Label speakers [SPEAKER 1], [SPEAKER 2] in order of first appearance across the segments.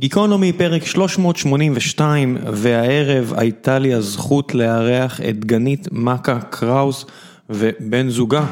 [SPEAKER 1] גיקונומי פרק 382, והערב הייתה לי הזכות לארח את דגנית מכה קראוס ובן זוגה,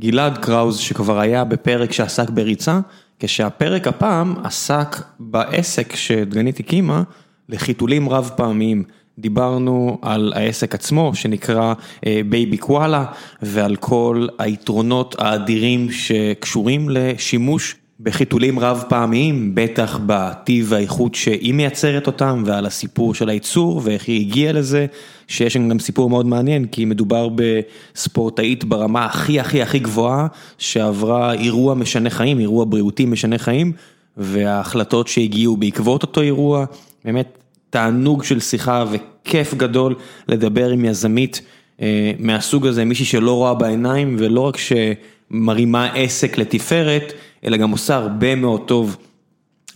[SPEAKER 1] גלעד קראוס, שכבר היה בפרק שעסק בריצה, כשהפרק הפעם עסק בעסק שדגנית הקימה לחיתולים רב פעמיים. דיברנו על העסק עצמו שנקרא אה, בייבי קואלה ועל כל היתרונות האדירים שקשורים לשימוש בחיתולים רב פעמיים, בטח בטיב והאיכות שהיא מייצרת אותם ועל הסיפור של הייצור ואיך היא הגיעה לזה, שיש שם גם סיפור מאוד מעניין כי מדובר בספורטאית ברמה הכי הכי הכי גבוהה שעברה אירוע משנה חיים, אירוע בריאותי משנה חיים וההחלטות שהגיעו בעקבות אותו אירוע, באמת תענוג של שיחה וכיף גדול לדבר עם יזמית אה, מהסוג הזה, מישהי שלא רואה בעיניים ולא רק שמרימה עסק לתפארת, אלא גם עושה הרבה מאוד טוב.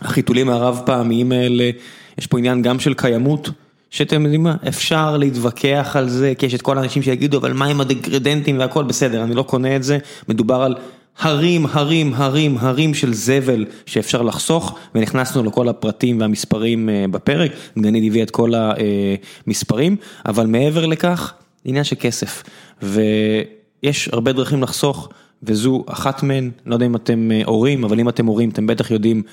[SPEAKER 1] החיתולים הרב פעמיים האלה, יש פה עניין גם של קיימות, שאתם יודעים מה, אפשר להתווכח על זה, כי יש את כל האנשים שיגידו, אבל מה עם הדגרדנטים והכל בסדר, אני לא קונה את זה, מדובר על הרים, הרים, הרים, הרים של זבל שאפשר לחסוך, ונכנסנו לכל הפרטים והמספרים אה, בפרק, דגנית הביאה את כל אה, המספרים, אבל מעבר לכך, עניין של כסף, ויש הרבה דרכים לחסוך, וזו אחת מהן, לא יודע אם אתם אה, הורים, אבל אם אתם הורים, אתם בטח יודעים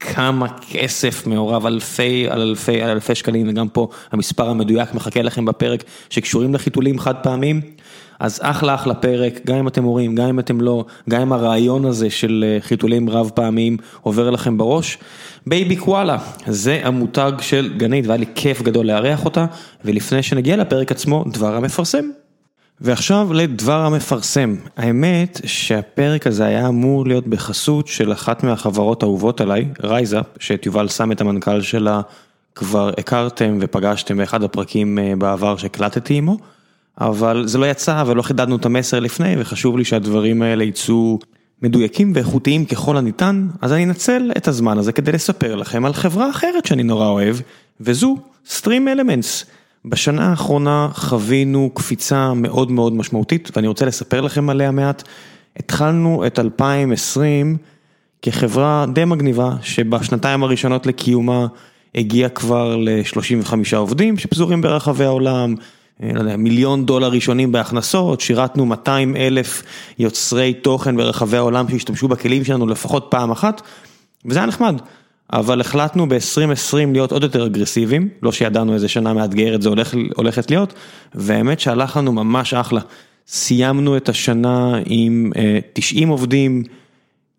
[SPEAKER 1] כמה כסף מעורב, אלפי על אלפי על אלפי שקלים, וגם פה המספר המדויק מחכה לכם בפרק, שקשורים לחיתולים חד פעמים. אז אחלה אחלה פרק, גם אם אתם הורים, גם אם אתם לא, גם אם הרעיון הזה של אה, חיתולים רב פעמים עובר לכם בראש. בייבי קואלה, זה המותג של גנית, והיה לי כיף גדול לארח אותה, ולפני שנגיע לפרק עצמו, דבר המפרסם. ועכשיו לדבר המפרסם. האמת שהפרק הזה היה אמור להיות בחסות של אחת מהחברות האהובות עליי, רייזאפ, שאת יובל סם את המנכ"ל שלה כבר הכרתם ופגשתם באחד הפרקים אה, בעבר שהקלטתי עמו, אבל זה לא יצא ולא חידדנו את המסר לפני וחשוב לי שהדברים האלה יצאו מדויקים ואיכותיים ככל הניתן, אז אני אנצל את הזמן הזה כדי לספר לכם על חברה אחרת שאני נורא אוהב, וזו Stream Elements. בשנה האחרונה חווינו קפיצה מאוד מאוד משמעותית, ואני רוצה לספר לכם עליה מעט. התחלנו את 2020 כחברה די מגניבה, שבשנתיים הראשונות לקיומה הגיעה כבר ל-35 עובדים שפזורים ברחבי העולם, אה, לא יודע, מיליון דולר ראשונים בהכנסות, שירתנו 200 אלף יוצרי תוכן ברחבי העולם שהשתמשו בכלים שלנו לפחות פעם אחת, וזה היה נחמד. אבל החלטנו ב-2020 להיות עוד יותר אגרסיביים, לא שידענו איזה שנה מאתגרת זה הולך, הולכת להיות, והאמת שהלך לנו ממש אחלה. סיימנו את השנה עם אה, 90 עובדים,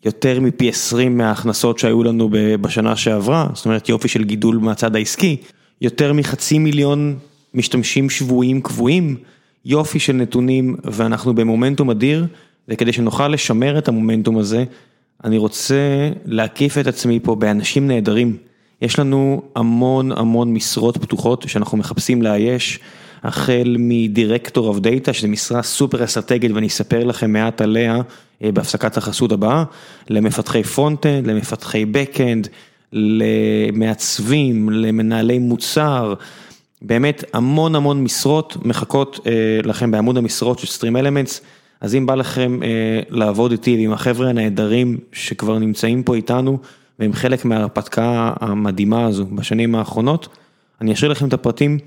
[SPEAKER 1] יותר מפי 20 מההכנסות שהיו לנו ב- בשנה שעברה, זאת אומרת יופי של גידול מהצד העסקי, יותר מחצי מיליון משתמשים שבויים קבועים, יופי של נתונים ואנחנו במומנטום אדיר, וכדי שנוכל לשמר את המומנטום הזה, אני רוצה להקיף את עצמי פה באנשים נהדרים. יש לנו המון המון משרות פתוחות שאנחנו מחפשים לאייש, החל מדירקטור אוף דאטה, שזו משרה סופר אסטרטגית ואני אספר לכם מעט עליה אה, בהפסקת החסות הבאה, למפתחי פרונט-אנד, למפתחי בק-אנד, למעצבים, למנהלי מוצר, באמת המון המון משרות מחכות אה, לכם בעמוד המשרות של סטרים אלמנטס. אז אם בא לכם אה, לעבוד איתי ועם החבר'ה הנהדרים שכבר נמצאים פה איתנו והם חלק מההרפתקה המדהימה הזו בשנים האחרונות, אני אשאיר לכם את הפרטים.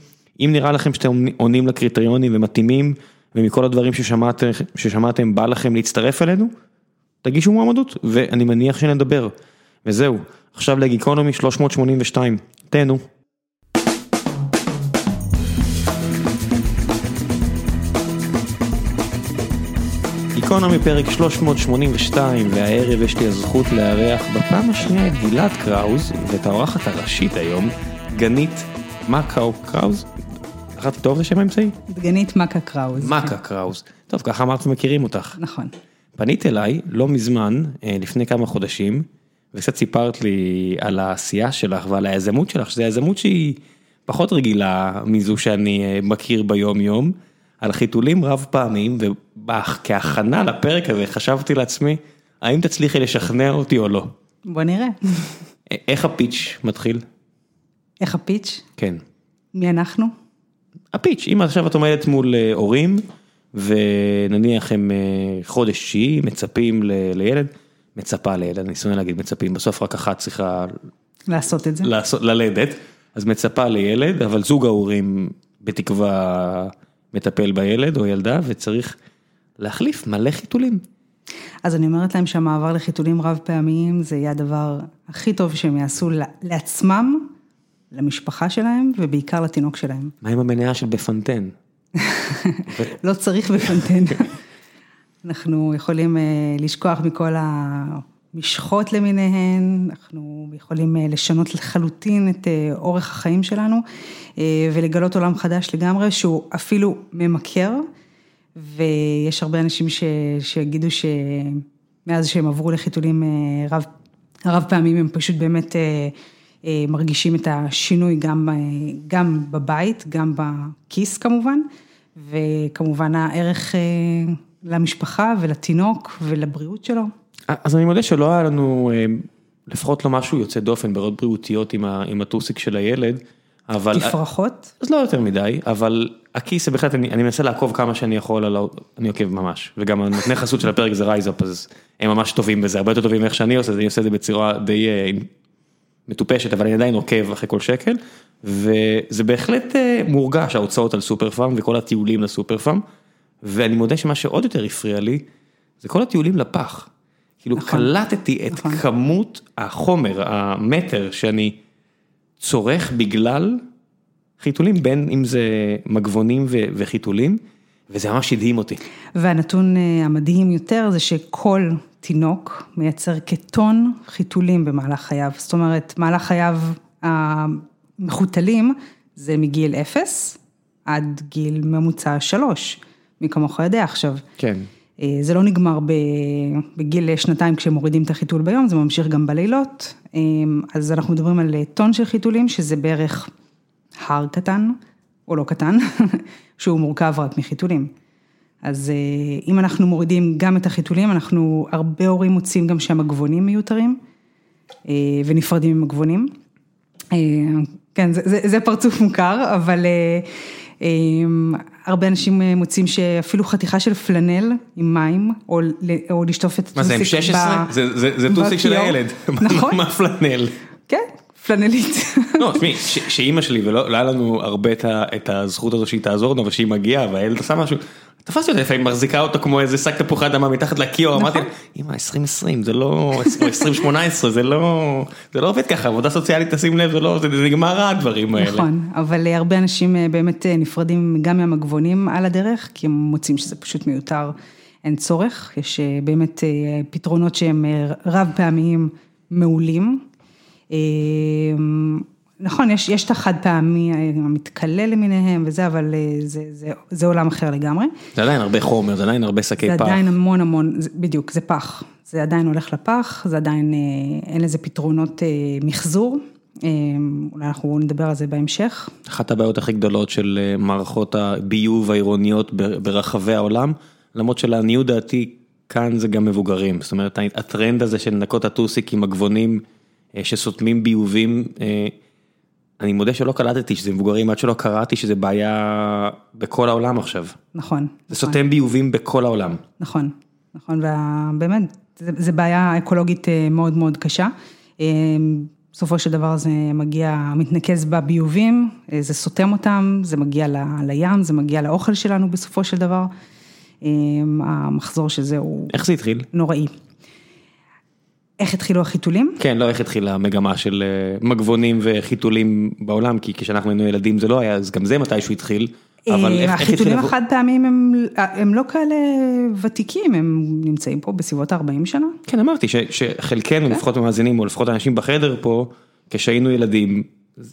[SPEAKER 1] אם נראה לכם שאתם עונים לקריטריונים ומתאימים ומכל הדברים ששמעתם, ששמעתם בא לכם להצטרף אלינו, תגישו מועמדות ואני מניח שנדבר. וזהו, עכשיו לגיקונומי 382, תהנו. גיקונומי פרק 382, והערב יש לי הזכות לארח בפעם השנייה את גלעד קראוז ואת האורחת הראשית היום, גנית מקאו קראוז. אחת טוב זה שם האמצעי?
[SPEAKER 2] דגנית מכה קראוז.
[SPEAKER 1] מכה קראוז. טוב, ככה אמרת ומכירים אותך.
[SPEAKER 2] נכון.
[SPEAKER 1] פנית אליי לא מזמן, אה, לפני כמה חודשים, וקצת סיפרת לי על העשייה שלך ועל היזמות שלך, שזו יזמות שהיא פחות רגילה מזו שאני אה, מכיר ביום יום, על חיתולים רב פעמים, וכהכנה לפרק הזה חשבתי לעצמי, האם תצליחי לשכנע אותי או לא.
[SPEAKER 2] בוא נראה.
[SPEAKER 1] א- איך הפיץ' מתחיל?
[SPEAKER 2] איך הפיץ'?
[SPEAKER 1] כן.
[SPEAKER 2] מי אנחנו?
[SPEAKER 1] הפיץ', אם עכשיו את עומדת מול אה, הורים, ונניח הם אה, חודש תשיעי, מצפים ל- לילד, מצפה לילד, אני שונא להגיד מצפים, בסוף רק אחת צריכה
[SPEAKER 2] לעשות את זה.
[SPEAKER 1] לעשות, ללדת, אז מצפה לילד, אבל זוג ההורים בתקווה מטפל בילד או ילדה, וצריך להחליף מלא חיתולים.
[SPEAKER 2] אז אני אומרת להם שהמעבר לחיתולים רב פעמיים זה יהיה הדבר הכי טוב שהם יעשו ל- לעצמם, למשפחה שלהם ובעיקר לתינוק שלהם.
[SPEAKER 1] מה עם המניעה של בפנטן?
[SPEAKER 2] לא צריך בפנטנה. אנחנו יכולים אה, לשכוח מכל המשחות למיניהן, אנחנו יכולים אה, לשנות לחלוטין את אה, אורך החיים שלנו אה, ולגלות עולם חדש לגמרי, שהוא אפילו ממכר, ויש הרבה אנשים ש, שיגידו שמאז שהם עברו לחיתולים אה, רב, הרב פעמים, הם פשוט באמת אה, אה, מרגישים את השינוי גם, אה, גם בבית, גם בכיס כמובן. וכמובן הערך אה, למשפחה ולתינוק ולבריאות שלו.
[SPEAKER 1] אה, אז אני מודה שלא היה לנו, אה, לפחות לא משהו יוצא דופן, בעיות בריאותיות עם, ה, עם הטוסיק של הילד, אבל...
[SPEAKER 2] תפרחות,
[SPEAKER 1] אז לא יותר מדי, אבל הכיס זה בהחלט, אני, אני מנסה לעקוב כמה שאני יכול, על, ה- אני עוקב ממש, וגם הנותני חסות של הפרק זה רייזאפ, אז הם ממש טובים בזה, הרבה יותר טובים מאיך שאני עושה את זה, אני עושה את זה בצורה די אה, מטופשת, אבל אני עדיין עוקב אחרי כל שקל, וזה בהחלט אה, מורגש ההוצאות על סופר פארם וכל הטיולים לסופר פארם, ואני מודה שמה שעוד יותר הפריע לי, זה כל הטיולים לפח. כאילו
[SPEAKER 2] נכון.
[SPEAKER 1] קלטתי את
[SPEAKER 2] נכון.
[SPEAKER 1] כמות החומר, המטר שאני צורך בגלל חיתולים, בין אם זה מגבונים ו- וחיתולים, וזה ממש הדהים אותי.
[SPEAKER 2] והנתון אה, המדהים יותר זה שכל תינוק מייצר כטון חיתולים במהלך חייו. זאת אומרת, מהלך חייו המחותלים זה מגיל אפס עד גיל ממוצע שלוש, מי כמוך יודע עכשיו.
[SPEAKER 1] כן.
[SPEAKER 2] אה, זה לא נגמר ב- בגיל שנתיים כשמורידים את החיתול ביום, זה ממשיך גם בלילות. אה, אז אנחנו מדברים על אה, טון של חיתולים, שזה בערך הר קטן, או לא קטן, שהוא מורכב רק מחיתולים. אז אה, אם אנחנו מורידים גם את החיתולים, אנחנו, הרבה הורים מוצאים גם שהמגבונים מיותרים, אה, ונפרדים עם מגבונים. אה, כן, זה, זה, זה פרצוף מוכר, אבל אה, אה, הרבה אנשים אה, מוצאים שאפילו חתיכה של פלנל עם מים, או, ל- או לשטוף את הטוסיק
[SPEAKER 1] מה זה, M16?
[SPEAKER 2] ב-
[SPEAKER 1] זה- זה זה טוסיק של
[SPEAKER 2] בכיור.
[SPEAKER 1] הילד.
[SPEAKER 2] נכון,
[SPEAKER 1] מה פלנל?
[SPEAKER 2] כן, פלנלית.
[SPEAKER 1] לא, תשמעי, ש- שאימא שלי, ולא לא היה לנו הרבה את ה- את הזכות הזו שהיא תעזור לנו, ושהיא מגיעה, והילד עשה משהו, תפסתי אותה לפעמים, מחזיקה אותו כמו איזה שק תפוחי אדמה מתחת
[SPEAKER 2] נכון.
[SPEAKER 1] לכיור, אמרתי לה, אימא, 2020, זה לא, או 2018, זה לא, זה לא עובד ככה, עבודה סוציאלית, תשים לב, זה לא, זה זה נגמר רע הדברים האלה.
[SPEAKER 2] נכון, אבל אה, הרבה אנשים אה, באמת אה, נפרדים גם מהמגבונים על הדרך, כי הם מוצאים שזה פשוט מיותר, אין צורך, יש אה, באמת אה, פתרונות שהם אה, רב פעמיים מעולים. אה, נכון, יש, יש את החד פעמי, אה, המתכלה למיניהם וזה, אבל אה, זה, זה, זה עולם אחר לגמרי.
[SPEAKER 1] זה עדיין הרבה חומר, זה עדיין הרבה שקי
[SPEAKER 2] זה
[SPEAKER 1] פח.
[SPEAKER 2] עדיין המון המון, זה- בדיוק, זה פח. זה עדיין הולך לפח, זה עדיין, אה, אין לזה פתרונות אה, מחזור. אה, אולי אנחנו נדבר על זה בהמשך.
[SPEAKER 1] אחת הבעיות הכי גדולות של אה, מערכות הביוב העירוניות ב- ברחבי העולם, למרות שלעניות דעתי כאן זה גם מבוגרים, זאת אומרת ה- הטרנד הזה של לנקות הטוסיק עם הגבונים אה, שסותמים ביובים, אה, אני מודה שלא קלטתי שזה מבוגרים עד שלא קראתי שזה בעיה בכל העולם עכשיו,
[SPEAKER 2] נכון.
[SPEAKER 1] זה סותם ביובים בכל העולם.
[SPEAKER 2] נכון, נכון, ובאמת, זו בעיה אקולוגית אה, מאוד מאוד קשה. אה, בסופו של דבר זה מגיע, מתנקז בביובים, אה, זה סותם אותם, זה מגיע ל- לים, זה מגיע לאוכל שלנו בסופו של דבר. אה, המחזור של זה הוא
[SPEAKER 1] איך זה התחיל?
[SPEAKER 2] נוראי. איך התחילו החיתולים?
[SPEAKER 1] כן, לא איך התחילה המגמה של אה, מגבונים וחיתולים בעולם, כי כשאנחנו היינו ילדים זה לא היה, אז גם זה מתישהו התחיל, אבל
[SPEAKER 2] אה,
[SPEAKER 1] איך- איך התחיל...
[SPEAKER 2] החיתולים החד פעמים הם, הם לא כאלה ותיקים, הם נמצאים פה בסביבות 40 שנה.
[SPEAKER 1] כן, אמרתי ש,
[SPEAKER 2] אוקיי.
[SPEAKER 1] שחלקנו, לפחות המאזינים, או לפחות האנשים בחדר פה, כשהיינו ילדים,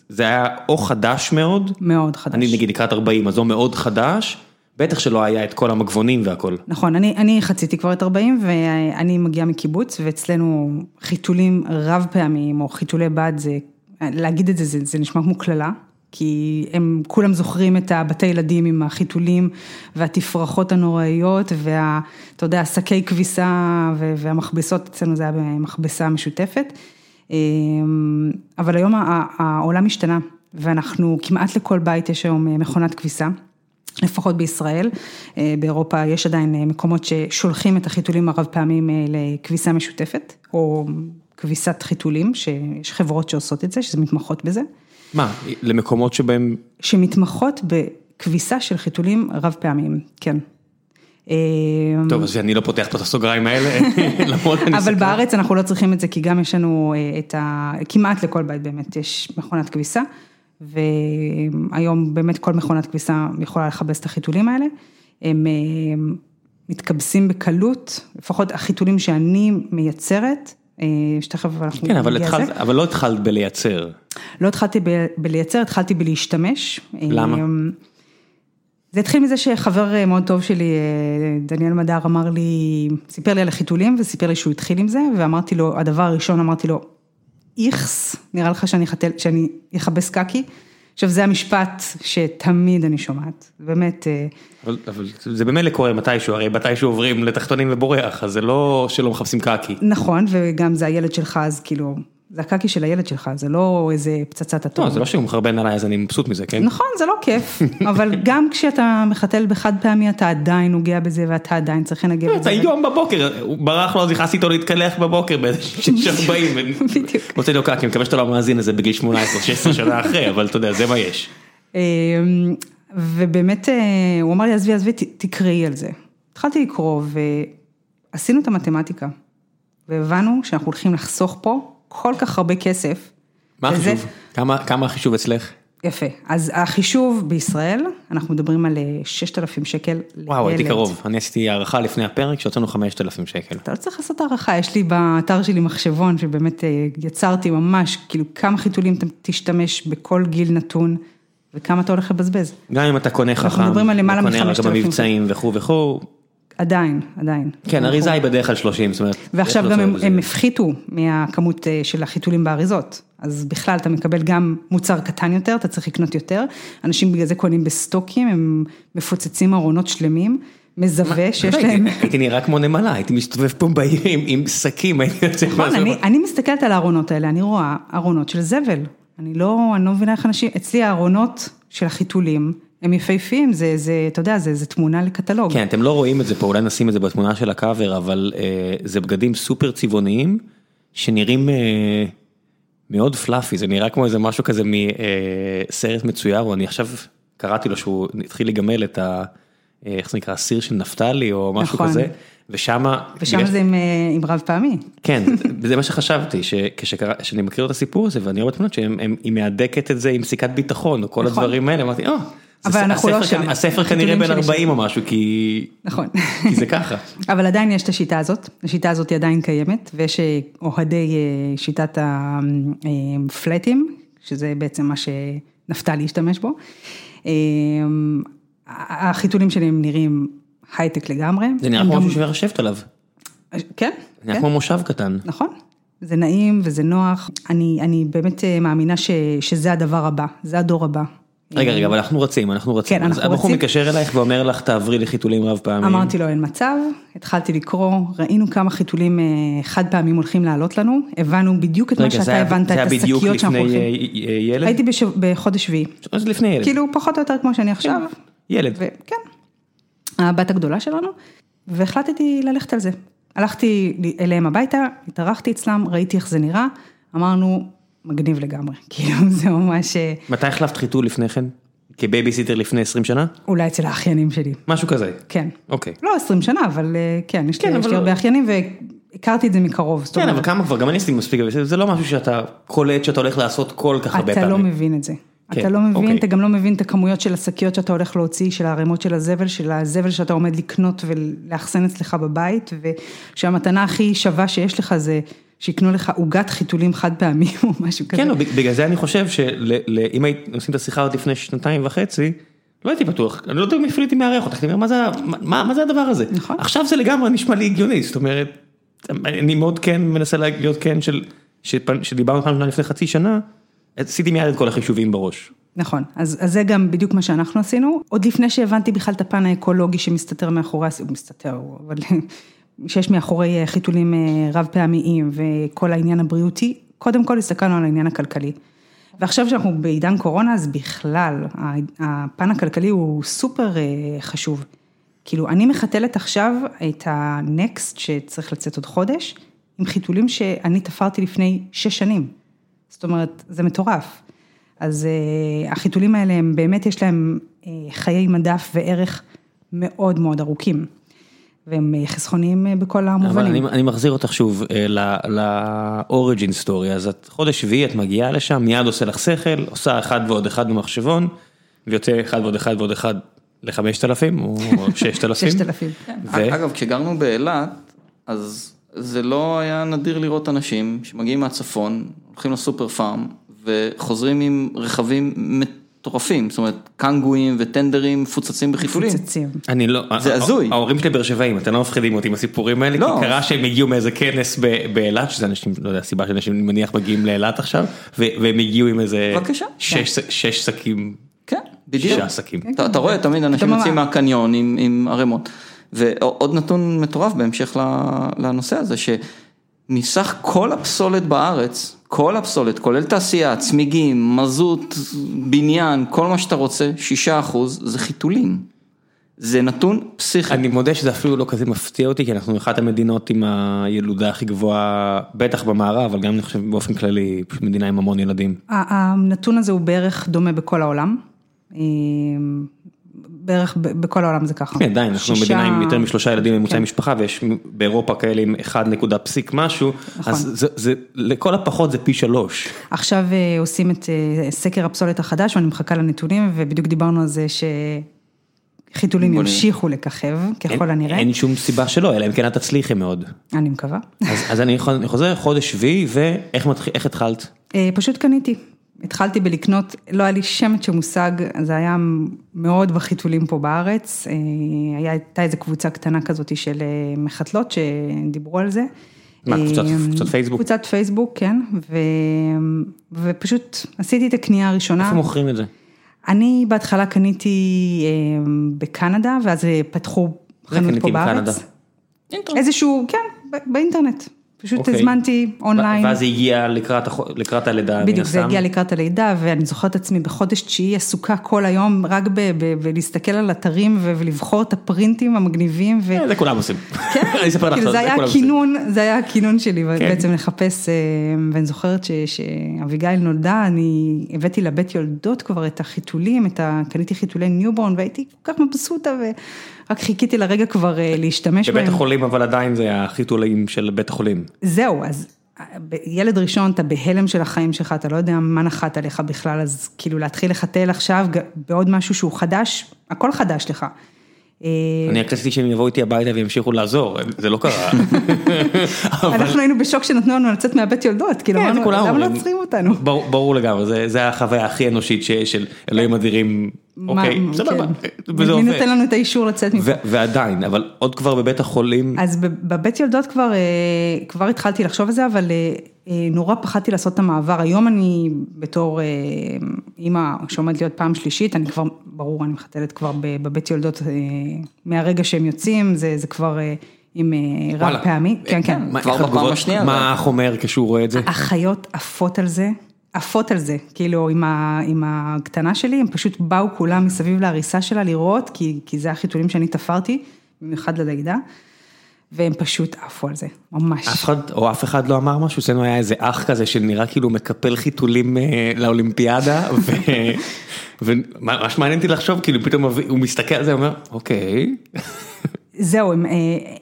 [SPEAKER 1] זה היה או חדש מאוד,
[SPEAKER 2] מאוד חדש.
[SPEAKER 1] אני נגיד לקראת 40, אז או מאוד חדש, בטח שלא היה את כל המגבונים והכל.
[SPEAKER 2] נכון, אני, אני חציתי כבר את 40 ואני מגיעה מקיבוץ ואצלנו חיתולים רב פעמיים או חיתולי בד זה, להגיד את זה, זה, זה נשמע כמו קללה, כי הם כולם זוכרים את הבתי ילדים עם החיתולים והתפרחות הנוראיות וה, אתה יודע, השקי כביסה ו- והמכבסות, אצלנו זה היה מכבסה משותפת. אמ, אבל היום ה- ה- העולם השתנה ואנחנו, כמעט לכל בית יש היום מכונת כביסה. לפחות בישראל, אה, באירופה יש עדיין אה, מקומות ששולחים את החיתולים הרב פעמים אה, לכביסה משותפת, או כב- כביסת חיתולים, שיש חברות שעושות את זה, שמתמחות בזה,
[SPEAKER 1] מה, למקומות שבהם,
[SPEAKER 2] Mm. שמתמחות בכביסה של חיתולים רב פעמיים, כן. אה,
[SPEAKER 1] טוב, אז אני לא פותח פה את הסוגריים האלה, למרות אני...
[SPEAKER 2] אבל בארץ אנחנו לא צריכים את זה, כי גם יש לנו אה, את ה... כמעט לכל בית באמת יש מכונת כביסה, והיום באמת כל מכונת כביסה יכולה לכבס את החיתולים האלה. הם אה, מתכבסים בקלות, לפחות החיתולים שאני מייצרת, אה, שתכף אנחנו
[SPEAKER 1] כן, אבל
[SPEAKER 2] נגיע
[SPEAKER 1] התחלת,
[SPEAKER 2] לזה.
[SPEAKER 1] אבל לא התחלת בלייצר.
[SPEAKER 2] לא התחלתי ב- בלייצר, התחלתי בלהשתמש.
[SPEAKER 1] למה?
[SPEAKER 2] אמ, זה התחיל מזה שחבר אה, מאוד טוב שלי, אה, דניאל מדר, אמר לי, סיפר לי על החיתולים וסיפר לי שהוא התחיל עם זה, ואמרתי לו, הדבר הראשון, אמרתי לו, איכס, נראה לך שאני, חתל, שאני אכבס קקי? עכשיו, זה המשפט שתמיד אני שומעת, באמת, אה,
[SPEAKER 1] אבל, אבל זה במילא קורה מתישהו, הרי מתישהו עוברים לתחתונים ובורח, אז זה לא שלא מחפשים קקי.
[SPEAKER 2] נכון, וגם זה הילד שלך, אז כאילו, זה הקקי של הילד שלך, זה לא איזה פצצת אטום.
[SPEAKER 1] לא, זה לא שהוא מחרבן עליי אז אני מבסוט מזה, כן?
[SPEAKER 2] נכון, זה לא כיף, אבל גם כשאתה מחתל בחד פעמי, אתה עדיין נוגע בזה ואתה עדיין צריך לנגב את
[SPEAKER 1] אתה
[SPEAKER 2] זה.
[SPEAKER 1] לא, היום בבוקר, הוא ברח לו, אז נכנס איתו להתקלח בבוקר ב-6.40.
[SPEAKER 2] בדיוק.
[SPEAKER 1] רוצה להיות קקי, אני מקווה שאתה לא מאזין לזה בגיל 18, 16 שנה אחרי, אבל אתה יודע, זה מה יש.
[SPEAKER 2] אמ, ובאמת, אה, הוא אמר לי, עזבי, עזבי, ת- תקראי על זה. התחלתי לקרוא ועשינו את המתמטיקה, והבנו שאנחנו הולכים לחסוך פה כל כך הרבה כסף.
[SPEAKER 1] מה
[SPEAKER 2] וזה-
[SPEAKER 1] החישוב? כמה- כמה החישוב אצלך?
[SPEAKER 2] יפה, אז החישוב בישראל, אנחנו מדברים על אה, 6,000 שקל
[SPEAKER 1] וואו, הייתי
[SPEAKER 2] לילד.
[SPEAKER 1] קרוב, אני עשיתי הערכה לפני הפרק שהוצאנו 5,000 שקל.
[SPEAKER 2] אתה לא צריך לעשות הערכה, יש לי באתר שלי מחשבון שבאמת אה, יצרתי ממש, כאילו כמה חיתולים אתה תשתמש בכל גיל נתון וכמה אתה הולך לבזבז.
[SPEAKER 1] גם אם אתה קונה חכם,
[SPEAKER 2] מדברים על למעלה
[SPEAKER 1] קונה רק
[SPEAKER 2] מ-5,000.
[SPEAKER 1] במבצעים וכו' וכו',
[SPEAKER 2] עדיין, עדיין.
[SPEAKER 1] כן, אריזה היא בדרך כלל 30, זאת אומרת.
[SPEAKER 2] נכון. ועכשיו
[SPEAKER 1] איך
[SPEAKER 2] גם
[SPEAKER 1] לא
[SPEAKER 2] הם,
[SPEAKER 1] זה-
[SPEAKER 2] הם הפחיתו מהכמות אה, של החיתולים באריזות, אז בכלל אתה מקבל גם מוצר קטן יותר, אתה צריך לקנות יותר, אנשים בגלל זה קונים בסטוקים, הם מפוצצים ארונות שלמים, מזווה שיש
[SPEAKER 1] הייתי-
[SPEAKER 2] להם...
[SPEAKER 1] הייתי נראה כמו נמלה, הייתי מסתובב פה בעיר עם- עם שקים, הייתי יוצא
[SPEAKER 2] נכון,
[SPEAKER 1] מהזה-
[SPEAKER 2] אני, אני מסתכלת על הארונות האלה, אני רואה ארונות של זבל. אני לא, אני לא מבינה איך אנשים, אצלי הארונות של החיתולים, הם יפהפיים, זה, זה, אתה יודע, זה, זה תמונה לקטלוג.
[SPEAKER 1] כן, אתם לא רואים את זה פה, אולי נשים את זה בתמונה של הקאבר, אבל אה, זה בגדים סופר צבעוניים, שנראים אה, מאוד פלאפי, זה נראה כמו איזה משהו כזה מסרט מצויר, או אני עכשיו קראתי לו שהוא התחיל לגמל את ה... אה, איך זה נקרא, הסיר של נפתלי או משהו
[SPEAKER 2] נכון.
[SPEAKER 1] כזה, ושמה,
[SPEAKER 2] ושם
[SPEAKER 1] בגלל-
[SPEAKER 2] זה עם, אה, עם רב פעמי.
[SPEAKER 1] כן, זה מה שחשבתי, שכשאני מכיר את הסיפור הזה ואני רואה תמונות שהיא מהדקת את זה עם סיכת ביטחון או כל
[SPEAKER 2] נכון.
[SPEAKER 1] הדברים האלה, אמרתי, אה, זה-
[SPEAKER 2] אבל אנחנו לא
[SPEAKER 1] הספר
[SPEAKER 2] שם.
[SPEAKER 1] כנ- הספר כנראה
[SPEAKER 2] החיתולים
[SPEAKER 1] בן
[SPEAKER 2] שלי
[SPEAKER 1] 40 או משהו, כי
[SPEAKER 2] נכון.
[SPEAKER 1] כי זה ככה.
[SPEAKER 2] אבל עדיין יש את השיטה הזאת, השיטה הזאת היא עדיין קיימת, ויש אה, אוהדי אה, שיטת הפלטים, שזה בעצם מה שנפתלי השתמש בו. אה, החיתולים שלי הם נראים הייטק לגמרי.
[SPEAKER 1] זה נראה
[SPEAKER 2] הם
[SPEAKER 1] כמו
[SPEAKER 2] גם-
[SPEAKER 1] משהו שווה לשבת עליו, זה
[SPEAKER 2] כן,
[SPEAKER 1] נראה
[SPEAKER 2] כן.
[SPEAKER 1] כמו מושב קטן.
[SPEAKER 2] נכון. זה נעים וזה נוח. אני, אני באמת אה, מאמינה ש, שזה הדבר הבא, זה הדור הבא.
[SPEAKER 1] רגע, רגע, אבל אנחנו רצים, אנחנו רצים.
[SPEAKER 2] כן, אנחנו
[SPEAKER 1] אז הבחור
[SPEAKER 2] רצים.
[SPEAKER 1] מתקשר אלייך ואומר לך, תעברי לחיתולים רב פעמים.
[SPEAKER 2] אמרתי לו, אין מצב, התחלתי לקרוא, ראינו כמה חיתולים אה, חד פעמים הולכים לעלות לנו, הבנו בדיוק את מה
[SPEAKER 1] רגע, זה
[SPEAKER 2] שאתה
[SPEAKER 1] היה-
[SPEAKER 2] הבנת, את
[SPEAKER 1] זה היה בדיוק
[SPEAKER 2] השקיות שאנחנו
[SPEAKER 1] לפני אה,
[SPEAKER 2] הולכים.
[SPEAKER 1] אה, ילד? כן.
[SPEAKER 2] הייתי בשב... בחודש שביעי,
[SPEAKER 1] אז לפני ילד.
[SPEAKER 2] כאילו פחות או יותר כמו שאני עכשיו,
[SPEAKER 1] ילד.
[SPEAKER 2] וכן, הבת הגדולה שלנו, והחלטתי ללכת על זה. הלכתי אליהם הביתה, התארחתי אצלם, ראיתי איך זה נראה, אמרנו, מגניב לגמרי, כאילו זה ממש, אה,
[SPEAKER 1] מתי החלפת חיתול לפני כן? כבייביסיטר לפני 20 שנה?
[SPEAKER 2] אולי אצל האחיינים שלי,
[SPEAKER 1] משהו כזה.
[SPEAKER 2] כן.
[SPEAKER 1] אוקיי.
[SPEAKER 2] לא 20 שנה, אבל אה, כן, יש לי-
[SPEAKER 1] כן,
[SPEAKER 2] יש
[SPEAKER 1] אבל
[SPEAKER 2] לי
[SPEAKER 1] לא-
[SPEAKER 2] הרבה אחיינים והכרתי את זה מקרוב, זאת
[SPEAKER 1] כן, אבל
[SPEAKER 2] אומרת,
[SPEAKER 1] כמה כבר, גם אני עשיתי מספיק, אבל זה לא משהו שאתה קולט שאתה הולך לעשות כל כך הרבה
[SPEAKER 2] אתה לא
[SPEAKER 1] פעמים.
[SPEAKER 2] מבין את זה.
[SPEAKER 1] כן,
[SPEAKER 2] אתה לא מבין,
[SPEAKER 1] אוקיי.
[SPEAKER 2] אתה גם לא מבין את הכמויות של השקיות שאתה הולך להוציא, של הערימות של הזבל, של הזבל שאתה עומד לקנות ולאחסן אצלך בבית, ושהמתנה הכי שווה שיש לך זה שיקנו לך עוגת חיתולים חד פעמי או משהו כזה.
[SPEAKER 1] כן, אבל בגלל זה אני חושב שאם היית עושים את השיחה עוד לפני שנתיים וחצי, לא הייתי בטוח, אני לא יודע אם אפילו הייתי מארח אותך, הייתי אומר, "מה זה ה- מה מה זה הדבר הזה?
[SPEAKER 2] נכון.
[SPEAKER 1] עכשיו זה לגמרי נשמע לי הגיוני, זאת אומרת, אני מאוד כן מנסה להיות כן של, שפ- שדיברנו פעם ראשונה לפני חצי שנה, עשיתי מיד את כל החישובים בראש.
[SPEAKER 2] נכון, אז, אז זה גם בדיוק מה שאנחנו עשינו, עוד לפני שהבנתי בכלל את הפן האקולוגי שמסתתר מאחורי, הס- הוא מסתתר, הוא- אבל שיש מאחורי אה, חיתולים אה, רב פעמיים וכל העניין הבריאותי, קודם כל הסתכלנו על העניין הכלכלי. ועכשיו שאנחנו בעידן קורונה, אז בכלל, ה- הפן הכלכלי הוא סופר אה, חשוב. כאילו, אני מחתלת עכשיו את הנקסט שצריך לצאת עוד חודש, עם חיתולים שאני תפרתי לפני שש שנים. זאת אומרת, זה מטורף. אז אה, החיתולים האלה, הם באמת יש להם אה, חיי מדף וערך מאוד מאוד ארוכים. והם אה, חסכוניים אה, בכל
[SPEAKER 1] אבל
[SPEAKER 2] המובנים.
[SPEAKER 1] אני, אני מחזיר אותך שוב אה, ל- ל-Origin Story, אז את חודש שביעי את מגיעה לשם, מיד עושה לך שכל, עושה אחד ועוד אחד במחשבון, ויוצא אחד ועוד אחד ועוד אחד ל-5,000 או 6,000.
[SPEAKER 2] ששת אלפים. כן,
[SPEAKER 1] ו-
[SPEAKER 3] אגב, כשגרנו באילת, אז זה לא היה נדיר לראות אנשים שמגיעים מהצפון, הולכים לסופר פארם, וחוזרים עם רכבים מטורפים, זאת אומרת, קנגואים וטנדרים מפוצצים בחיתולים.
[SPEAKER 2] מפוצצים.
[SPEAKER 1] אני לא,
[SPEAKER 3] זה
[SPEAKER 1] ה-
[SPEAKER 3] הזוי.
[SPEAKER 1] ההורים שלי באר שבעים, אתם לא מפחידים אותי עם הסיפורים האלה,
[SPEAKER 3] לא.
[SPEAKER 1] כי קרה שהם הגיעו מאיזה כנס ב- באילת, שזה אנשים, לא יודע, הסיבה שאנשים אני מניח מגיעים לאילת עכשיו, ו- והם הגיעו עם איזה,
[SPEAKER 3] בבקשה.
[SPEAKER 1] שש שש שקים,
[SPEAKER 3] כן, בדיוק.
[SPEAKER 1] שישה שקים.
[SPEAKER 3] אתה, אתה רואה תמיד אנשים
[SPEAKER 2] דממה.
[SPEAKER 3] יוצאים מהקניון עם, עם ערימות. ועוד נתון מטורף בהמשך ל- לנושא הזה, שמסך כל הפסולת בארץ, כל הפסולת, כולל תעשייה, צמיגים, מזוט, בניין, כל מה שאתה רוצה, שישה אחוז, זה חיתולים. זה נתון פסיכי.
[SPEAKER 1] אני מודה שזה אפילו לא כזה מפתיע אותי, כי אנחנו אחת המדינות עם הילודה הכי גבוהה, בטח במערב, אבל גם אני חושב באופן כללי, פשוט מדינה עם המון ילדים.
[SPEAKER 2] ה- הנתון הזה הוא בערך דומה בכל העולם. אה, בערך ב- בכל העולם זה ככה.
[SPEAKER 1] כן, עדיין, אנחנו
[SPEAKER 2] שישה- כן.
[SPEAKER 1] מדינה עם יותר משלושה ילדים ממוצע משפחה, ויש באירופה כאלה עם 1 נקודה פסיק משהו,
[SPEAKER 2] נכון.
[SPEAKER 1] אז זה- זה, לכל הפחות זה פי שלוש.
[SPEAKER 2] עכשיו אה, עושים את אה, סקר הפסולת החדש, ואני מחכה לנתונים, ובדיוק דיברנו על זה שחיתולים
[SPEAKER 3] בוא נראה.
[SPEAKER 2] ימשיכו לככב, ככל
[SPEAKER 1] אין-
[SPEAKER 2] הנראה.
[SPEAKER 1] אין שום סיבה שלא, אלא אם כן את תצליחי מאוד.
[SPEAKER 2] אני מקווה.
[SPEAKER 1] אז- אז אני חוז- אני חוזר חודש שביעי, ואיך מתח- איך התחלת?
[SPEAKER 2] אה, פשוט קניתי. התחלתי בלקנות, לא היה לי שמץ של מושג, זה היה מאוד בחיתולים פה בארץ. אה, היה- הייתה איזו קבוצה קטנה כזאת של אה, מחתלות שדיברו על זה.
[SPEAKER 1] מה, קבוצת-
[SPEAKER 2] אה,
[SPEAKER 1] קבוצת פייסבוק?
[SPEAKER 2] קבוצת פייסבוק, כן, ו... ופשוט עשיתי את הקנייה הראשונה.
[SPEAKER 1] איפה מוכרים את זה?
[SPEAKER 2] אני בהתחלה קניתי אה, בקנדה, ואז אה, פתחו חנות
[SPEAKER 1] קניתי
[SPEAKER 2] פה
[SPEAKER 1] בקנדה?
[SPEAKER 2] בארץ. איזשהו, כן, ב- באינטרנט. פשוט
[SPEAKER 1] אוקיי.
[SPEAKER 2] הזמנתי
[SPEAKER 1] ו-
[SPEAKER 2] אונליין.
[SPEAKER 1] ואז זה הגיע לקראת החו- לקראת הלידה, מן
[SPEAKER 2] בדיוק, זה
[SPEAKER 1] הסתם.
[SPEAKER 2] הגיע לקראת הלידה, ואני זוכרת את עצמי בחודש תשיעי עסוקה כל היום, רק ב- ב- בלהסתכל על אתרים ו- ולבחור את הפרינטים המגניבים. ו-
[SPEAKER 1] אה, זה כולם עושים. כן. אני אספר לך,
[SPEAKER 2] כאילו זה היה
[SPEAKER 1] כולם עושים. כן.
[SPEAKER 2] הכינון, זה היה הכינון שלי, בעצם לחפש, אה, ואני זוכרת ש- שאביגיל נולדה, אני הבאתי לבית יולדות כבר את החיתולים, את ה... קניתי חיתולי ניובורן, והייתי כל כך מבסוטה, ורק חיכיתי לרגע כבר אה, להשתמש בהם.
[SPEAKER 1] בבית החולים אבל עדיין זה החיתולים של בית החולים.
[SPEAKER 2] זהו, אז אה, ב- ילד ראשון, אתה בהלם של החיים שלך, אתה לא יודע מה נחת עליך בכלל, אז כאילו להתחיל לחתל עכשיו ג- בעוד משהו שהוא חדש, הכל חדש לך. אה,
[SPEAKER 1] אני רק רציתי שהם יבואו איתי הביתה וימשיכו לעזור, זה לא קרה.
[SPEAKER 2] אנחנו היינו בשוק שנתנו לנו לצאת מהבית יולדות, כאילו
[SPEAKER 1] כן, זה
[SPEAKER 2] אמרנו,
[SPEAKER 1] כולם
[SPEAKER 2] למה לא
[SPEAKER 1] אומרים.
[SPEAKER 2] עוצרים אותנו?
[SPEAKER 1] ברור ברור לגמרי, זה- זה החוויה הכי אנושית שיש של אלוהים אדירים,
[SPEAKER 2] אה, מה-
[SPEAKER 1] אוקיי,
[SPEAKER 2] כן.
[SPEAKER 1] סבבה, וזה
[SPEAKER 2] מי
[SPEAKER 1] עובד.
[SPEAKER 2] נותן לנו את האישור לצאת מפה?
[SPEAKER 1] ו- ועדיין, אבל עוד כבר בבית החולים,
[SPEAKER 2] אז בב- בבית יולדות כבר, אה, כבר התחלתי לחשוב על זה, אבל אה, אה, נורא פחדתי לעשות את המעבר. היום אני בתור אה, אימא שעומדת להיות פעם שלישית, אני כבר, ברור, אני מחתלת כבר ב- בבית יולדות אה, מהרגע שהם יוצאים, זה, זה כבר אה, עם אה, רב
[SPEAKER 1] וואלה.
[SPEAKER 2] פעמי. כן, כן.
[SPEAKER 1] מה,
[SPEAKER 3] כבר
[SPEAKER 1] איך
[SPEAKER 3] בפעם
[SPEAKER 1] התגובות-
[SPEAKER 3] השנייה, אבל.
[SPEAKER 1] מה האח אומר כשהוא רואה את זה?
[SPEAKER 2] החיות עפות על זה, עפות על זה, כאילו עם, ה, עם הקטנה שלי, הם פשוט באו כולם מסביב להריסה שלה לראות, כי, כי זה החיתולים שאני תפרתי, במיוחד ללידה, והם פשוט עפו על זה, ממש.
[SPEAKER 1] אף אחד או אף אחד לא אמר משהו, אצלנו היה איזה אח כזה שנראה כאילו מקפל חיתולים אה, לאולימפיאדה, וממש מעניין אותי לחשוב, כאילו פתאום הוא מסתכל על זה ואומר, אוקיי,
[SPEAKER 2] זהו, הם, אה,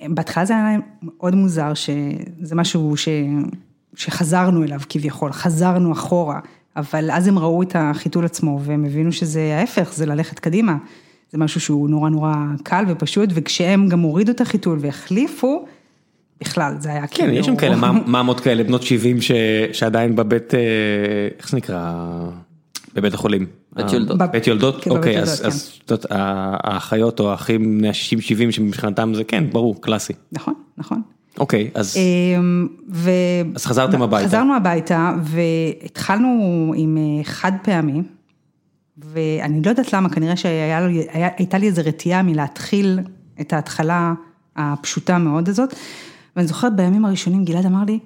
[SPEAKER 2] בהתחלה זה היה להם מאוד מוזר, שזה משהו ש, שחזרנו אליו כביכול, חזרנו אחורה, אבל אז הם ראו את החיתול עצמו והם הבינו שזה ההפך, זה ללכת קדימה. זה משהו שהוא נורא נורא קל ופשוט, וכשהם גם הורידו את החיתול והחליפו, בכלל, זה היה כאילו-
[SPEAKER 1] כן, יש שם כאלה מאמ- מאמות כאלה בנות 70 ש- שעדיין בבית, אה, איך זה נקרא? בבית החולים.
[SPEAKER 3] בית
[SPEAKER 1] אה,
[SPEAKER 3] יולדות.
[SPEAKER 1] בית יולדות?
[SPEAKER 2] כן, בבית
[SPEAKER 1] אוקיי,
[SPEAKER 2] יולדות,
[SPEAKER 1] אז
[SPEAKER 2] כן.
[SPEAKER 1] אז, את יודעת, ה- האחיות או האחים בני ה-60-70 שמבחינתם זה כן, ברור, קלאסי.
[SPEAKER 2] נכון, נכון.
[SPEAKER 1] אוקיי, אז
[SPEAKER 2] אמ, ו...
[SPEAKER 1] אז חזרתם הביתה.
[SPEAKER 2] לא, אה, חזרנו הביתה והתחלנו עם אה, חד פעמי, ואני לא יודעת למה, כנראה שהייתה לי איזו רתיעה מלהתחיל את ההתחלה הפשוטה מאוד הזאת, ואני זוכרת בימים הראשונים גלעד אמר לי,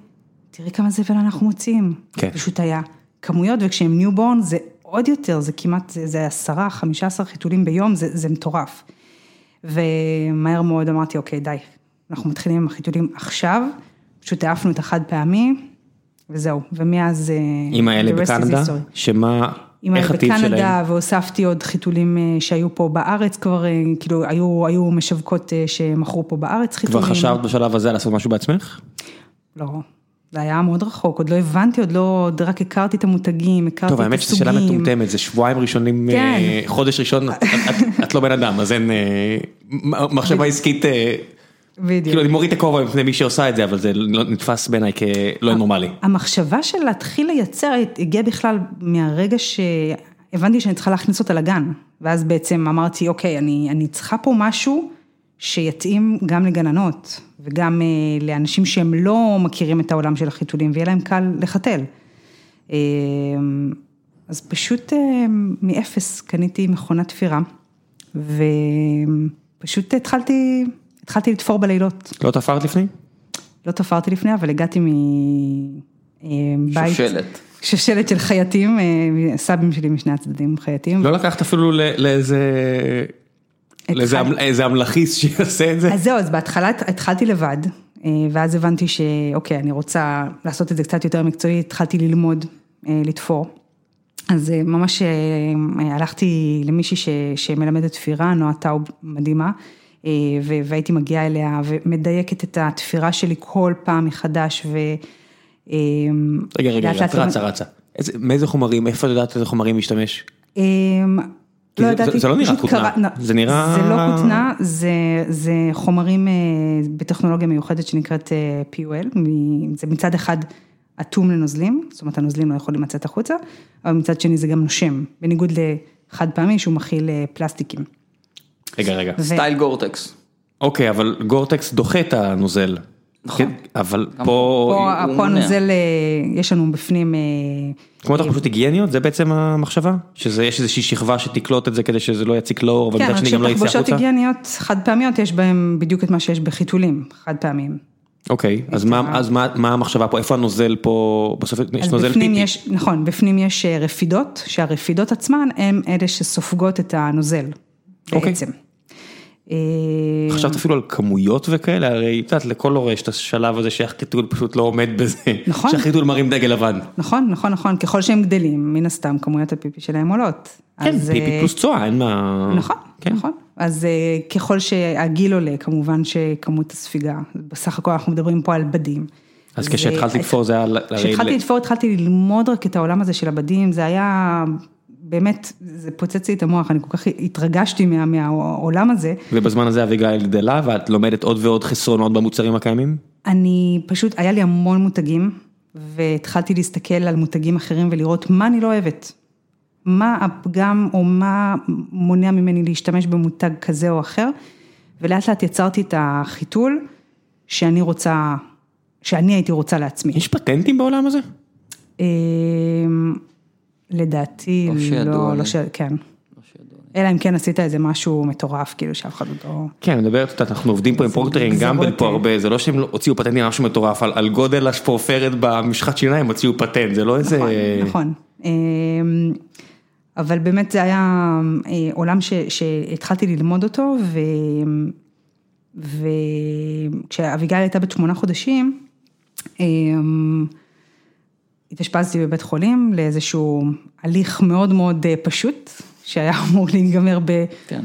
[SPEAKER 2] תראי כמה זבל אנחנו מוציאים.
[SPEAKER 1] כן.
[SPEAKER 2] פשוט היה כמויות, וכשהם ניובורן זה עוד יותר, זה כמעט, זה- זה עשרה, חמישה עשר חיתולים ביום, זה, זה מטורף. ומהר מאוד אמרתי, אוקיי, די, אנחנו מתחילים עם החיתולים עכשיו, פשוט העפנו את החד פעמי, וזהו, ומאז... אה,
[SPEAKER 1] עם האלה
[SPEAKER 2] the rest is
[SPEAKER 1] בקנדה,
[SPEAKER 2] history.
[SPEAKER 1] שמה,
[SPEAKER 2] עם האלה
[SPEAKER 1] איך הטיב שלהם?
[SPEAKER 2] בקנדה, והוספתי עוד חיתולים אה, שהיו פה בארץ כבר, אה, כאילו, היו, היו משווקות אה, שמכרו פה בארץ
[SPEAKER 1] כבר
[SPEAKER 2] חיתולים.
[SPEAKER 1] חשבת בשלב הזה לעשות משהו בעצמך?
[SPEAKER 2] לא. זה היה מאוד רחוק, עוד לא הבנתי, עוד לא, עוד רק הכרתי את המותגים, הכרתי
[SPEAKER 1] טוב,
[SPEAKER 2] את
[SPEAKER 1] האמת שזו
[SPEAKER 2] הסוגים.
[SPEAKER 1] שאלה מטומטמת, זה שבועיים ראשונים,
[SPEAKER 2] כן.
[SPEAKER 1] אה, חודש ראשון, את- את- את לא בן אדם, אז אין אה, מ- מחשבה עסקית, אה,
[SPEAKER 2] בדיוק.
[SPEAKER 1] כאילו אני מוריד את הכובע בפני מי שעושה את זה, אבל זה לא נתפס בעיניי כלא נורמלי.
[SPEAKER 2] המחשבה של להתחיל לייצר הגיעה בכלל מהרגע שהבנתי שאני צריכה להכניס אותה לגן. ואז בעצם אמרתי, אוקיי, אני, אני צריכה פה משהו שיתאים גם לגננות, וגם אה, לאנשים שהם לא מכירים את העולם של החיתולים, ויהיה להם קל לחתל. אה, אז פשוט אה, מאפס קניתי מכונת תפירה, ופשוט התחלתי, התחלתי לתפור בלילות.
[SPEAKER 1] לא תפרת לפני?
[SPEAKER 2] לא תפרתי לפני, אבל הגעתי מבית...
[SPEAKER 3] שושלת.
[SPEAKER 2] שושלת של חייטים, אה, סבים שלי משני הצדדים חייטים.
[SPEAKER 1] לא לקחת אפילו ל- לאיזה... לאיזה
[SPEAKER 2] התחלתי-
[SPEAKER 1] המ- איזה המלאכיס שיעשה את זה?
[SPEAKER 2] אז זהו, אז בהתחלה הת- התחלתי לבד, אה, ואז הבנתי שאוקיי, אני רוצה לעשות את זה קצת יותר מקצועי, התחלתי ללמוד אה, לתפור. אז אה, ממש אה, אה, הלכתי למישהי ש- שמלמדת תפירה, נועה טאוב מדהימה, אה, ו- והייתי מגיעה אליה ומדייקת את התפירה שלי כל פעם מחדש, ו... אה,
[SPEAKER 1] רגע, רגע,
[SPEAKER 2] לאט
[SPEAKER 1] רגע,
[SPEAKER 2] לאט
[SPEAKER 1] את רצה, רצה. איזה- מאיזה חומרים, איפה את יודעת איזה חומרים להשתמש?
[SPEAKER 2] אמ,
[SPEAKER 1] כי
[SPEAKER 2] לא
[SPEAKER 1] זה-
[SPEAKER 2] ידעתי,
[SPEAKER 1] זה- זה לא נראה
[SPEAKER 2] פשוט
[SPEAKER 1] כותנה.
[SPEAKER 2] קרא-
[SPEAKER 1] זה נראה-
[SPEAKER 2] זה לא כותנה, זה, זה חומרים אה, בטכנולוגיה מיוחדת שנקראת אה, PUL, מ- זה מצד אחד אטום לנוזלים, זאת אומרת הנוזלים לא יכולים לצאת החוצה, אבל מצד שני זה גם נושם, בניגוד לחד פעמי שהוא מכיל אה, פלסטיקים.
[SPEAKER 1] רגע, רגע.
[SPEAKER 2] ו-
[SPEAKER 3] סטייל גורטקס.
[SPEAKER 1] אוקיי, אבל גורטקס דוחה את הנוזל.
[SPEAKER 3] נכון.
[SPEAKER 1] כן, אבל פה,
[SPEAKER 2] פה,
[SPEAKER 3] הוא
[SPEAKER 2] פה
[SPEAKER 3] מונע.
[SPEAKER 2] הנוזל, אה, יש לנו בפנים, אה,
[SPEAKER 1] כמו תחבושות היגייניות, זה בעצם המחשבה? שזה יש איזושהי שכבה שתקלוט את זה כדי שזה לא יציק לאור, אבל
[SPEAKER 2] כן,
[SPEAKER 1] מצד
[SPEAKER 2] רק
[SPEAKER 1] שני גם לא יצא
[SPEAKER 2] שתחבושות
[SPEAKER 1] החוצה?
[SPEAKER 2] היגייניות חד פעמיות, יש בהם בדיוק את מה שיש בחיתולים חד פעמיים.
[SPEAKER 1] אוקיי, אז מה- אז מה מה המחשבה פה? איפה הנוזל פה? בסוף יש
[SPEAKER 2] אז
[SPEAKER 1] נוזל
[SPEAKER 2] בפנים
[SPEAKER 1] פיפי.
[SPEAKER 2] יש, נכון, בפנים יש אה, רפידות, שהרפידות עצמן הן אלה שסופגות את הנוזל,
[SPEAKER 1] אוקיי.
[SPEAKER 2] בעצם. אה,
[SPEAKER 1] חשבת אפילו על כמויות וכאלה? הרי את יודעת, לכל הורה יש את השלב הזה שהחיתול פשוט לא עומד בזה.
[SPEAKER 2] נכון.
[SPEAKER 1] שהחיתול מרים דגל לבן.
[SPEAKER 2] נכון, נכון, נכון, ככל שהם גדלים, מן הסתם כמויות הפיפי שלהם עולות.
[SPEAKER 1] כן,
[SPEAKER 2] אז, אה,
[SPEAKER 1] פיפי פלוס צואה, אין מה...
[SPEAKER 2] נכון,
[SPEAKER 1] כן.
[SPEAKER 2] נכון. אז אה, ככל שהגיל עולה, כמובן שכמות הספיגה, בסך הכל אנחנו מדברים פה על בדים. אה,
[SPEAKER 1] אז אה, כשהתחלת לתפור זה היה... ל- הרי
[SPEAKER 2] כשהתחלתי
[SPEAKER 1] ל-
[SPEAKER 2] לתפור התחלתי ללמוד רק את העולם הזה של הבדים, זה היה באמת, זה פוצץ לי את המוח, אני כל כך התרגשתי מה, מהעולם הזה.
[SPEAKER 1] ובזמן הזה אביגיל גדלה ואת לומדת עוד ועוד חסרונות במוצרים הקיימים?
[SPEAKER 2] אני פשוט, היה לי המון מותגים, והתחלתי להסתכל על מותגים אחרים ולראות מה אני לא אוהבת. מה הפגם או מה מונע ממני להשתמש במותג כזה או אחר, ולאט לאט יצרתי את החיתול שאני רוצה, שאני הייתי רוצה לעצמי.
[SPEAKER 1] יש פטנטים בעולם הזה?
[SPEAKER 2] אמ, לדעתי,
[SPEAKER 3] לא שידוע
[SPEAKER 2] לא,
[SPEAKER 3] לי.
[SPEAKER 2] לא ש... כן. אלא אם כן עשית איזה משהו מטורף, כאילו שאף אחד עוד לא...
[SPEAKER 1] כן, אני מדבר, את יודעת, אנחנו עובדים פה עם פרוקטרים
[SPEAKER 2] גזרות,
[SPEAKER 1] גמבל פה
[SPEAKER 2] אה.
[SPEAKER 1] הרבה, זה לא שהם לא- הוציאו פטנטים על משהו מטורף, על- על גודל השפורפרת במשחת שיניים הוציאו פטנט, זה לא איזה...
[SPEAKER 2] נכון, נכון. אמ, אבל באמת זה היה אה, עולם ש, שהתחלתי ללמוד אותו, ו- וכשאביגיל הייתה בת שמונה חודשים, אמ, התאשפזתי בבית חולים לאיזשהו הליך מאוד מאוד אה, פשוט, שהיה אמור להיגמר ב...
[SPEAKER 3] כן.
[SPEAKER 2] אה,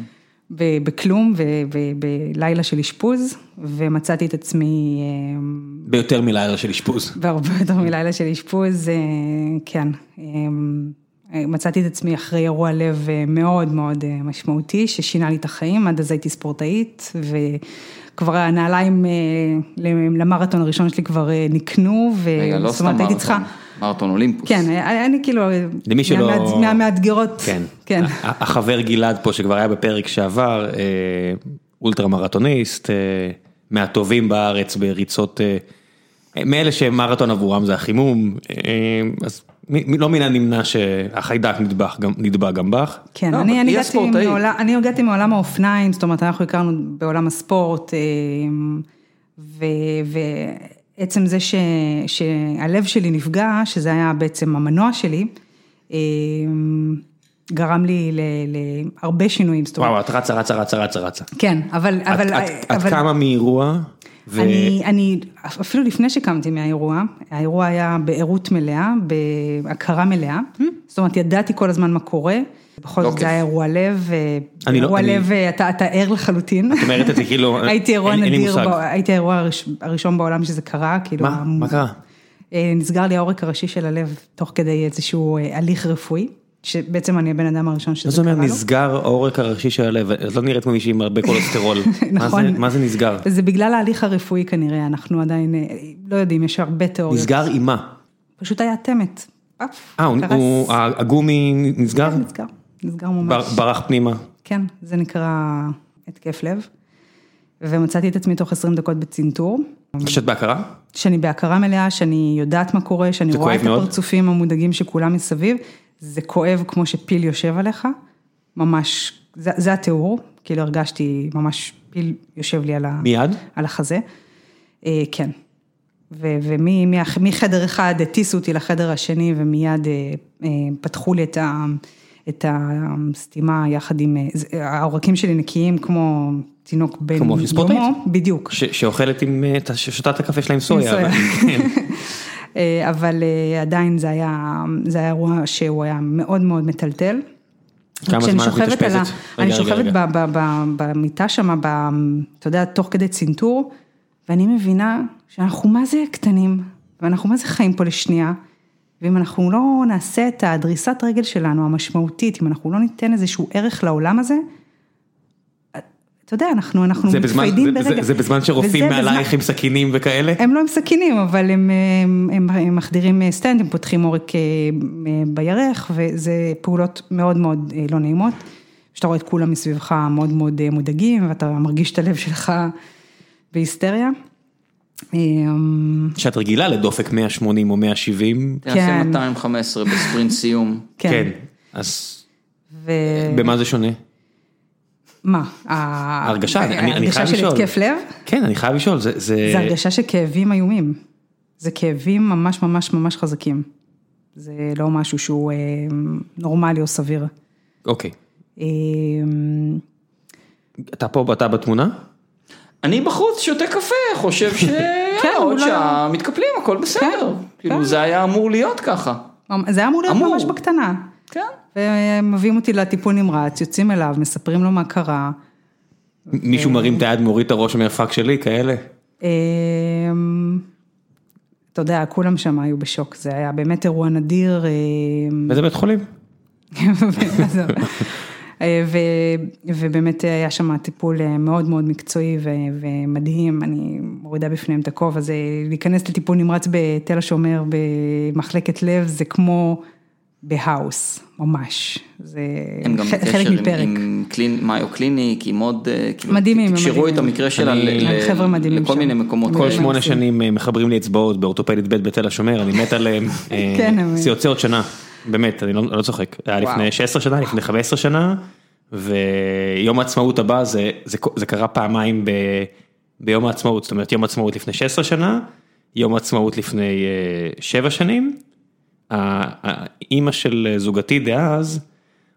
[SPEAKER 2] ב- בכלום ובלילה של אשפוז, ומצאתי את עצמי אמ,
[SPEAKER 1] ביותר מלילה של אשפוז.
[SPEAKER 2] והרבה יותר מלילה של אשפוז, אה, כן. אה, מצאתי את עצמי אחרי אירוע לב אה, מאוד מאוד אה, משמעותי, ששינה לי את החיים, עד אז הייתי ספורטאית, וכבר הנעליים אה, למרתון הראשון שלי כבר אה, נקנו, ו...
[SPEAKER 3] רגע, לא
[SPEAKER 2] זאת
[SPEAKER 3] סתם
[SPEAKER 2] אומרת, הייתי
[SPEAKER 3] מרתון.
[SPEAKER 2] צריכה...
[SPEAKER 3] מרתון אולימפוס.
[SPEAKER 2] כן, היה- אני כאילו,
[SPEAKER 1] למי שלא-
[SPEAKER 2] מהמאתג- מהמאתגרות,
[SPEAKER 1] כן.
[SPEAKER 2] כן,
[SPEAKER 1] ה- ה- החבר גלעד פה שכבר היה בפרק שעבר, אה, אולטרה מרתוניסט, אה, מהטובים בארץ בריצות, אה, מאלה שמרתון עבורם זה החימום, אה, אז מ- מ- לא מן הנמנע שהחיידק נדבח גם- נדבע גם בך.
[SPEAKER 2] כן,
[SPEAKER 3] לא,
[SPEAKER 2] אני,
[SPEAKER 3] אבל
[SPEAKER 2] אני,
[SPEAKER 3] היא
[SPEAKER 2] הגעתי
[SPEAKER 3] הספורטאית.
[SPEAKER 2] מעולם, אני הגעתי מעולם האופניים, זאת אומרת, אנחנו הכרנו בעולם הספורט, אה, ו, ועצם זה ש, שהלב שלי נפגע, שזה היה בעצם המנוע שלי, אה, גרם לי ל- להרבה שינויים, זאת אומרת,
[SPEAKER 1] וואו, את רצה, רצה, רצה, רצה, רצה.
[SPEAKER 2] כן, אבל,
[SPEAKER 1] את-
[SPEAKER 2] אבל,
[SPEAKER 1] את את
[SPEAKER 2] אבל
[SPEAKER 1] קמה מאירוע, ו...
[SPEAKER 2] אני, אני, אפילו לפני שקמתי מהאירוע, האירוע היה בערות מלאה, בהכרה מלאה,
[SPEAKER 1] Hmm?
[SPEAKER 2] זאת אומרת, ידעתי כל הזמן מה קורה, בכל זאת
[SPEAKER 3] לא
[SPEAKER 2] זה
[SPEAKER 3] כיף.
[SPEAKER 2] היה אירוע לב, ו-
[SPEAKER 1] אוקיי. אני לא-
[SPEAKER 2] אירוע
[SPEAKER 1] אני-
[SPEAKER 2] לב, אה, אתה אתה ער לחלוטין.
[SPEAKER 1] את אומרת את זה כאילו,
[SPEAKER 2] הייתי אירוע
[SPEAKER 1] אין- אין לי
[SPEAKER 2] נדיר,
[SPEAKER 1] מושג.
[SPEAKER 2] בע- הייתי האירוע הראש- הראשון בעולם שזה קרה, כאילו,
[SPEAKER 1] מה? מה קרה?
[SPEAKER 2] אה, נסגר לי העורק הראשי של הלב תוך כדי איזשהו אה, הליך רפואי, שבעצם אני הבן אדם הראשון
[SPEAKER 1] מה
[SPEAKER 2] שזה
[SPEAKER 1] זה
[SPEAKER 2] לא קרה
[SPEAKER 1] אומר
[SPEAKER 2] לו.
[SPEAKER 1] נסגר העורק הראשי של הלב? את לא נראית מישהי עם הרבה קולסטרול. מה זה-
[SPEAKER 2] נכון.
[SPEAKER 1] מה זה נסגר?
[SPEAKER 2] זה בגלל ההליך הרפואי כנראה, אנחנו עדיין, אה, לא יודעים, יש הרבה תיאוריות.
[SPEAKER 1] נסגר עם מה?
[SPEAKER 2] פשוט היה תמת. פאף,
[SPEAKER 1] אה, הוא-
[SPEAKER 2] קרס.
[SPEAKER 1] הוא- הגומי נסגר?
[SPEAKER 2] כן, נסגר, נסגר ממש.
[SPEAKER 1] בר- ברח פנימה.
[SPEAKER 2] כן, זה נקרא התקף לב. ומצאתי את עצמי תוך 20 דקות בצנתור,
[SPEAKER 1] כשאת בהכרה?
[SPEAKER 2] שאני בהכרה מלאה, שאני יודעת מה קורה, שאני
[SPEAKER 1] זה
[SPEAKER 2] רואה
[SPEAKER 1] כואב
[SPEAKER 2] את
[SPEAKER 1] מאוד?
[SPEAKER 2] הפרצופים המודאגים שכולם מסביב, זה כואב כמו שפיל יושב עליך, ממש, זה, זה התיאור, כאילו הרגשתי ממש פיל יושב לי על, ה,
[SPEAKER 1] מיד?
[SPEAKER 2] על החזה, אה, כן. ומחדר אחד הטיסו אותי לחדר השני ומיד אה, אה, פתחו לי את, ה, את הסתימה יחד עם, אה, זה- העורקים שלי נקיים כמו תינוק בן
[SPEAKER 1] כמו של ספורטאית?
[SPEAKER 2] בדיוק.
[SPEAKER 1] ש- שאוכלת עם, אה, את ה- ששותה את הקפה שלה עם סויה.
[SPEAKER 2] סויה.
[SPEAKER 1] אבל- כן.
[SPEAKER 2] אה, אבל אה, עדיין זה היה, זה היה אירוע שהוא היה מאוד מאוד מטלטל.
[SPEAKER 1] כמה
[SPEAKER 2] כשאני
[SPEAKER 1] זמן את
[SPEAKER 2] שוכבת על ה-
[SPEAKER 1] מתאשפזת?
[SPEAKER 2] אני
[SPEAKER 1] רגע, רגע,
[SPEAKER 2] שוכבת
[SPEAKER 1] רגע.
[SPEAKER 2] ב- ב- ב- במיטה שם, אתה יודע, תוך כדי צנתור, ואני מבינה שאנחנו מה זה קטנים, ואנחנו מה זה חיים פה לשנייה, ואם אנחנו לא נעשה את הדריסת רגל שלנו המשמעותית, אם אנחנו לא ניתן איזשהו ערך לעולם הזה, אתה יודע, אנחנו, אנחנו
[SPEAKER 1] כן, זה בזמן-
[SPEAKER 2] מתפיידים
[SPEAKER 1] זה-
[SPEAKER 2] ברגע.
[SPEAKER 1] זה- זה בזמן שרופאים
[SPEAKER 2] וזה בזמן-
[SPEAKER 1] מעלייך עם סכינים וכאלה?
[SPEAKER 2] הם לא עם סכינים, אבל הם, הם, הם, הם מחדירים אה, סטנד, הם פותחים עורק אה, אה, בירך, וזה פעולות מאוד מאוד אה, לא נעימות. שאתה רואה את כולם מסביבך מאוד מאוד אה, מודאגים, ואתה מרגיש את הלב שלך בהיסטריה. אה,
[SPEAKER 1] שאת רגילה לדופק 180 או 170?
[SPEAKER 3] תעשה
[SPEAKER 2] כן.
[SPEAKER 3] 215 בספרינט סיום.
[SPEAKER 2] כן.
[SPEAKER 1] אז
[SPEAKER 2] ומה?
[SPEAKER 1] במה זה שונה?
[SPEAKER 2] ההרגשה,
[SPEAKER 1] הרגשה, אני- אני חייב
[SPEAKER 2] אה, של
[SPEAKER 1] לשאול.
[SPEAKER 2] התקף לב?
[SPEAKER 1] כן, אני חייב לשאול, זה...
[SPEAKER 2] זה הרגשה של כאבים איומים. זה כאבים ממש ממש ממש חזקים. זה לא משהו שהוא אה, נורמלי או סביר.
[SPEAKER 1] אוקיי.
[SPEAKER 2] אה, אמ,
[SPEAKER 1] אתה פה, אתה בתמונה?
[SPEAKER 3] אני בחוץ שותה קפה, חושב ש...
[SPEAKER 2] כן,
[SPEAKER 3] יאללה,
[SPEAKER 2] הוא
[SPEAKER 3] עוד
[SPEAKER 2] לא-
[SPEAKER 3] שעה מתקפלים, הכל בסדר. כאילו
[SPEAKER 2] כן.
[SPEAKER 3] זה היה אמור להיות ככה.
[SPEAKER 2] זה היה אמור להיות
[SPEAKER 3] אמור.
[SPEAKER 2] ממש בקטנה.
[SPEAKER 3] כן.
[SPEAKER 2] ומביאים אותי לטיפול נמרץ, יוצאים אליו, מספרים לו מה קרה.
[SPEAKER 1] מ- מישהו מרים את היד, מוריד את הראש, אומר פאק שלי, כאלה?
[SPEAKER 2] אה, אמ, אתה יודע, כולם שם היו בשוק, זה היה באמת אירוע נדיר. אה,
[SPEAKER 1] וזה בית חולים.
[SPEAKER 2] עזוב. אה, ו- ובאמת היה שם טיפול אה, מאוד מאוד מקצועי ו- ומדהים, אני מורידה בפניהם את הכובע, זה להיכנס לטיפול נמרץ בתל השומר במחלקת לב, זה כמו בהאוס, ממש. זה
[SPEAKER 3] הם גם
[SPEAKER 2] ח-
[SPEAKER 3] בקשר
[SPEAKER 2] חלק
[SPEAKER 3] עם-
[SPEAKER 2] מפרק.
[SPEAKER 3] עם קלין- מאיו קליניק, עם עוד, אה, כאילו,
[SPEAKER 2] מדהימים, הם
[SPEAKER 3] תקשרו
[SPEAKER 2] מדהימים.
[SPEAKER 3] את המקרה שלה
[SPEAKER 1] אני-
[SPEAKER 3] ל-
[SPEAKER 2] הם
[SPEAKER 3] ל-
[SPEAKER 2] חבר'ה מדהימים
[SPEAKER 3] לכל
[SPEAKER 2] שם.
[SPEAKER 3] מיני מקומות.
[SPEAKER 2] הם
[SPEAKER 1] כל
[SPEAKER 2] מדהימים.
[SPEAKER 1] שמונה שנים אה, מחברים לי אצבעות באורתופדית ב' בתל השומר, אני מת עליהם. אה,
[SPEAKER 2] כן, הם-
[SPEAKER 1] זה יוצא עוד שנה, באמת, אני לא לא צוחק. היה
[SPEAKER 2] וואו.
[SPEAKER 1] לפני 16 שנה, לפני 15 שנה, ויום העצמאות הבא, זה- זה ק- זה קרה פעמיים ב- ביום העצמאות, זאת אומרת יום העצמאות לפני 16 שנה, יום העצמאות לפני 7 שנים. האימא של אה, זוגתי דאז,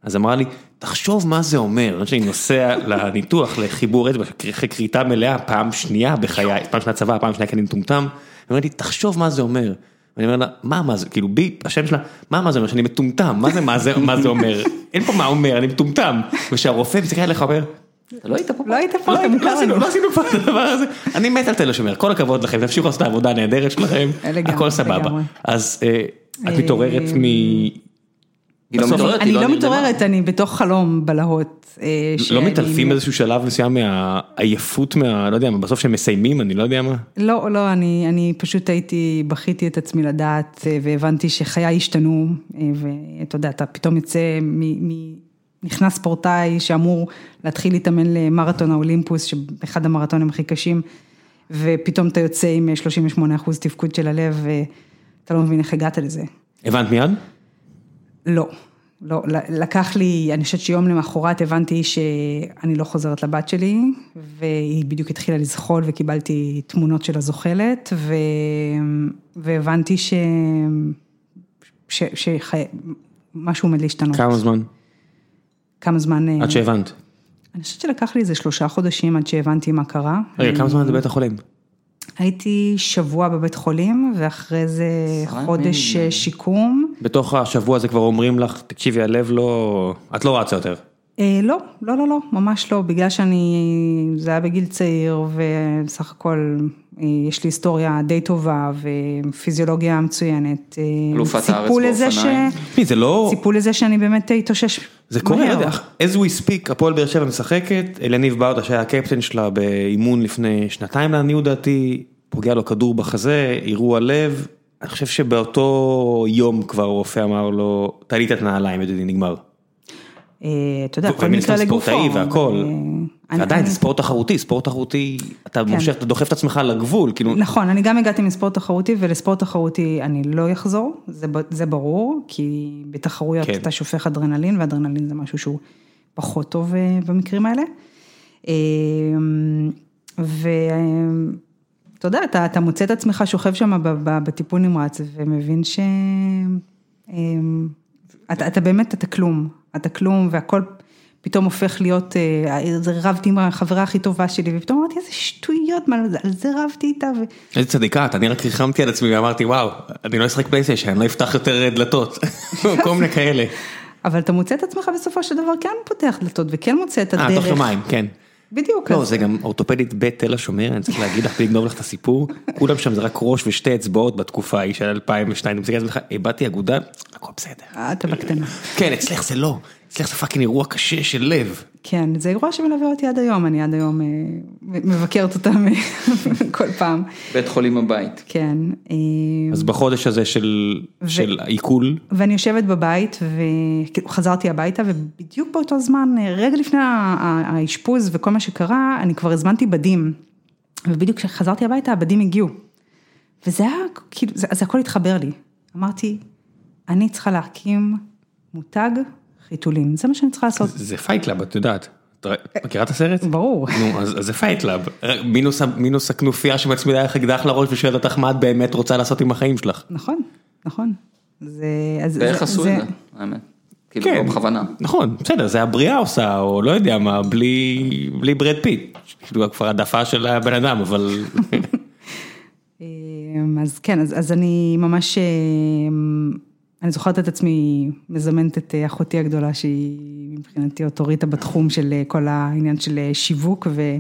[SPEAKER 1] אז אמרה לי, תחשוב מה זה אומר, שאני נוסע לניתוח, לחיבור אצבע, אחרי כריתה מלאה, פעם שנייה בחיי, פעם שנייה צבא, פעם שנייה כי אני מטומטם, היא אומרת לי, תחשוב מה זה אומר. ואני אומר לה, מה מה זה, כאילו בי, השם שלה, מה מה זה אומר, שאני מטומטם, מה זה מה זה, מה זה אומר, אין פה מה אומר, אני מטומטם. ושהרופא מסתכל עליך ואומר,
[SPEAKER 3] אתה לא היית פה.
[SPEAKER 2] לא היית פה,
[SPEAKER 1] לא
[SPEAKER 2] אתה
[SPEAKER 1] עשינו- לא
[SPEAKER 2] מוכר
[SPEAKER 1] עשינו,
[SPEAKER 2] לנו.
[SPEAKER 1] לא עשינו כבר את הדבר הזה, אני מת על תל השומר, כל הכבוד לכם, תמשיכו לעשות את העבודה הנהדרת שלכם,
[SPEAKER 2] לגמרי,
[SPEAKER 1] הכל סבבה.
[SPEAKER 2] לגמרי.
[SPEAKER 1] אז אה, את מתעוררת מ...
[SPEAKER 3] היא לא
[SPEAKER 1] בסוף-
[SPEAKER 3] מתעוררת,
[SPEAKER 2] אני
[SPEAKER 3] היא
[SPEAKER 2] לא
[SPEAKER 3] נרדמה.
[SPEAKER 2] מתעוררת, אני בתוך חלום בלהות. אה,
[SPEAKER 1] לא
[SPEAKER 2] שאני-
[SPEAKER 1] מתעלפים באיזשהו שלב מסוים מהעייפות מה... לא יודע מה, בסוף שהם מסיימים, אני לא יודע מה.
[SPEAKER 2] לא, לא, אני, אני פשוט הייתי, בכיתי את עצמי לדעת אה, והבנתי שחיי השתנו, אה, ואתה יודע, אתה פתאום יוצא מ... מ נכנס ספורטאי שאמור להתחיל להתאמן למרתון האולימפוס, שאחד המרתונים הכי קשים, ופתאום אתה יוצא עם 38 אחוז תפקוד של הלב, ואתה לא מבין איך הגעת לזה.
[SPEAKER 1] הבנת מיד?
[SPEAKER 2] לא, לא, ל- לקח לי, אני חושבת שיום למחרת הבנתי שאני לא חוזרת לבת שלי, והיא בדיוק התחילה לזחול וקיבלתי תמונות שלה זוחלת, ו... והבנתי ש... ש... שחי... משהו עומד להשתנות.
[SPEAKER 1] כמה זמן?
[SPEAKER 2] כמה זמן... אה,
[SPEAKER 1] עד שהבנת.
[SPEAKER 2] אני חושבת שלקח לי איזה שלושה חודשים עד שהבנתי מה קרה.
[SPEAKER 1] רגע, כמה זמן את בבית החולים?
[SPEAKER 2] הייתי שבוע בבית חולים, ואחרי זה
[SPEAKER 3] עשרה
[SPEAKER 2] חודש
[SPEAKER 3] ימים.
[SPEAKER 2] אה, שיקום.
[SPEAKER 1] בתוך השבוע הזה כבר אומרים לך, תקשיבי, הלב לא... את לא רצה יותר.
[SPEAKER 2] אה, לא, לא, לא, לא, ממש לא, בגלל שאני, זה היה בגיל צעיר, ובסך הכל אה, יש לי היסטוריה די טובה, ופיזיולוגיה מצוינת. אה,
[SPEAKER 3] אלופת
[SPEAKER 2] ציפו
[SPEAKER 3] הארץ
[SPEAKER 2] לזה
[SPEAKER 3] באופניים.
[SPEAKER 1] תשמעי, זה לא...
[SPEAKER 2] ציפו לזה שאני באמת אתאושש
[SPEAKER 1] זה קורה,
[SPEAKER 2] מהר.
[SPEAKER 1] לא יודע, as we speak, הפועל באר שבע משחקת, אלניב ברדה שהיה הקפטן שלה באימון לפני שנתיים לעניות דעתי, פוגע לו כדור בחזה, אירוע לב, אני חושב שבאותו יום כבר הרופא אמר לו, תעלי את הנעליים, ידידי, נגמר.
[SPEAKER 2] אה, אתה יודע,
[SPEAKER 1] ו-
[SPEAKER 2] כל
[SPEAKER 1] ומן
[SPEAKER 2] מקרה
[SPEAKER 1] הסתם
[SPEAKER 2] לגופו.
[SPEAKER 1] ספורטאי והכל.
[SPEAKER 2] אבל, אה, אני-
[SPEAKER 1] ועדיין
[SPEAKER 2] אני- כן.
[SPEAKER 1] זה ספורט תחרותי, ספורט תחרותי, אתה מושך, אתה דוחף את עצמך לגבול, כאילו,
[SPEAKER 2] נכון, אני גם הגעתי מספורט תחרותי, ולספורט תחרותי אני לא אחזור, זה, ב- זה ברור, כי בתחרויות
[SPEAKER 1] כן.
[SPEAKER 2] כן. אתה שופך אדרנלין, ואדרנלין זה משהו שהוא פחות טוב אה, במקרים האלה. ואתה יודע, אתה, אתה מוצא את עצמך שוכב שם ב- ב- בטיפול נמרץ, ומבין ש... אמ, אתה, אתה באמת, אתה כלום, אתה כלום, והכל פתאום הופך להיות, אה, זה רבתי עם החברה הכי טובה שלי, ופתאום אמרתי, איזה שטויות, מה, על זה רבתי איתה, ו...
[SPEAKER 1] איזה צדיקה את, אני רק ריחמתי על עצמי ואמרתי, וואו, אני לא אשחק פלייסטיישן, אני לא אפתח יותר דלתות, כל מיני כאלה. אה,
[SPEAKER 2] אבל אתה מוצא את עצמך בסופו של דבר כן פותח דלתות, וכן מוצא את
[SPEAKER 1] אה,
[SPEAKER 2] הדרך.
[SPEAKER 1] תוך יומיים, כן.
[SPEAKER 2] בדיוק.
[SPEAKER 1] לא,
[SPEAKER 2] אז-
[SPEAKER 1] זה גם אורתופדית בית תל השומר, אני צריך להגיד לך, לגנוב לך את הסיפור, כולם שם זה רק ראש ושתי אצבעות בתקופה ההיא של 2002, אני מסתכל על עצמך, איבדתי אגודה, הכל בסדר.
[SPEAKER 2] אה, אתה בקטנה.
[SPEAKER 1] כן, אצלך זה לא, אצלך זה פאקינג אירוע קשה של לב.
[SPEAKER 2] כן, זה אירוע שמלווה אותי עד היום, אני עד היום אה, מבקרת אותם אה, כל פעם.
[SPEAKER 3] בית חולים הבית.
[SPEAKER 2] כן. אה,
[SPEAKER 1] אז בחודש הזה של
[SPEAKER 2] ו-
[SPEAKER 1] של העיכול,
[SPEAKER 2] ואני יושבת בבית, וכאילו חזרתי הביתה, ובדיוק באותו זמן, אה, רגע לפני ה- ה- האשפוז וכל מה שקרה, אני כבר הזמנתי בדים. ובדיוק כשחזרתי הביתה, הבדים הגיעו. וזה היה, כאילו, זה, זה הכל התחבר לי. אמרתי, אני צריכה להקים מותג חיתולים, זה מה שאני צריכה לעשות.
[SPEAKER 1] זה פייטלאב, את יודעת. את ר- מכירה את הסרט?
[SPEAKER 2] ברור.
[SPEAKER 1] נו, אז אז זה פייטלאב, מינוס ה- מינוס הכנופיה שמצמידה לך אקדח לראש ושואלת אותך מה את באמת רוצה לעשות עם החיים שלך.
[SPEAKER 2] נכון, נכון. זה... אז-
[SPEAKER 3] ואיך
[SPEAKER 2] זה-
[SPEAKER 3] עשו
[SPEAKER 2] זה-
[SPEAKER 3] את זה, האמת. כאילו, לא בכוונה.
[SPEAKER 1] נכון, בסדר, זה הבריאה עושה, או לא יודע מה, בלי, בלי ברד פיט. כאילו כבר העדפה של הבן אדם, אבל...
[SPEAKER 2] אמ, אז כן, אז, אז אני ממש, אמ, אני זוכרת את עצמי מזמנת את אה, אחותי הגדולה, שהיא מבחינתי אוטוריטה בתחום של אה, כל העניין של אה, שיווק, ו,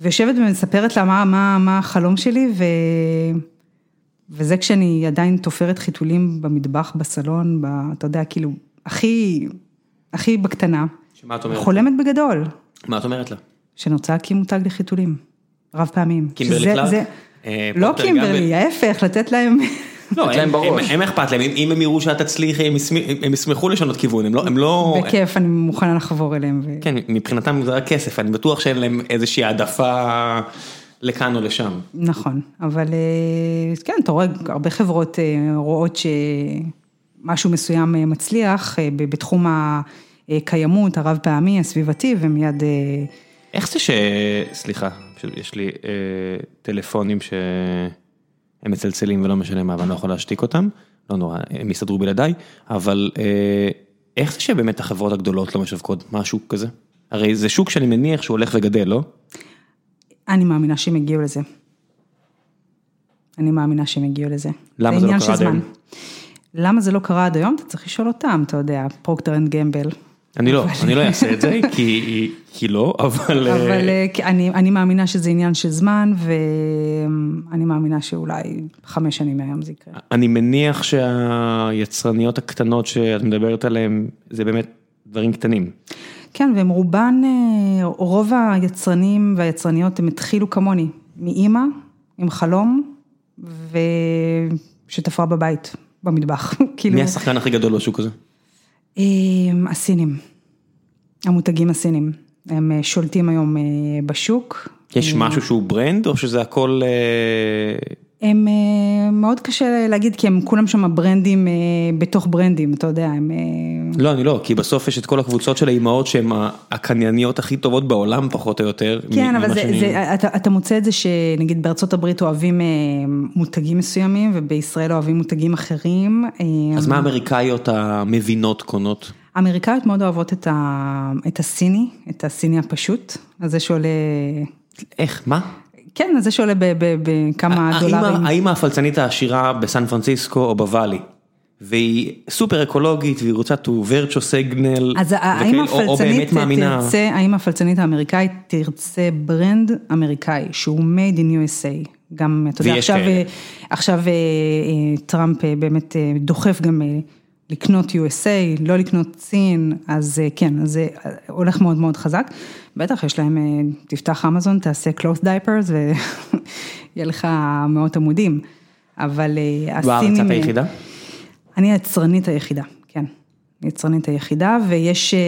[SPEAKER 2] ויושבת ומספרת לה מה, מה, מה החלום שלי, ו, וזה כשאני עדיין תופרת חיתולים במטבח, בסלון, ב, אתה יודע, כאילו, הכי, הכי בקטנה.
[SPEAKER 1] שמה את
[SPEAKER 3] כן.
[SPEAKER 1] אומרת?
[SPEAKER 2] חולמת בגדול,
[SPEAKER 1] מה את אומרת לה?
[SPEAKER 2] שנוצר להקים מותג לחיתולים, רב פעמים.
[SPEAKER 1] קימברלי
[SPEAKER 2] שזה-
[SPEAKER 1] קלארק?
[SPEAKER 2] זה-
[SPEAKER 1] אה,
[SPEAKER 2] לא
[SPEAKER 1] פורטר גמבל?
[SPEAKER 2] קימברלי, ההפך, לתת להם,
[SPEAKER 1] לא,
[SPEAKER 3] להם
[SPEAKER 1] הם, הם,
[SPEAKER 3] בראש.
[SPEAKER 1] הם, אכפת להם, אם, אם הם יראו שאת תצליחי, הם, ישמ, הם ישמחו לשנות כיוון, הם לא... הם לא
[SPEAKER 2] בכיף, אני מוכנה לחבור אליהם. ו-
[SPEAKER 1] כן, מבחינתם זה רק כסף, אני בטוח שאין להם איזושהי העדפה לכאן או לשם.
[SPEAKER 2] נכון, אבל אה, כן, אתה רואה, הרבה חברות אה, רואות שמשהו מסוים אה, מצליח אה, ב- בתחום הקיימות, הרב פעמי, הסביבתי, ומיד, אה,
[SPEAKER 1] איך זה ש... סליחה, פשוט יש לי אה, טלפונים שהם מצלצלים ולא משנה מה, ואני לא יכול להשתיק אותם, לא נורא, הם יסתדרו בלעדיי, אבל אה, איך זה שבאמת החברות הגדולות לא משווקות משהו כזה? הרי זה שוק שאני מניח שהוא הולך וגדל, לא?
[SPEAKER 2] אני מאמינה שהם הגיעו לזה. אני מאמינה שהם הגיעו לזה.
[SPEAKER 1] למה זה לא
[SPEAKER 2] עניין
[SPEAKER 1] קרה
[SPEAKER 2] של
[SPEAKER 1] עד היום?
[SPEAKER 2] זמן. למה זה לא קרה עד היום? אתה צריך לשאול אותם, אתה יודע, פרוקטר אנד גמבל.
[SPEAKER 1] אני לא, אני לא אעשה את זה, כי, כי לא, אבל... אה,
[SPEAKER 2] אבל אה, כי אני, אני מאמינה שזה עניין של זמן, ואני מאמינה שאולי חמש שנים מהיום זה יקרה.
[SPEAKER 1] אני מניח שהיצרניות הקטנות שאת מדברת עליהן, זה באמת דברים קטנים.
[SPEAKER 2] כן, והם רובן, אה, רוב היצרנים והיצרניות, הם התחילו כמוני, מאימא, עם חלום, ושותפה בבית, במטבח. כאילו,
[SPEAKER 1] מי השחקן הכי גדול בשוק הזה?
[SPEAKER 2] אמ, הסינים, המותגים הסינים, הם אה, שולטים היום אה, בשוק.
[SPEAKER 1] יש משהו שהוא ברנד או שזה הכל אה,
[SPEAKER 2] הם אה, מאוד קשה להגיד, כי הם כולם שם ברנדים אה, בתוך ברנדים, אתה יודע, הם... אה,
[SPEAKER 1] לא אני לא כי בסוף יש את כל הקבוצות של האימהות שהן ה- הקנייניות הכי טובות בעולם פחות או יותר.
[SPEAKER 2] כן,
[SPEAKER 1] מ-
[SPEAKER 2] אבל
[SPEAKER 1] ממה
[SPEAKER 2] זה,
[SPEAKER 1] שאני-
[SPEAKER 2] זה, אתה, אתה מוצא את זה שנגיד בארצות הברית אוהבים אה, מותגים מסוימים ובישראל אוהבים מותגים אחרים. אה,
[SPEAKER 1] אז מה האמריקאיות המבינות קונות?
[SPEAKER 2] האמריקאיות מאוד אוהבות את, ה... את הסיני, את הסיני הפשוט, הזה שעולה,
[SPEAKER 1] איך, מה?
[SPEAKER 2] כן, הזה שעולה בכמה
[SPEAKER 1] האם אה, ה-
[SPEAKER 2] דולרים.
[SPEAKER 1] האם הפלצנית העשירה בסן פרנסיסקו או בוואלי, והיא סופר אקולוגית והיא רוצה to virtue signal,
[SPEAKER 2] אז האם
[SPEAKER 1] וכאלה, או- או
[SPEAKER 2] הפלצנית
[SPEAKER 1] באמת מאמינה,
[SPEAKER 2] תרצה, האם הפלצנית האמריקאית תרצה ברנד אמריקאי שהוא made in USA, גם אתה יודע,
[SPEAKER 1] ויש
[SPEAKER 2] עכשיו,
[SPEAKER 1] כאלה.
[SPEAKER 2] עכשיו אה, אה, טראמפ אה, באמת אה, דוחף גם אה, לקנות USA, לא לקנות סין, אז אה, כן, אז זה אה, הולך מאוד מאוד חזק. בטח, יש להם, אה, תפתח אמזון, תעשה cloth diapers ויהיה לך מאות עמודים, אבל אה, הסינים...
[SPEAKER 1] בארץ את
[SPEAKER 2] אה,
[SPEAKER 1] היחידה?
[SPEAKER 2] אני היצרנית היחידה, כן. יצרנית היחידה, ויש אה,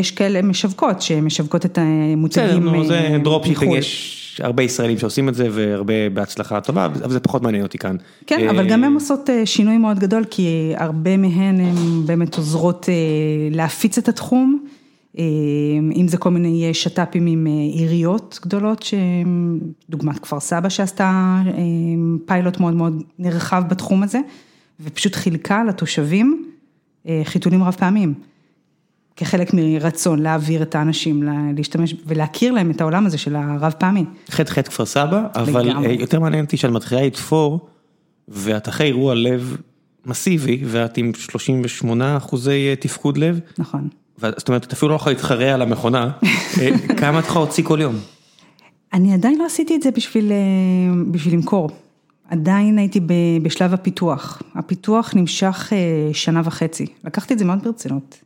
[SPEAKER 2] יש כאלה משווקות, שמשווקות את
[SPEAKER 1] בסדר,
[SPEAKER 2] המותגים
[SPEAKER 1] נו, זה
[SPEAKER 2] אה,
[SPEAKER 1] דרופשיפינג,
[SPEAKER 2] מחו"ל.
[SPEAKER 1] יש הרבה ישראלים שעושים את זה והרבה בהצלחה טובה, אבל זה פחות מעניין אותי כאן.
[SPEAKER 2] כן,
[SPEAKER 1] אה,
[SPEAKER 2] אבל גם הן עושות אה, שינוי מאוד גדול, כי הרבה מהן הן באמת עוזרות אה, להפיץ את התחום, אה, אם זה כל מיני אה, שת"פים עם אה, עיריות גדולות, שהן- דוגמת כפר סבא שעשתה אה, פיילוט מאוד מאוד נרחב בתחום הזה, ופשוט חילקה לתושבים אה, חיתולים רב פעמים. כחלק מרצון להעביר את האנשים, לה- להשתמש ולהכיר להם את העולם הזה של הרב פעמי.
[SPEAKER 1] חטא חטא כפר סבא, אבל
[SPEAKER 2] לגמרי.
[SPEAKER 1] אה, יותר מעניין אותי שאת מתחילה לתפור, ואת אחרי אירוע לב מסיבי, ואת עם 38 אחוזי אה, תפקוד לב,
[SPEAKER 2] נכון.
[SPEAKER 1] ואת- זאת אומרת, את אפילו לא יכולה להתחרה על המכונה, אה, כמה את יכולה להוציא כל יום?
[SPEAKER 2] אני עדיין לא עשיתי את זה בשביל, אה, בשביל למכור. עדיין הייתי ב- בשלב הפיתוח. הפיתוח נמשך אה, שנה וחצי. לקחתי את זה מאוד ברצינות.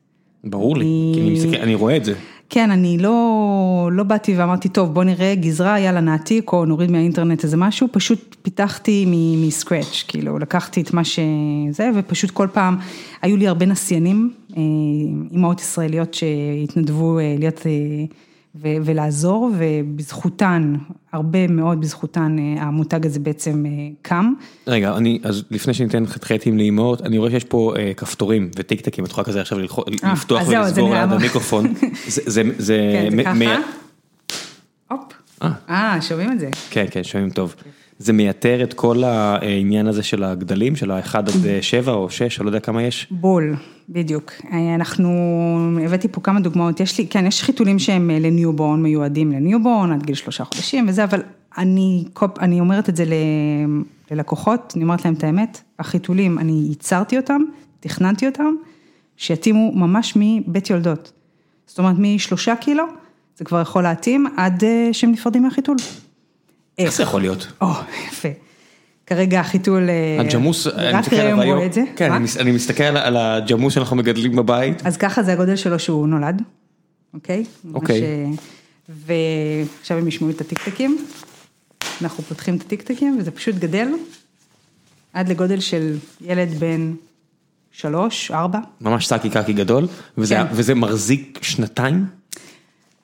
[SPEAKER 1] ברור לי, כי אני מסתכל, אני רואה את זה.
[SPEAKER 2] כן, אני לא, לא באתי ואמרתי, טוב, בוא נראה גזרה, יאללה נעתיק, או נוריד מהאינטרנט איזה משהו, פשוט פיתחתי מ- מסקרץ', כאילו, לקחתי את מה שזה, ופשוט כל פעם, היו לי הרבה נסיינים, אה, אימהות ישראליות שהתנדבו אה, להיות אה, ו- ולעזור, ובזכותן, הרבה מאוד בזכותן, אה, המותג הזה בעצם אה, קם.
[SPEAKER 1] רגע, אני, אז לפני שניתן חטחטים לאימהות, אני רואה שיש פה אה, כפתורים וטיקטקים, את יכולה כזה עכשיו ללחו-
[SPEAKER 2] אה,
[SPEAKER 1] לפתוח
[SPEAKER 2] אז זהו, אז
[SPEAKER 1] ולסגור
[SPEAKER 2] אני
[SPEAKER 1] ליד
[SPEAKER 2] אעבור.
[SPEAKER 1] המיקרופון. זה, זה, זה,
[SPEAKER 2] כן, זה
[SPEAKER 1] אה, מ-
[SPEAKER 2] ככה.
[SPEAKER 1] מי-
[SPEAKER 2] הופ.
[SPEAKER 1] אה.
[SPEAKER 2] אה, שומעים את זה.
[SPEAKER 1] כן, כן, שומעים טוב. זה מייתר את כל העניין הזה של הגדלים, של ה-1 עד 7 או 6, אני לא יודע כמה יש.
[SPEAKER 2] בול, בדיוק. אה, אנחנו, הבאתי פה כמה דוגמאות, יש לי, כן, יש חיתולים שהם אה, לניובורן, מיועדים לניובורן, עד גיל שלושה חודשים וזה, אבל אני, כל- אני אומרת את זה ל- ללקוחות, אני אומרת להם את האמת, החיתולים, אני ייצרתי אותם, תכננתי אותם, שיתאימו ממש מבית יולדות. זאת אומרת, משלושה קילו, זה כבר יכול להתאים עד אה, שהם נפרדים מהחיתול.
[SPEAKER 1] איך זה יכול להיות?
[SPEAKER 2] או, יפה. כרגע החיתול, אה,
[SPEAKER 1] הג'מוס, אני
[SPEAKER 2] רק
[SPEAKER 1] מסתכל
[SPEAKER 2] היום
[SPEAKER 1] עליו היום.
[SPEAKER 2] רואה את זה.
[SPEAKER 1] כן,
[SPEAKER 2] מה?
[SPEAKER 1] אני מס- אני מסתכל על- על הג'מוס שאנחנו מגדלים בבית.
[SPEAKER 2] אז ככה זה הגודל שלו שהוא נולד, אוקיי?
[SPEAKER 1] אוקיי.
[SPEAKER 2] ממש, אה, ועכשיו הם ישמעו את הטיקטקים, אנחנו פותחים את הטיקטקים וזה פשוט גדל עד לגודל של ילד בן שלוש, ארבע.
[SPEAKER 1] ממש שקי קקי גדול, וזה-
[SPEAKER 2] כן.
[SPEAKER 1] וזה מחזיק שנתיים?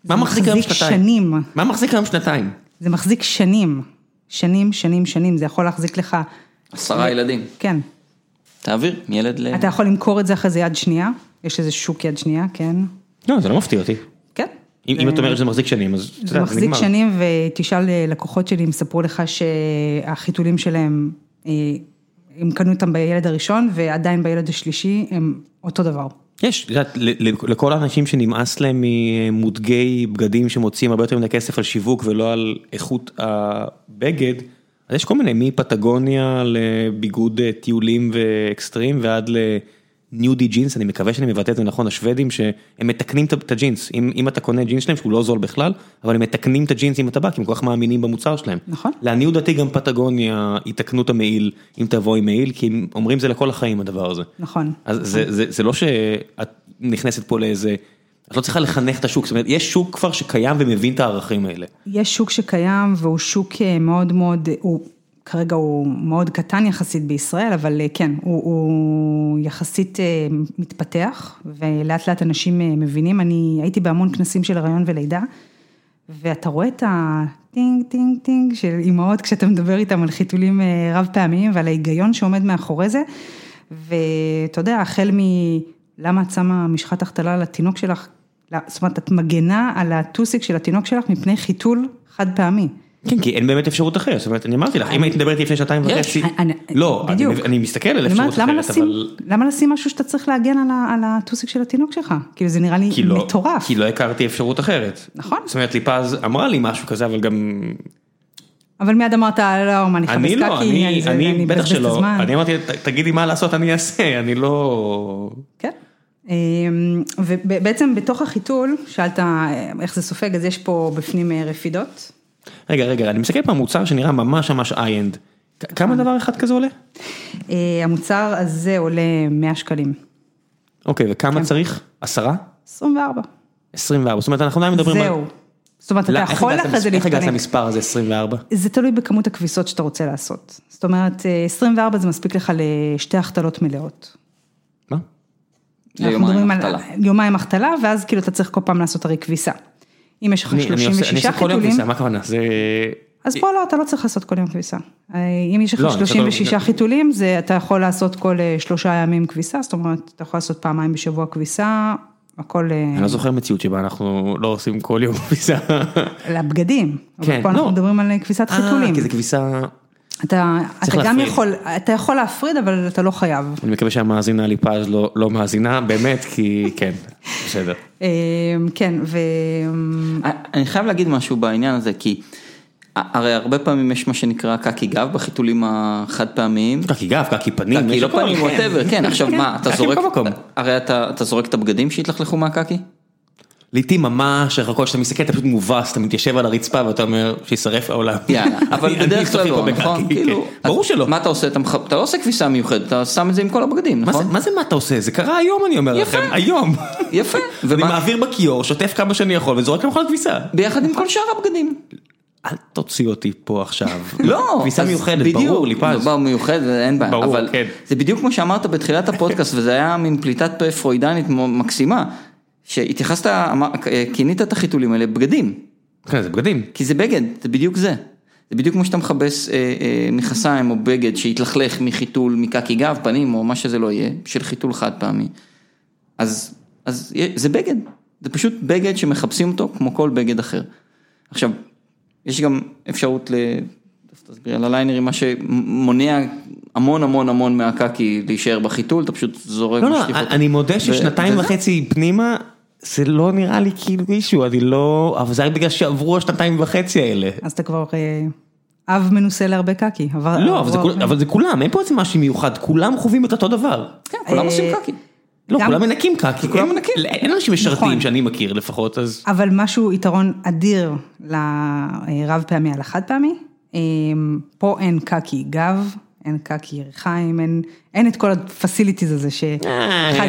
[SPEAKER 1] מה
[SPEAKER 2] זה
[SPEAKER 1] מחזיק היום שנתיים?
[SPEAKER 2] שנים,
[SPEAKER 1] מה מחזיק היום שנתיים?
[SPEAKER 2] זה מחזיק שנים, שנים, שנים, שנים, זה יכול להחזיק לך,
[SPEAKER 3] עשרה ילדים.
[SPEAKER 2] כן.
[SPEAKER 3] תעביר מילד
[SPEAKER 1] כן.
[SPEAKER 3] ל...
[SPEAKER 2] אתה יכול למכור את זה אחרי זה יד שנייה, יש איזה שוק יד שנייה, כן.
[SPEAKER 1] לא, זה לא מפתיע אותי.
[SPEAKER 2] כן.
[SPEAKER 1] אם אם את אומרת שזה מחזיק שנים, אז אתה
[SPEAKER 2] זה
[SPEAKER 1] יודע, זה
[SPEAKER 2] מחזיק
[SPEAKER 1] נגמר.
[SPEAKER 2] שנים, ותשאל אה, לקוחות שלי אם ספרו לך שהחיתולים שלהם, אה, הם קנו אותם בילד הראשון, ועדיין בילד השלישי הם אותו דבר.
[SPEAKER 1] יש, את יודעת, ל- ל- לכל האנשים שנמאס להם ממותגי בגדים שמוצאים הרבה יותר מדי כסף על שיווק ולא על איכות הבגד, אז יש כל מיני, מפטגוניה לביגוד אה, טיולים ואקסטרים ועד לניודי ג'ינס, אני מקווה שאני מבטא את זה נכון, השוודים, שהם מתקנים את- את הג'ינס, אם, אם אתה קונה ג'ינס שלהם שהוא לא זול בכלל, אבל הם מתקנים את הג'ינס עם הטבק, הם כל כך מאמינים במוצר שלהם.
[SPEAKER 2] נכון.
[SPEAKER 1] לעניות דעתי גם פטגוניה יתקנו את המעיל, אם תבוא עם מעיל, כי הם אומרים זה לכל החיים הדבר הזה.
[SPEAKER 2] נכון.
[SPEAKER 1] אז זה, זה, זה לא שאת נכנסת פה לאיזה, את לא צריכה לחנך את השוק, זאת אומרת, יש שוק כבר שקיים ומבין את הערכים האלה.
[SPEAKER 2] יש שוק שקיים והוא שוק אה, מאוד מאוד, אה, הוא כרגע הוא מאוד קטן יחסית בישראל, אבל אה, כן, הוא, הוא יחסית אה, מתפתח, ולאט לאט אנשים אה, מבינים. אני הייתי בהמון כנסים של הריון ולידה, ואתה רואה את הטינג טינג טינג של אימהות כשאתה מדבר איתם על חיתולים אה, רב פעמיים ועל ההיגיון שעומד מאחורי זה, ואתה יודע, החל מ... למה את שמה משחת החתלה על התינוק שלך, זאת אומרת, את מגנה על הטוסיק של התינוק שלך מפני חיתול חד פעמי.
[SPEAKER 1] כן, כי אין באמת אפשרות אחרת, זאת אומרת, אני אמרתי לך, אם היית מדברת לפני שעתיים
[SPEAKER 3] יש,
[SPEAKER 1] וחצי,
[SPEAKER 2] אני-
[SPEAKER 1] לא, אני-
[SPEAKER 2] בדיוק.
[SPEAKER 1] אני מסתכל על
[SPEAKER 2] אני
[SPEAKER 1] אפשרות
[SPEAKER 2] אומרת, למה
[SPEAKER 1] אחרת,
[SPEAKER 2] לשים-
[SPEAKER 1] אבל...
[SPEAKER 2] למה לשים משהו שאתה צריך להגן על ה- על הטוסיק של התינוק שלך? כאילו זה נראה לי
[SPEAKER 1] כי לא,
[SPEAKER 2] מטורף.
[SPEAKER 1] כי לא הכרתי אפשרות אחרת.
[SPEAKER 2] נכון.
[SPEAKER 1] זאת אומרת, ליפז אמרה לי משהו כזה, אבל גם...
[SPEAKER 2] אבל מיד אמרת, לא, מה, אני
[SPEAKER 1] אני
[SPEAKER 2] חבסקה
[SPEAKER 1] לא,
[SPEAKER 2] כי
[SPEAKER 1] אני,
[SPEAKER 2] זה-
[SPEAKER 1] אני בטח
[SPEAKER 2] מבזבז את
[SPEAKER 1] שלא.
[SPEAKER 2] הזמן."
[SPEAKER 1] אני אמרתי, "ת- תגידי מה לעשות, אני אעשה, אני לא...
[SPEAKER 2] כן. אמ, ובעצם בתוך החיתול, שאלת אה, איך זה סופג, אז יש פה בפנים אה, רפידות.
[SPEAKER 1] רגע, רגע, אני מסתכל פה על מוצר שנראה ממש ממש איי-אנד. כ-
[SPEAKER 2] נכון.
[SPEAKER 1] כמה דבר אחד כזה עולה?
[SPEAKER 2] אה, המוצר הזה עולה 100 שקלים.
[SPEAKER 1] אוקיי,
[SPEAKER 2] כן.
[SPEAKER 1] וכמה צריך? עשרה?
[SPEAKER 2] 24.
[SPEAKER 1] 24. זאת אומרת, אנחנו עדיין מדברים על...
[SPEAKER 2] זהו. זאת אומרת,
[SPEAKER 1] לא,
[SPEAKER 2] אתה
[SPEAKER 1] איך
[SPEAKER 2] יכול
[SPEAKER 1] הגעת
[SPEAKER 2] אחרי זה
[SPEAKER 1] למס- איך הגעת
[SPEAKER 2] להתפנק.
[SPEAKER 1] למספר הזה 24?
[SPEAKER 2] זה תלוי בכמות הכביסות שאתה רוצה לעשות. זאת אומרת, אה, 24 זה מספיק לך לשתי החתלות מלאות.
[SPEAKER 1] מה?
[SPEAKER 2] אנחנו
[SPEAKER 3] ליומיים
[SPEAKER 2] מדברים על
[SPEAKER 3] החתלה.
[SPEAKER 2] יומיים החתלה, ואז כאילו אתה צריך כל פעם לעשות הרי כביסה. אם יש לך
[SPEAKER 1] אני- אני עושה- אני
[SPEAKER 2] 36
[SPEAKER 1] עושה כל יום
[SPEAKER 2] חיתולים,
[SPEAKER 1] כניסה, מה הכוונה? זה...
[SPEAKER 2] אז פה לא, אתה לא צריך לעשות כל יום כביסה. אה, אם יש לך
[SPEAKER 1] לא, אני עושה כל יום-
[SPEAKER 2] 36 חיתולים, זה אתה יכול לעשות כל אה, שלושה ימים כביסה, זאת אומרת, אתה יכול לעשות פעמיים בשבוע כביסה, הכל אה,
[SPEAKER 1] אני לא זוכר מציאות שבה אנחנו לא עושים כל יום כביסה.
[SPEAKER 2] לבגדים.
[SPEAKER 1] כן,
[SPEAKER 2] אבל פה אנחנו
[SPEAKER 1] לא.
[SPEAKER 2] מדברים על אה, כביסת חיתולים.
[SPEAKER 1] כי זה כביסה...
[SPEAKER 2] אתה
[SPEAKER 1] צריך
[SPEAKER 2] אתה גם
[SPEAKER 1] להפריד.
[SPEAKER 2] יכול, אתה יכול להפריד, אבל אתה לא חייב.
[SPEAKER 1] אני מקווה שהמאזינה ליפז לא, לא מאזינה, באמת, כי כן, בסדר.
[SPEAKER 2] אה, כן, ו...
[SPEAKER 3] אה, אני חייב להגיד משהו בעניין הזה, כי הרי הרבה פעמים יש מה שנקרא קקי גב בחיתולים החד פעמיים.
[SPEAKER 1] קקי גב, קקי פנים,
[SPEAKER 3] קקי,
[SPEAKER 1] יש
[SPEAKER 3] לא
[SPEAKER 1] הכל,
[SPEAKER 3] פנים,
[SPEAKER 1] כן.
[SPEAKER 3] ווטאבר, כן, עכשיו
[SPEAKER 1] כן,
[SPEAKER 3] מה, אתה
[SPEAKER 1] קקי
[SPEAKER 3] זורק,
[SPEAKER 1] בכל מקום.
[SPEAKER 3] הרי אתה אתה זורק את הבגדים שהתלכלכו מהקקי?
[SPEAKER 1] לעתים ממש, הרחקות שאתה מסתכל, אתה פשוט מובס, אתה מתיישב על הרצפה ואתה אומר, שישרף העולם.
[SPEAKER 3] יאללה,
[SPEAKER 1] אני-
[SPEAKER 3] אבל
[SPEAKER 1] אני
[SPEAKER 3] בדרך כלל
[SPEAKER 1] מסתובב פה
[SPEAKER 3] לא,
[SPEAKER 1] בקקי,
[SPEAKER 3] נכון?
[SPEAKER 1] כן.
[SPEAKER 3] כאילו,
[SPEAKER 1] ברור
[SPEAKER 3] אז
[SPEAKER 1] שלא.
[SPEAKER 3] מה אתה עושה? אתה מח- אתה לא עושה כביסה מיוחדת, אתה שם את זה עם כל הבגדים,
[SPEAKER 1] מה זה-
[SPEAKER 3] נכון?
[SPEAKER 1] מה זה מה אתה עושה? זה קרה היום, אני אומר
[SPEAKER 3] יפה.
[SPEAKER 1] לכם, היום.
[SPEAKER 3] יפה,
[SPEAKER 1] אני
[SPEAKER 3] ומה?
[SPEAKER 1] מעביר בכיור, שוטף כמה שאני יכול וזורק למכון הכביסה.
[SPEAKER 3] ביחד עם כל שאר הבגדים.
[SPEAKER 1] אל תוציא אותי פה עכשיו.
[SPEAKER 3] לא,
[SPEAKER 1] כביסה
[SPEAKER 3] אז
[SPEAKER 1] מיוחדת,
[SPEAKER 3] בדיוק,
[SPEAKER 1] ברור, ליפז.
[SPEAKER 3] ברור, מיוחדת, אין בעיה,
[SPEAKER 1] ברור,
[SPEAKER 3] אבל
[SPEAKER 1] כן.
[SPEAKER 3] זה בדיוק כמו שאמרת בתחילת הפודקאסט, וזה היה מין פליטת פה פרוידנית מ- מקסימה, שהתייחסת, אמר- אה, כינית את החיתולים האלה בגדים,
[SPEAKER 1] כן, זה בגדים.
[SPEAKER 3] כי זה בגד, זה בדיוק זה. זה בדיוק כמו שאתה מכבס אה, אה, מכסיים או בגד שהתלכלך מחיתול, מקקי גב, פנים או מה שזה לא יהיה, של חיתול חד פעמי. אז, אז יה- זה בגד, זה פשוט בגד שמכבסים אותו כמו כל בגד אחר. עכשיו, יש גם אפשרות ל... תכף תסביר על הליינרים, מה שמונע המון המון המון מהקקי להישאר בחיתול, אתה פשוט זורק,
[SPEAKER 1] לא, לא,
[SPEAKER 2] אה,
[SPEAKER 3] משליך אותו.
[SPEAKER 1] אני מודה
[SPEAKER 3] ו-
[SPEAKER 1] ששנתיים
[SPEAKER 3] וזה-
[SPEAKER 1] וחצי פנימה, זה לא נראה לי כאילו אישו, אני לא... אבל זה רק בגלל שעברו השנתיים וחצי האלה.
[SPEAKER 2] אז אתה כבר אה, אב מנוסה להרבה קקי. עבר-
[SPEAKER 1] לא, אבל
[SPEAKER 2] עברו
[SPEAKER 1] זה
[SPEAKER 2] הרבה-
[SPEAKER 1] כול- אבל זה כולם, אין פה איזה משהו מיוחד, כולם חווים את אותו דבר.
[SPEAKER 3] כן, כולם עושים
[SPEAKER 2] אה,
[SPEAKER 3] קקי.
[SPEAKER 1] לא,
[SPEAKER 2] גם-
[SPEAKER 1] כולם מנקים קקי,
[SPEAKER 3] כולם
[SPEAKER 1] אין-
[SPEAKER 3] מנקים.
[SPEAKER 1] אין אנשים משרתים
[SPEAKER 2] נכון.
[SPEAKER 1] שאני מכיר לפחות, אז...
[SPEAKER 2] אבל משהו, יתרון אדיר לרב פעמי על החד פעמי. אה, פה אין קקי גב, אין קקי ירחיים, אין, אין את כל הפסיליטיז הזה שחד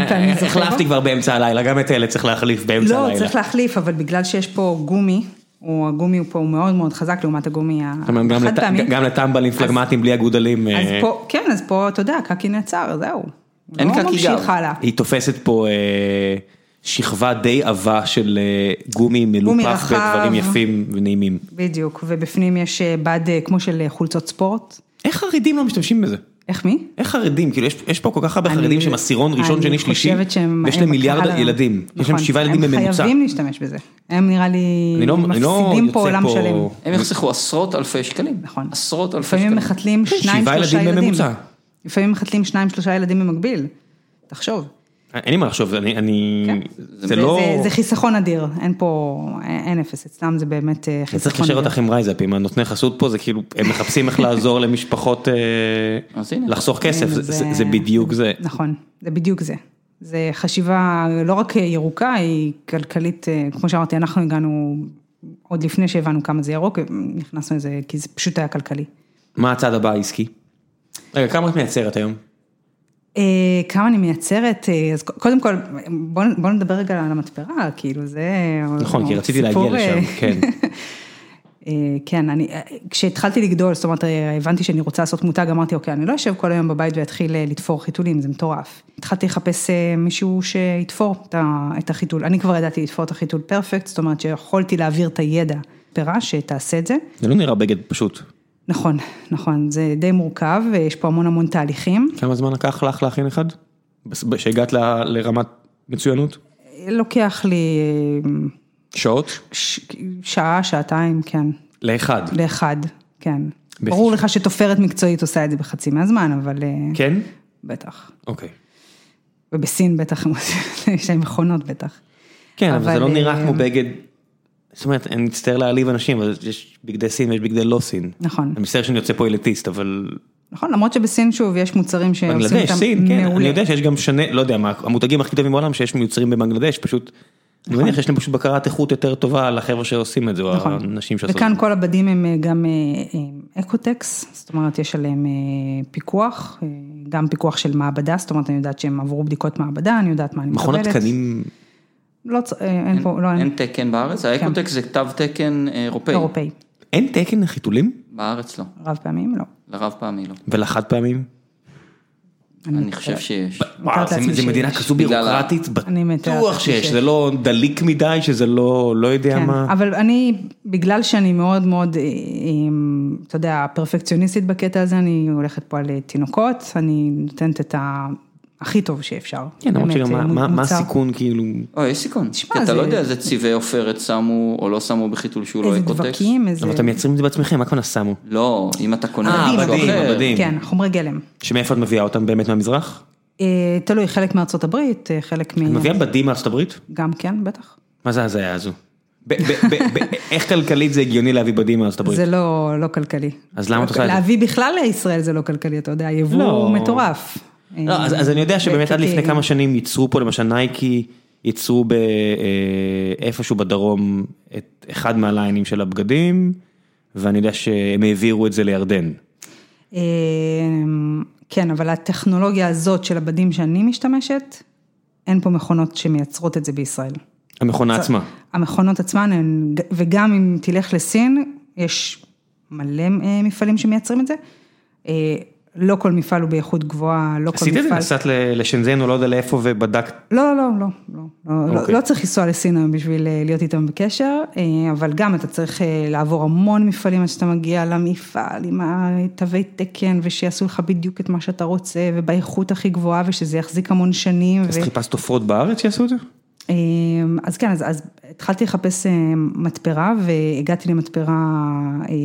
[SPEAKER 2] פעמי זוכר. בו.
[SPEAKER 1] אה, החלפתי כבר באמצע הלילה, גם את אלה צריך להחליף באמצע
[SPEAKER 2] לא,
[SPEAKER 1] הלילה.
[SPEAKER 2] צריך להחליף, אבל בגלל שיש פה גומי, או הגומי הוא פה הוא מאוד מאוד חזק לעומת הגומי
[SPEAKER 1] זאת אומרת, גם
[SPEAKER 2] החד
[SPEAKER 1] לט-
[SPEAKER 2] פעמי.
[SPEAKER 1] גם לטמבלים פלגמטים בלי אגודלים,
[SPEAKER 2] אז
[SPEAKER 1] אה,
[SPEAKER 2] פה, כן, אז פה, אתה יודע, קקי נעצר, זהו. הוא
[SPEAKER 3] אין
[SPEAKER 2] לא
[SPEAKER 3] קקי
[SPEAKER 2] ממשיך
[SPEAKER 3] גב.
[SPEAKER 2] הלאה.
[SPEAKER 1] היא תופסת פה אה, שכבה די עבה של אה, גומי מלופח
[SPEAKER 2] רחב.
[SPEAKER 1] בדברים יפים ונעימים.
[SPEAKER 2] בדיוק, ובפנים יש אה, בד אה, כמו של אה, חולצות ספורט.
[SPEAKER 1] איך חרדים לא משתמשים בזה?
[SPEAKER 2] איך מי?
[SPEAKER 1] איך חרדים? כאילו יש, יש פה כל כך הרבה
[SPEAKER 2] אני-
[SPEAKER 1] חרדים שהם עשירון ראשון,
[SPEAKER 2] אני
[SPEAKER 1] שני, שלישי,
[SPEAKER 2] חושבת שהם-
[SPEAKER 1] ויש
[SPEAKER 2] הם
[SPEAKER 1] להם מיליארד
[SPEAKER 2] הקהל ה-
[SPEAKER 1] ילדים. יש
[SPEAKER 2] נכון,
[SPEAKER 1] להם שבעה ילדים
[SPEAKER 2] הם
[SPEAKER 1] בממוצע.
[SPEAKER 2] חייבים להשתמש בזה. הם נראה לי
[SPEAKER 1] אני לא- אני לא
[SPEAKER 2] מפסידים
[SPEAKER 1] יוצא
[SPEAKER 2] פה עולם
[SPEAKER 1] פה-
[SPEAKER 2] שלם.
[SPEAKER 3] הם יחסכו עשרות אלפי שקלים.
[SPEAKER 2] אה, נכון.
[SPEAKER 3] עשרות אלפי
[SPEAKER 2] לפעמים
[SPEAKER 3] שקלים.
[SPEAKER 2] הם מחתלים
[SPEAKER 1] כן,
[SPEAKER 2] שניים,
[SPEAKER 1] שבעה
[SPEAKER 2] שלושה
[SPEAKER 1] ילדים
[SPEAKER 2] ילדים.
[SPEAKER 1] בממוצע.
[SPEAKER 2] לפעמים מחתלים שניים, שלושה ילדים במקביל. תחשוב.
[SPEAKER 1] אה, אין לי מה לחשוב, אני... אני...
[SPEAKER 2] כן.
[SPEAKER 1] זה, לא...
[SPEAKER 2] זה, זה חיסכון אדיר, אין פה, אין, אין אפס, אצלם זה באמת אה,
[SPEAKER 1] אני צריך
[SPEAKER 2] חיסכון
[SPEAKER 1] לקשר
[SPEAKER 2] אדיר.
[SPEAKER 1] אותך עם רייזאפים, הנותני חסות פה זה כאילו, הם מחפשים איך לעזור למשפחות אה,
[SPEAKER 3] אז הנה.
[SPEAKER 1] לחסוך כסף,
[SPEAKER 2] כן,
[SPEAKER 1] זה- זה- זה בדיוק זה.
[SPEAKER 2] נכון, זה בדיוק זה. זה חשיבה לא רק ירוקה, היא כלכלית, אה, כמו שאמרתי, אנחנו הגענו עוד לפני שהבנו כמה זה ירוק, נכנסנו לזה, כי זה פשוט היה כלכלי.
[SPEAKER 1] מה הצעד הבא העסקי? רגע, כמה את מייצרת היום?
[SPEAKER 2] אה, כמה אני מייצרת, אה, אז ק- קודם כל, בוא, בוא נדבר רגע על המתפרה, כאילו זה...
[SPEAKER 1] נכון, כי רציתי להגיע
[SPEAKER 2] סיפור, אה,
[SPEAKER 1] לשם, כן.
[SPEAKER 2] אה, כן, אני, אה, כשהתחלתי לגדול, זאת אומרת, אה, הבנתי שאני רוצה לעשות מותג, אמרתי, אוקיי, אני לא אשב כל היום בבית ואתחיל אה, לתפור חיתולים, זה מטורף. התחלתי לחפש אה, מישהו שיתפור את ה- את החיתול. אני כבר ידעתי לתפור את החיתול פרפקט, זאת אומרת שיכולתי להעביר את הידע פרה שתעשה את זה.
[SPEAKER 1] זה לא נראה בגד פשוט.
[SPEAKER 2] נכון, נכון, זה די מורכב, ויש פה המון המון תהליכים.
[SPEAKER 1] כמה זמן לקח לך להכין אחד? בס- ב- שהגעת ל- לרמת מצוינות?
[SPEAKER 2] לוקח לי אה,
[SPEAKER 1] שעות?
[SPEAKER 2] ש... שעה, שעתיים, כן.
[SPEAKER 1] לאחד.
[SPEAKER 2] לאחד, כן. ברור לך שתופרת מקצועית עושה את זה בחצי מהזמן, אבל... אה,
[SPEAKER 1] כן?
[SPEAKER 2] בטח.
[SPEAKER 1] אוקיי.
[SPEAKER 2] ובסין בטח, הם עושים- יש להם מכונות בטח.
[SPEAKER 1] כן, אבל זה
[SPEAKER 2] אבל,
[SPEAKER 1] לא נראה
[SPEAKER 2] אה,
[SPEAKER 1] כמו בגד, זאת אומרת, אני מצטער להעליב אנשים, אבל יש בגדי סין ויש בגדי לא סין.
[SPEAKER 2] נכון.
[SPEAKER 1] אני מצטער שאני יוצא פה אליטיסט, אבל
[SPEAKER 2] נכון, למרות שבסין שוב יש מוצרים שעושים אותם אה, מעולה.
[SPEAKER 1] בנגלדש, סין, כן, אני יודע שיש גם שני, לא יודע מה, המותגים הכי טובים בעולם שיש מיוצרים בבנגלדש, פשוט, אני מניח שיש להם פשוט בקרת איכות יותר טובה על החבר'ה שעושים את זה, או
[SPEAKER 2] נכון.
[SPEAKER 1] האנשים שעושים את זה.
[SPEAKER 2] וכאן כל הבדים הם אה, גם אה, אה, אקוטקס, זאת אומרת יש עליהם אה, פיקוח, אה, גם פיקוח של מעבדה, זאת אומרת אני יודעת שהם עברו בדיקות מעבדה, אני יודעת מה אני מקבלת.
[SPEAKER 1] מכון התקנים,
[SPEAKER 2] לא, צ- אה, אין פה, לא,
[SPEAKER 3] אין
[SPEAKER 2] אין,
[SPEAKER 3] תקן בארץ, האקוטק זה תו תקן אה, אירופאי.
[SPEAKER 2] אירופאי,
[SPEAKER 1] אין תקן לחיתולים?
[SPEAKER 3] בארץ לא,
[SPEAKER 2] רב פעמים, לא.
[SPEAKER 3] לרב פעמי לא.
[SPEAKER 1] ולחד פעמים?
[SPEAKER 3] אני חושב שיש.
[SPEAKER 1] וואו, זה-
[SPEAKER 2] לעצמי
[SPEAKER 1] זה מדינה
[SPEAKER 2] שיש.
[SPEAKER 1] כזו
[SPEAKER 3] בגלל ה-
[SPEAKER 1] בירוקרטית,
[SPEAKER 2] אני מתארת
[SPEAKER 1] בטוח
[SPEAKER 2] לעצמי
[SPEAKER 1] שיש,
[SPEAKER 2] שיש.
[SPEAKER 1] זה לא דליק מדי, שזה לא, לא יודע
[SPEAKER 2] כן,
[SPEAKER 1] מה.
[SPEAKER 2] אבל אני, בגלל שאני מאוד מאוד, אה, אה, אתה יודע, פרפקציוניסטית בקטע הזה, אני הולכת פה על אה, תינוקות, אני נותנת את ה... הכי טוב שאפשר.
[SPEAKER 1] כן, למרות
[SPEAKER 2] באמת,
[SPEAKER 1] שגם
[SPEAKER 2] אה,
[SPEAKER 1] מה-
[SPEAKER 2] מ-
[SPEAKER 1] מה- מה
[SPEAKER 2] מוצר-
[SPEAKER 1] הסיכון כאילו,
[SPEAKER 3] או, יש סיכון.
[SPEAKER 2] תשמע,
[SPEAKER 3] כי אתה
[SPEAKER 2] זה-
[SPEAKER 3] לא יודע איזה צבעי עופרת שמו או לא שמו בחיתול שהוא לא
[SPEAKER 2] איזה
[SPEAKER 3] אקוטקס.
[SPEAKER 2] דבקים, איזה...
[SPEAKER 1] אבל אתם מייצרים את זה בעצמכם, מה הכוונה שמו?
[SPEAKER 3] לא, אם אתה קונה
[SPEAKER 1] אה,
[SPEAKER 3] משהו
[SPEAKER 1] הבדים,
[SPEAKER 3] אחר.
[SPEAKER 1] הבדים.
[SPEAKER 2] כן, חומרי גלם.
[SPEAKER 1] שמאיפה את מביאה אותם באמת מהמזרח?
[SPEAKER 2] אה, תלוי, חלק מארצות הברית, אה, חלק
[SPEAKER 1] את
[SPEAKER 2] מ...
[SPEAKER 1] מביאה בדים מארצות הברית?
[SPEAKER 2] גם כן, בטח.
[SPEAKER 1] מה זה ההזיה הזו? ב- ב- ב- ב- איך כלכלית זה הגיוני להביא בדים מארצות הברית?
[SPEAKER 2] זה לא לא כלכלי.
[SPEAKER 1] אז למה את עושה את זה?
[SPEAKER 2] להביא בכלל לישראל זה לא כלכלי, אתה יודע, היבוא
[SPEAKER 1] לא.
[SPEAKER 2] הוא מטורף. אה,
[SPEAKER 1] לא, אז, אז אני יודע שבאמת עד
[SPEAKER 2] כאילו-
[SPEAKER 1] לפני כמה שנים ייצרו פה למשל נייקי, ייצרו ב- אה, איפשהו בדרום את אחד מהליינים של הבגדים, ואני יודע שהם העבירו את זה לירדן.
[SPEAKER 2] שנים. כן, אבל הטכנולוגיה הזאת של הבדים שאני משתמשת, אין פה מכונות שמייצרות את זה בישראל.
[SPEAKER 1] המכונה עצמה.
[SPEAKER 2] המכונות עצמן, הן, וגם אם תלך לסין, יש מלא אה, מפעלים שמייצרים את זה. אה, לא כל מפעל הוא באיכות גבוהה, לא כל מפעל...
[SPEAKER 1] עשית את זה? נסעת ל- לשנזן או לא יודע לאיפה ובדקת?
[SPEAKER 2] לא, לא, לא, לא, לא,
[SPEAKER 1] אוקיי.
[SPEAKER 2] לא, לא צריך לנסוע לסין היום בשביל אה, להיות איתם בקשר, אה, אבל גם אתה צריך אה, לעבור המון מפעלים עד שאתה מגיע למפעל עם התווי תקן, ושיעשו לך בדיוק את מה שאתה רוצה, ובאיכות הכי גבוהה, ושזה יחזיק המון שנים.
[SPEAKER 1] אז
[SPEAKER 2] ו-
[SPEAKER 1] חיפשת עופרות בארץ שיעשו את זה?
[SPEAKER 2] אוקיי. אה, אז כן, אז, אז התחלתי לחפש אה, מתפרה, והגעתי למתפרה אה,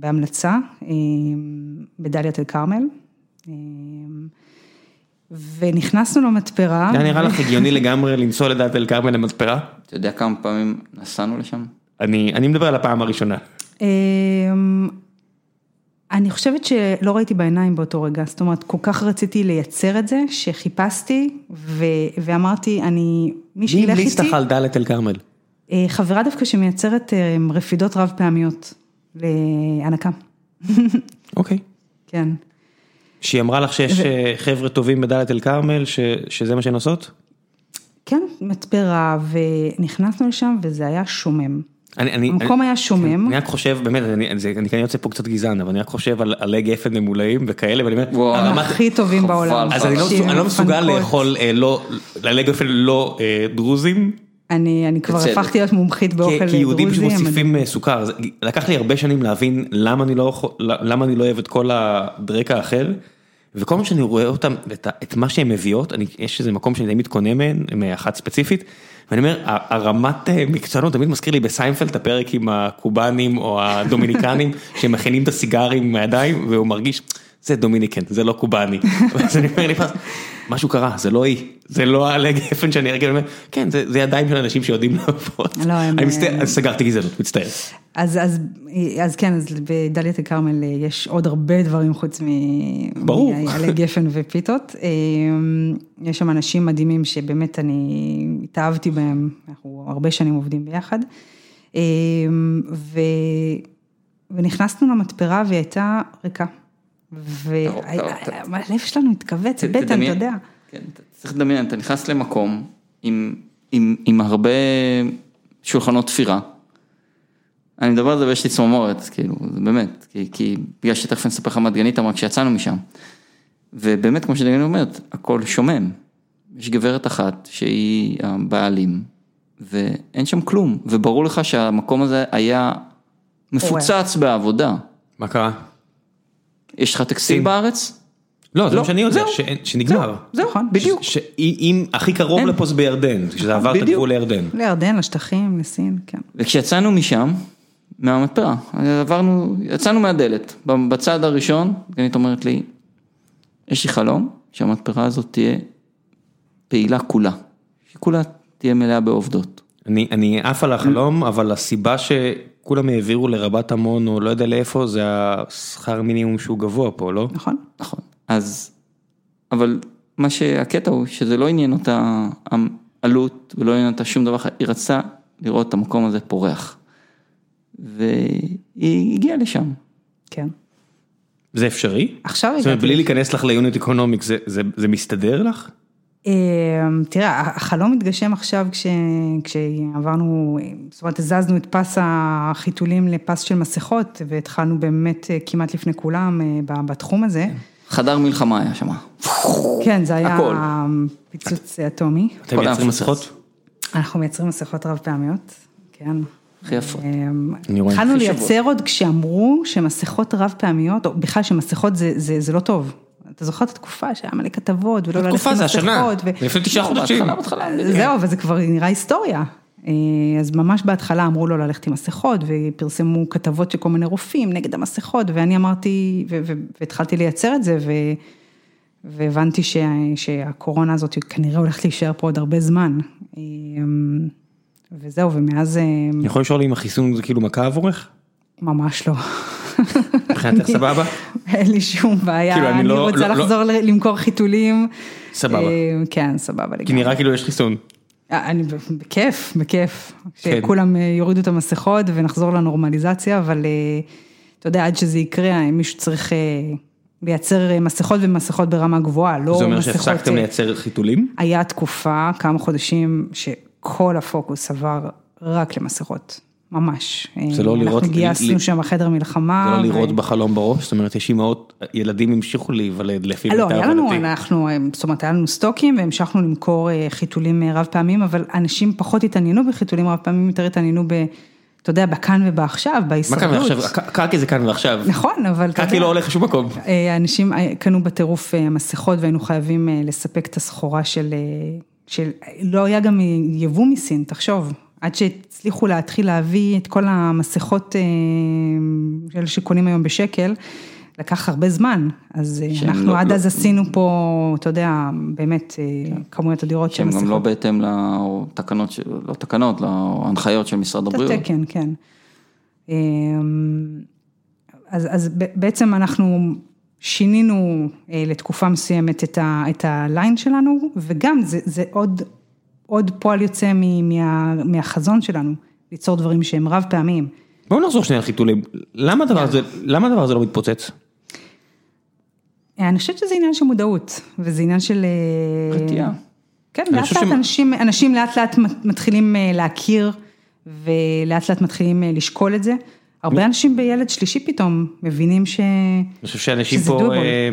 [SPEAKER 2] בהמלצה, אה, בדאלית אל כרמל. אה, ונכנסנו למתפרה.
[SPEAKER 1] זה היה נראה לך הגיוני לגמרי לנסוע לדעת אל כרמל למתפרה?
[SPEAKER 3] אתה יודע כמה פעמים נסענו לשם?
[SPEAKER 1] אני אני מדבר על הפעם הראשונה.
[SPEAKER 2] אמ, אני חושבת שלא ראיתי בעיניים באותו רגע, זאת אומרת, כל כך רציתי לייצר את זה, שחיפשתי ו- ואמרתי, אני, מי
[SPEAKER 1] מי
[SPEAKER 2] שילך
[SPEAKER 1] המליץ
[SPEAKER 2] איתי,
[SPEAKER 1] לך על דאלית אל כרמל?
[SPEAKER 2] אה, חברה דווקא שמייצרת אה, רפידות רב פעמיות להנקה,
[SPEAKER 1] אוקיי.
[SPEAKER 2] כן.
[SPEAKER 1] שהיא אמרה לך שיש אה, חבר'ה טובים בדאלית אל כרמל, ש- שזה מה שהן עושות?
[SPEAKER 2] כן, מתפרה, ונכנסנו לשם וזה היה שומם.
[SPEAKER 1] אני, אני,
[SPEAKER 2] המקום
[SPEAKER 1] אני,
[SPEAKER 2] היה שומם.
[SPEAKER 1] אני רק חושב, באמת, אני, זה, אני כנראה יוצא פה קצת גזען, אבל אני רק חושב על עלי גפן ממולאים וכאלה, ואני אומר,
[SPEAKER 3] וואו.
[SPEAKER 1] הרמת-
[SPEAKER 2] הם הכי טובים
[SPEAKER 3] חבל,
[SPEAKER 2] בעולם.
[SPEAKER 1] אז אני לא, מסוג-
[SPEAKER 2] שהם
[SPEAKER 1] אני לא מסוגל
[SPEAKER 2] מפנקות.
[SPEAKER 1] לאכול, אה, לא, עלי גפן לא אה, דרוזים,
[SPEAKER 2] אני אני כבר
[SPEAKER 3] בצדק.
[SPEAKER 2] הפכתי להיות מומחית
[SPEAKER 1] כי-
[SPEAKER 2] באוכל דרוזי.
[SPEAKER 1] כי יהודים
[SPEAKER 2] מדהים.
[SPEAKER 1] שמוסיפים אה, סוכר, זה- לקח לי הרבה שנים להבין למה אני לא, יכול- למה אני לא אוהב את כל הדרקע האחר, וכל פעם שאני רואה אותם, את, ה- את מה שהן מביאות, אני, יש איזה מקום שאני די מתכונן מהן, מאחת ספציפית, ואני אומר, ה- הרמת אה, מקצוענות תמיד מזכיר לי בסיינפלד את הפרק עם הקובנים או הדומיניקנים, שמכינים את הסיגרים עם הידיים, והוא מרגיש, זה דומיניקן, זה לא קובאני. ואז אני אומר לי, "פס, משהו קרה, זה לא היא, זה לא העלה גפן שאני הרגע אומר, כן, זה זה ידיים של אנשים שיודעים לעבוד.
[SPEAKER 2] לא, הם-
[SPEAKER 1] אני מצטער, אז סגרתי גזענות, מצטער.
[SPEAKER 2] אז, אז, אז כן, אז בדאלית אל כרמל אה, יש עוד הרבה דברים חוץ מ...
[SPEAKER 1] ברור.
[SPEAKER 2] מעלי גפן ופיתות. אה, יש שם אנשים מדהימים שבאמת אני התאהבתי בהם, אנחנו הרבה שנים עובדים ביחד. אה, ו... ונכנסנו למתפרה והיא הייתה ריקה.
[SPEAKER 3] ת-
[SPEAKER 2] והלב שלנו התכווץ,
[SPEAKER 3] ת-
[SPEAKER 2] הבטן, אתה
[SPEAKER 3] תדמיין-
[SPEAKER 2] יודע.
[SPEAKER 3] כן, ת- צריך לדמיין, אתה נכנס למקום עם, עם, עם הרבה שולחנות תפירה. אני מדבר על זה ויש לי צמרמורת, כאילו, זה באמת, כי, כי בגלל שתכף אני אספר לך מה דגנית אמרה כשאצלנו משם. ובאמת, כמו שדגנית אומרת, הכל שומם. יש גברת אחת שהיא הבעלים, ואין שם כלום, וברור לך שהמקום הזה היה מפוצץ בעבודה.
[SPEAKER 1] מה קרה?
[SPEAKER 3] יש לך טקסטיל בארץ?
[SPEAKER 1] לא, זה
[SPEAKER 3] לא,
[SPEAKER 1] מה שאני יודע,
[SPEAKER 3] זהו.
[SPEAKER 1] שאין- שנגמר.
[SPEAKER 3] זהו,
[SPEAKER 2] נכון.
[SPEAKER 3] בדיוק.
[SPEAKER 1] ש- שאם הכי קרוב
[SPEAKER 3] אין.
[SPEAKER 1] לפה זה בירדן, שזה עבר את
[SPEAKER 3] בדיוק.
[SPEAKER 1] הגבול לירדן.
[SPEAKER 2] לירדן, לשטחים, לסין, כן.
[SPEAKER 3] וכשיצאנו משם, מהמתפרה. עברנו, יצאנו מהדלת, בצד הראשון, דגנית אומרת לי, יש לי חלום שהמתפרה הזאת תהיה פעילה כולה, שכולה תהיה מלאה בעובדות.
[SPEAKER 1] אני, אני עף על החלום, אבל הסיבה שכולם העבירו לרבת עמון או לא יודע לאיפה, זה השכר מינימום שהוא גבוה פה, לא?
[SPEAKER 2] נכון?
[SPEAKER 3] נכון. אז, אבל מה שהקטע הוא שזה לא עניין אותה עלות ולא עניין אותה שום דבר אחר, היא רצתה לראות את המקום הזה פורח. והיא הגיעה לשם.
[SPEAKER 2] כן.
[SPEAKER 1] זה אפשרי?
[SPEAKER 2] עכשיו
[SPEAKER 1] זאת אומרת,
[SPEAKER 2] הגעתי.
[SPEAKER 1] בלי להיכנס לך ליוניט איקונומיק, זה, זה, זה מסתדר לך?
[SPEAKER 2] אמ, תראה, החלום התגשם עכשיו כש... כשעברנו, זאת אומרת, הזזנו את פס החיתולים לפס של מסכות, והתחלנו באמת אה, כמעט לפני כולם אה, ב- בתחום הזה.
[SPEAKER 1] כן.
[SPEAKER 3] חדר מלחמה היה שם.
[SPEAKER 2] כן, זה היה
[SPEAKER 3] הכל.
[SPEAKER 2] פיצוץ אה, אטומי.
[SPEAKER 1] אתם
[SPEAKER 3] כל
[SPEAKER 1] מייצרים
[SPEAKER 3] העם
[SPEAKER 1] מסכות?
[SPEAKER 2] אנחנו מייצרים מסכות רב פעמיות, כן.
[SPEAKER 3] הכי יפות.
[SPEAKER 2] אמ,
[SPEAKER 1] אני רואה.
[SPEAKER 2] התחלנו
[SPEAKER 3] הכי
[SPEAKER 2] לייצר עוד כשאמרו שמסכות רב פעמיות, או בכלל שמסכות זה, זה, זה לא טוב. אתה זוכר את התקופה שהיה מלא כתבות, ולא ללכת
[SPEAKER 1] התקופה זה השנה,
[SPEAKER 2] למסכות, ו-
[SPEAKER 1] זה לפני תשעה
[SPEAKER 3] לא,
[SPEAKER 1] חודשים.
[SPEAKER 3] בהתחלה, בהתחלה.
[SPEAKER 2] זהו, אבל זה כבר נראה היסטוריה. אה, אז ממש בהתחלה אמרו לו ללכת עם מסכות, ופרסמו כתבות של כל מיני רופאים נגד המסכות, ואני אמרתי, ו- ו- והתחלתי לייצר את זה, ו... והבנתי שה, שהקורונה הזאת כנראה הולכת להישאר פה עוד הרבה זמן. אה, וזהו, ומאז אה,
[SPEAKER 1] אני יכול לשאול אם החיסון זה כאילו מכה עבורך?
[SPEAKER 2] ממש לא.
[SPEAKER 1] מבחינתך סבבה?
[SPEAKER 2] אין לי שום בעיה,
[SPEAKER 1] כאילו, אני
[SPEAKER 2] אני
[SPEAKER 1] לא-
[SPEAKER 2] רוצה
[SPEAKER 1] לא- לא-
[SPEAKER 2] לחזור ל- למכור חיתולים.
[SPEAKER 1] סבבה.
[SPEAKER 2] אה, כן, סבבה לגמרי.
[SPEAKER 1] כי נראה כאילו יש חיסון.
[SPEAKER 2] אה, אני ב- בכיף, בכיף.
[SPEAKER 1] כן.
[SPEAKER 2] שכולם אה, יורידו את המסכות ונחזור לנורמליזציה, אבל אה, אתה יודע, עד שזה יקרה, אה, מישהו צריך אה, לייצר אה, מסכות ומסכות ברמה גבוהה, לא
[SPEAKER 1] זה אומר
[SPEAKER 2] מסכות...
[SPEAKER 1] שהפסקתם
[SPEAKER 2] אה,
[SPEAKER 1] לייצר חיתולים?
[SPEAKER 2] היה תקופה, כמה חודשים, שכל הפוקוס עבר רק למסכות, ממש. אה,
[SPEAKER 1] זה לא לראות-
[SPEAKER 2] אנחנו גייסנו
[SPEAKER 1] ל-
[SPEAKER 2] שם חדר מלחמה. אה,
[SPEAKER 1] זה לא
[SPEAKER 2] ו-
[SPEAKER 1] לראות בחלום בראש, זאת אומרת יש אימהות, ילדים המשיכו להיוולד לפי מיטב
[SPEAKER 2] לא, היה לנו,
[SPEAKER 1] הבנתי.
[SPEAKER 2] אנחנו, אה, זאת אומרת, היה לנו סטוקים והמשכנו למכור אה, חיתולים אה, רב פעמים, אבל אנשים פחות התעניינו בחיתולים רב פעמים, יותר התעניינו ב... אתה יודע, בכאן ובעכשיו,
[SPEAKER 1] מה
[SPEAKER 2] בהישרדות.
[SPEAKER 1] כאן ועכשיו? ק- קקי זה כאן ועכשיו.
[SPEAKER 2] נכון, אבל אתה
[SPEAKER 1] קקי
[SPEAKER 2] יודע,
[SPEAKER 1] לא הולך לשום מקום.
[SPEAKER 2] אה, אנשים אה, קנו בטירוף אה, מסכות והיינו חייבים אה, לספק את הסחורה של... אה, של... לא היה גם אה, יבוא מסין, תחשוב. עד שהצליחו להתחיל להביא את כל המסכות אה, של שקונים היום בשקל, לקח הרבה זמן. אז אה,
[SPEAKER 3] שהם
[SPEAKER 2] אנחנו
[SPEAKER 3] לא-
[SPEAKER 2] עד
[SPEAKER 3] לא-
[SPEAKER 2] אז עשינו פה, אתה יודע, באמת אה, כמויות אדירות של
[SPEAKER 3] שהם גם לא
[SPEAKER 2] מסכות.
[SPEAKER 3] בהתאם לתקנות, של- לא תקנות, להנחיות של משרד הבריאות.
[SPEAKER 2] התקן, כן. אמ, אז, אז ב- בעצם אנחנו שינינו אה, לתקופה מסוימת את, ה, את הליין שלנו, וגם זה, זה עוד, עוד פועל יוצא מ, מה, מהחזון שלנו, ליצור דברים שהם רב פעמיים.
[SPEAKER 1] בואו נחזור שנייה לחיתולים. למה
[SPEAKER 2] כן.
[SPEAKER 1] הדבר הזה, למה הדבר הזה לא מתפוצץ?
[SPEAKER 2] אה, אני חושבת שזה עניין של מודעות, וזה עניין של... אה,
[SPEAKER 3] רתיעה.
[SPEAKER 2] כן,
[SPEAKER 1] אני
[SPEAKER 2] לאט
[SPEAKER 1] חושב
[SPEAKER 2] לאט
[SPEAKER 1] שמ-
[SPEAKER 2] אנשים, אנשים לאט לאט מת- מתחילים אה, להכיר, ולאט לאט מתחילים אה, לשקול את זה. הרבה אנשים בילד שלישי פתאום מבינים ש...
[SPEAKER 1] אני חושב שאנשים
[SPEAKER 2] שזה
[SPEAKER 1] פה,
[SPEAKER 2] doable.
[SPEAKER 1] אה,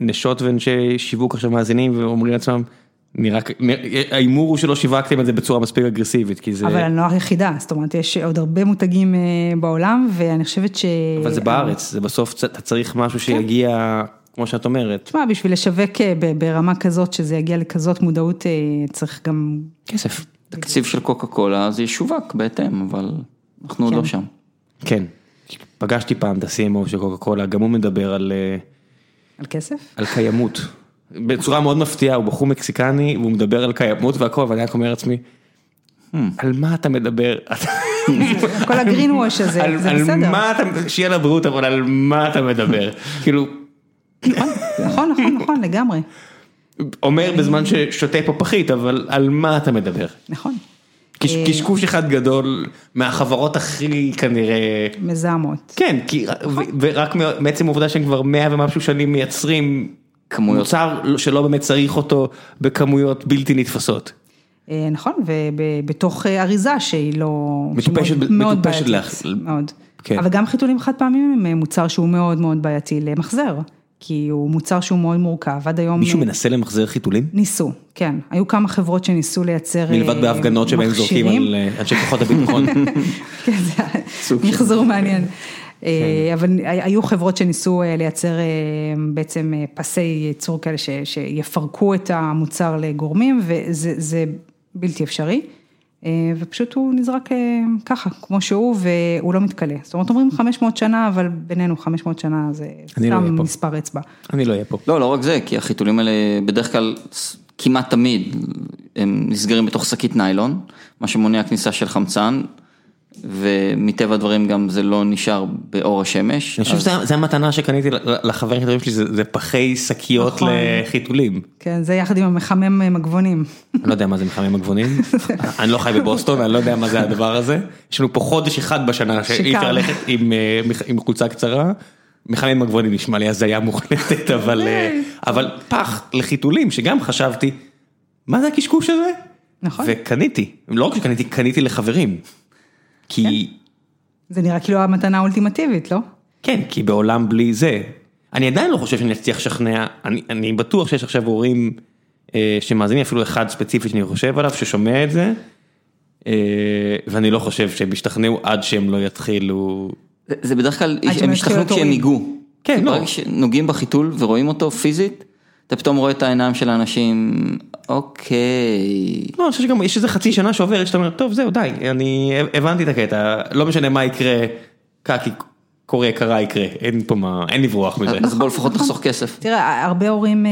[SPEAKER 1] נשות ואנשי שיווק עכשיו מאזינים ואומרים לעצמם, נראה, כ- נראה- ההימור הוא שלא שיווקתם את זה בצורה מספיק אגרסיבית, כי זה,
[SPEAKER 2] אבל אני לא היחידה, זאת אומרת, יש עוד הרבה מותגים אה, בעולם, ואני חושבת ש...
[SPEAKER 1] אבל זה בארץ, זה בסוף צ- אתה צריך משהו
[SPEAKER 2] כן.
[SPEAKER 1] שיגיע, כמו שאת אומרת,
[SPEAKER 2] תשמע, בשביל לשווק אה, ב- ברמה כזאת, שזה יגיע לכזאת מודעות, אה, צריך גם...
[SPEAKER 1] כסף.
[SPEAKER 3] תקציב של קוקה קולה זה ישווק בהתאם, אבל אנחנו עוד
[SPEAKER 2] כן.
[SPEAKER 3] לא שם.
[SPEAKER 1] כן. פגשתי פעם את ה-CMO של קוקה קולה, גם הוא מדבר על, אה,
[SPEAKER 2] על כסף?
[SPEAKER 1] על קיימות. בצורה מאוד מפתיעה, הוא בחור מקסיקני, והוא מדבר על קיימות והכל, ואני רק אומר לעצמי,
[SPEAKER 2] Hmm.
[SPEAKER 1] על מה אתה מדבר?
[SPEAKER 2] כל הגרינווש הזה,
[SPEAKER 1] על,
[SPEAKER 2] זה
[SPEAKER 1] על
[SPEAKER 2] בסדר.
[SPEAKER 1] מה אתה, שיהיה לבריאות, אבל על מה אתה מדבר? כאילו,
[SPEAKER 2] נכון, נכון, נכון, לגמרי.
[SPEAKER 1] אומר בזמן ששותה פה פחית, אבל על מה אתה מדבר?
[SPEAKER 2] נכון.
[SPEAKER 1] קש, קשקוש אחד גדול מהחברות הכי כנראה...
[SPEAKER 2] מזהמות.
[SPEAKER 1] כן, כי,
[SPEAKER 2] נכון.
[SPEAKER 1] ו- ורק מ- מעצם העובדה שהם כבר 100 ומשהו שנים מייצרים
[SPEAKER 3] כמויות.
[SPEAKER 1] מוצר שלא באמת צריך אותו בכמויות בלתי נתפסות.
[SPEAKER 2] אה, נכון, ובתוך אה, אריזה שהיא לא...
[SPEAKER 1] מטופשת
[SPEAKER 2] שהיא
[SPEAKER 1] ב-
[SPEAKER 2] מאוד
[SPEAKER 1] מטופשת
[SPEAKER 2] בעייתית,
[SPEAKER 1] לך.
[SPEAKER 2] מאוד.
[SPEAKER 1] כן.
[SPEAKER 2] אבל גם חיתולים חד פעמים הם אה, מוצר שהוא מאוד מאוד בעייתי למחזר, כי הוא מוצר שהוא מאוד מורכב, עד היום...
[SPEAKER 1] מישהו
[SPEAKER 2] אה,
[SPEAKER 1] מנסה למחזר חיתולים?
[SPEAKER 2] ניסו, כן. היו כמה חברות שניסו לייצר אה,
[SPEAKER 1] מלבד בהפגנות שבהם זורקים
[SPEAKER 2] מכשירים.
[SPEAKER 1] על אה, אנשי כוחות הביטחון.
[SPEAKER 2] כן, זה
[SPEAKER 3] סוג של-
[SPEAKER 2] מחזור מעניין.
[SPEAKER 1] כן.
[SPEAKER 2] אה, אבל הי- היו חברות שניסו אה, לייצר אה, בעצם אה, פסי ייצור כאלה ש- שיפרקו את המוצר לגורמים, וזה זה בלתי אפשרי. אה, ופשוט הוא נזרק אה, ככה, כמו שהוא, והוא לא מתכלה. זאת אומרת, אומרים 500 שנה, אבל בינינו 500 שנה זה
[SPEAKER 1] אני לא אהיה
[SPEAKER 2] סתם
[SPEAKER 1] פה.
[SPEAKER 2] מספר אצבע.
[SPEAKER 1] אני לא אהיה פה.
[SPEAKER 3] לא, לא רק זה, כי החיתולים האלה בדרך כלל, ס- כמעט תמיד, הם נסגרים בתוך שקית ניילון, מה שמונע כניסה של חמצן, ומטבע הדברים גם זה לא נשאר באור השמש.
[SPEAKER 1] אני חושב
[SPEAKER 3] אז-
[SPEAKER 1] שזו המתנה שקניתי ל- לחבר הכי טובים שלי, זה זה פחי שקיות
[SPEAKER 2] נכון.
[SPEAKER 1] לחיתולים.
[SPEAKER 2] כן, זה יחד עם המחמם אה, מגבונים.
[SPEAKER 1] אני לא יודע מה זה מחמם הגבונים, אני לא חי בבוסטון, אני לא יודע מה זה הדבר הזה. יש לנו פה חודש אחד בשנה שאי
[SPEAKER 2] שקר.
[SPEAKER 1] אפשר ללכת עם, אה, מח- עם חולצה קצרה. מחמם הגבונים נשמע לי הזיה מוחלטת, אבל, אה, אבל פח לחיתולים, שגם חשבתי, מה זה הקשקוש הזה?
[SPEAKER 2] נכון.
[SPEAKER 1] וקניתי, לא רק שקניתי, קניתי לחברים. כי,
[SPEAKER 2] זה נראה כאילו המתנה האולטימטיבית, לא?
[SPEAKER 1] כן, כי בעולם בלי זה, אני עדיין לא חושב שאני אצליח לשכנע, אני, אני בטוח שיש עכשיו הורים אה, שמאזינים, אפילו אחד ספציפי שאני חושב עליו, ששומע את זה, אה, ואני לא חושב שהם ישתכנעו עד שהם לא יתחילו,
[SPEAKER 3] זה- זה בדרך כלל,
[SPEAKER 2] עד שהם יתחילו
[SPEAKER 3] הם השתכנעו כשהם
[SPEAKER 2] התורים.
[SPEAKER 3] ייגעו.
[SPEAKER 1] אה, כן,
[SPEAKER 3] כי
[SPEAKER 1] לא.
[SPEAKER 3] ברגע שנוגעים בחיתול ורואים אותו פיזית, אתה פתאום רואה את העיניים של האנשים, אוקיי.
[SPEAKER 1] לא, אני חושב שגם יש איזה חצי שנה שעוברת, שאתה אומר, טוב, זהו, די, אני הבנתי את הקטע, לא משנה מה יקרה, קקי קורה, קרה, יקרה, אין פה מה, אין לברוח מזה.
[SPEAKER 3] אז בוא
[SPEAKER 1] נכון.
[SPEAKER 3] לפחות נחסוך כסף.
[SPEAKER 2] תראה, הרבה הורים אה,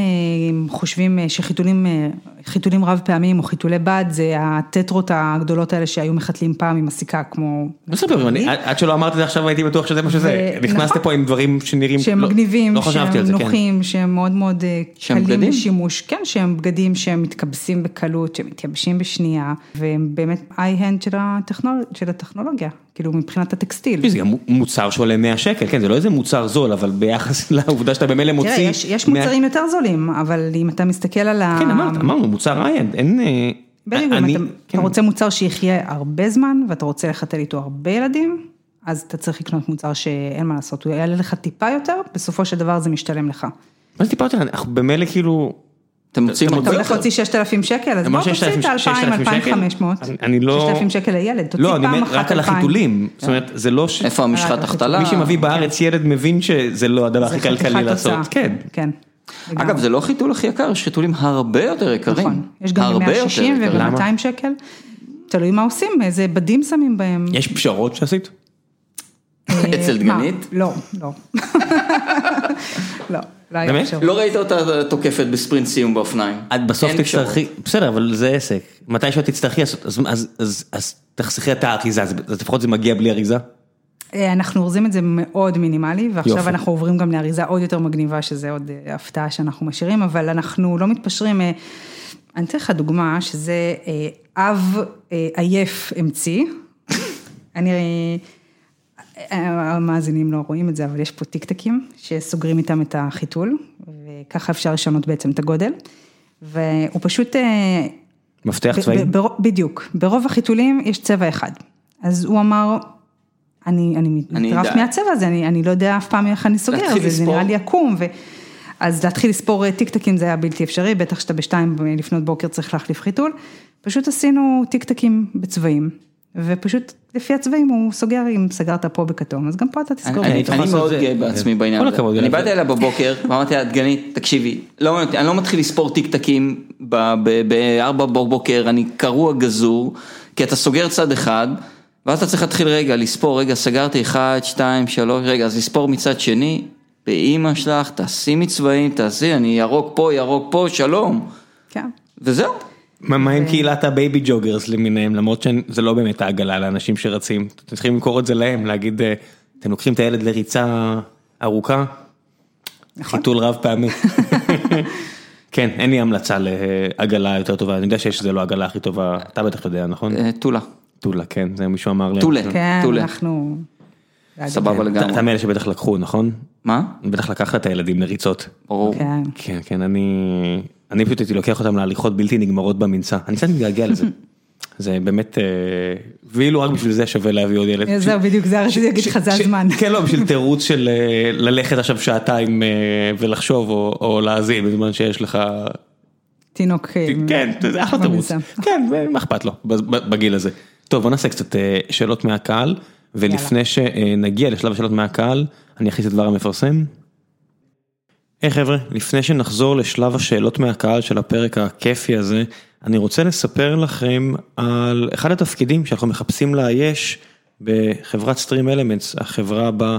[SPEAKER 2] חושבים אה, שחיתולים אה, חיתולים רב פעמים או חיתולי בד זה הטטרות הגדולות האלה שהיו מחתלים פעם עם הסיכה, כמו...
[SPEAKER 1] לא ספר, אני- עד עד שלא אמרת את זה עכשיו הייתי בטוח שזה מה שזה,
[SPEAKER 2] ו-
[SPEAKER 1] נכנסת
[SPEAKER 2] נכון.
[SPEAKER 1] פה עם דברים שנראים,
[SPEAKER 2] שהם
[SPEAKER 1] לא-
[SPEAKER 2] מגניבים,
[SPEAKER 1] לא חשבתי על
[SPEAKER 2] שהם
[SPEAKER 1] זה, כן.
[SPEAKER 2] נוחים, שהם מאוד מאוד אה,
[SPEAKER 3] שהם
[SPEAKER 2] קלים
[SPEAKER 3] בגדים?
[SPEAKER 2] לשימוש, כן, שהם בגדים שהם מתקבסים בקלות, שהם מתייבשים בשנייה, והם באמת איי-הנד של, הטכנול... של הטכנולוגיה, כאילו מבחינת הטקסטיל.
[SPEAKER 1] תשמעי, זה גם מוצר שעולה 100 שקל, כן, זה לא איזה מוצר זול, אבל ביחס לעובדה שאתה במילא מוציא...
[SPEAKER 2] תראה, יש, יש
[SPEAKER 1] 100
[SPEAKER 2] מוצרים יותר זולים, אבל אם אתה מסתכל על ה...
[SPEAKER 1] כן, אמרת, אמרנו, מוצר איינד, אין... אה,
[SPEAKER 2] בדיוק,
[SPEAKER 1] אני-
[SPEAKER 2] אם אתה,
[SPEAKER 1] כן.
[SPEAKER 2] אתה רוצה מוצר שיחיה הרבה זמן, ואתה רוצה לחתל איתו הרבה ילדים, אז אתה צריך לקנות מוצר שאין מה לעשות, הוא יעלה לך טיפה יותר, בסופו של דבר זה משתלם לך.
[SPEAKER 1] מה זה טיפה יותר, אנחנו במילא כאילו...
[SPEAKER 3] אתם מוצאים
[SPEAKER 1] אתה
[SPEAKER 2] אתה
[SPEAKER 3] אותו.
[SPEAKER 2] הולך להוציא 6,000 שקל, אז בוא
[SPEAKER 1] אמרת
[SPEAKER 2] תוציא
[SPEAKER 1] 6,000
[SPEAKER 2] את ה-2,000,
[SPEAKER 1] 6,000 שקל?
[SPEAKER 2] 2,500.
[SPEAKER 1] אני- אני לא...
[SPEAKER 2] 6,000 שקל לילד, תוציא
[SPEAKER 1] לא, אני
[SPEAKER 2] פעם
[SPEAKER 1] אומר,
[SPEAKER 2] אחת כן.
[SPEAKER 1] רק על
[SPEAKER 2] 2,000.
[SPEAKER 1] החיתולים, זאת אומרת, זה לא ש...
[SPEAKER 3] איפה המשחת החתלה?
[SPEAKER 1] מי שמביא בארץ ילד מבין שזה לא הדבר
[SPEAKER 2] כן. זה
[SPEAKER 1] הכי
[SPEAKER 2] חתיכת
[SPEAKER 1] כלכלי
[SPEAKER 2] הוצאה.
[SPEAKER 1] לעשות, כן.
[SPEAKER 2] כן.
[SPEAKER 3] אגב,
[SPEAKER 2] לגמרי.
[SPEAKER 3] זה לא חיתול הכי יקר, יש חיתולים הרבה יותר יקרים.
[SPEAKER 2] נכון, יש גם
[SPEAKER 3] הרבה יותר
[SPEAKER 2] ב-160
[SPEAKER 3] יקרים.
[SPEAKER 1] למה?
[SPEAKER 2] וב-200 שקל, תלוי מה עושים, איזה בדים שמים בהם.
[SPEAKER 1] יש פשרות שעשית?
[SPEAKER 3] אצל
[SPEAKER 2] מה?
[SPEAKER 3] דגנית?
[SPEAKER 2] לא, לא. לא, לא היה
[SPEAKER 1] באמת?
[SPEAKER 2] אפשרות.
[SPEAKER 3] לא ראית אותה תוקפת בספרינט סיום באופניים.
[SPEAKER 1] את בסוף
[SPEAKER 3] אין פשרות.
[SPEAKER 1] תצטרכי, בסדר, אבל זה עסק. מתי שאת תצטרכי, אז- אז- אז- אז- אז תחסכי את האריזה, אז אז לפחות זה מגיע בלי אריזה.
[SPEAKER 2] אה, אנחנו אורזים את זה מאוד מינימלי, ועכשיו
[SPEAKER 1] יופי.
[SPEAKER 2] יופי. אנחנו עוברים גם לאריזה עוד יותר מגניבה, שזה עוד אה, הפתעה שאנחנו משאירים, אבל אנחנו לא מתפשרים. אה, אני אתן לך דוגמה, שזה אה, אב אה, עייף המציא. אני... אה, המאזינים לא רואים את זה, אבל יש פה טיקטקים שסוגרים איתם את החיתול, וככה אפשר לשנות בעצם את הגודל. והוא פשוט אה,
[SPEAKER 1] מפתח
[SPEAKER 2] ב-
[SPEAKER 1] צבעים?
[SPEAKER 2] ב- ברוב- בדיוק, ברוב החיתולים יש צבע אחד. אז הוא אמר, אני, אני
[SPEAKER 3] אני
[SPEAKER 2] מטרף
[SPEAKER 3] יודע."
[SPEAKER 2] מהצבע הזה, אני, אני לא יודע אף פעם איך אני סוגר,
[SPEAKER 3] להתחיל
[SPEAKER 2] זה, זה
[SPEAKER 3] לספור.
[SPEAKER 2] נראה לי עקום. ו... אז להתחיל לספור אה, טיקטקים זה היה בלתי אפשרי, בטח שאתה בשתיים לפנות בוקר צריך להחליף חיתול. פשוט עשינו טיקטקים בצבעים, ופשוט לפי הצבעים הוא סוגר, אם סגרת פה בכתום, אז גם פה אתה תסגור.
[SPEAKER 3] אני- אני-
[SPEAKER 1] היית יכול
[SPEAKER 3] אני
[SPEAKER 1] לעשות
[SPEAKER 3] מאוד
[SPEAKER 1] את זה.
[SPEAKER 3] גאה בעצמי
[SPEAKER 1] כן.
[SPEAKER 3] בעניין
[SPEAKER 1] כל
[SPEAKER 3] הזה.
[SPEAKER 1] הכבוד,
[SPEAKER 3] אני
[SPEAKER 1] גלעד.
[SPEAKER 3] באתי אליה בבוקר ואמרתי לה, דגנית, תקשיבי, לא מעניין אותי, אני לא מתחיל לספור טיקטקים בארבע בבוקר, אני קרוע גזור, כי אתה סוגר צד אחד, ואז אתה צריך להתחיל רגע לספור, רגע סגרתי אחד, שתיים, שלוש, רגע, אז לספור מצד שני, באימא שלך, תשימי צבעים, תעשי, אני ירוק פה, ירוק פה, שלום,
[SPEAKER 2] כן.
[SPEAKER 3] וזהו.
[SPEAKER 1] מה מה עם קהילת הבייבי ג'וגרס למיניהם למרות שזה לא באמת העגלה לאנשים שרצים אתם צריכים למכור את זה להם להגיד אה, אתם לוקחים את הילד לריצה ארוכה
[SPEAKER 3] נכון.
[SPEAKER 1] חיתול רב פעמי. כן אין לי המלצה לעגלה יותר טובה אני יודע שיש שזה לא העגלה הכי טובה אתה בטח יודע נכון?
[SPEAKER 3] אה, טולה,
[SPEAKER 1] טולה כן זה מישהו אמר לי.
[SPEAKER 3] טולה,
[SPEAKER 2] כן,
[SPEAKER 3] טולה,
[SPEAKER 2] אנחנו... כן.
[SPEAKER 3] סבבה
[SPEAKER 1] אתה אתה
[SPEAKER 3] לגמרי.
[SPEAKER 1] מאלה שבטח לקחו נכון?
[SPEAKER 3] מה?
[SPEAKER 1] בטח לקחת את הילדים לריצות.
[SPEAKER 3] ברור.
[SPEAKER 2] כן.
[SPEAKER 1] כן כן אני אני פשוט הייתי לוקח אותם להליכות בלתי נגמרות במנסה אני קצת מתגעגע לזה. זה באמת אה, ואילו רק בשביל זה שווה להביא עוד ילד.
[SPEAKER 2] כן. זהו, בדיוק, זה הרציתי להגיד לך, זה
[SPEAKER 1] ש-
[SPEAKER 2] הזמן.
[SPEAKER 1] כן לא בשביל תירוץ של אה, ללכת עכשיו שעתיים אה, ולחשוב או או להאזין בזמן שיש לך.
[SPEAKER 2] תינוק... אה,
[SPEAKER 1] כן זה אחלה תירוץ.
[SPEAKER 2] במנסה.
[SPEAKER 1] כן זה- מה אכפת לו בז- ב- בגיל הזה. טוב בוא נעשה קצת אה, שאלות מהקהל ולפני שנגיע לשלב השאלות מהקהל אני אכניס את דבר המפרסם. היי חבר'ה, לפני שנחזור לשלב השאלות מהקהל של הפרק הכיפי הזה, אני רוצה לספר לכם על אחד התפקידים שאנחנו מחפשים לאייש בחברת Stream Elements, החברה בה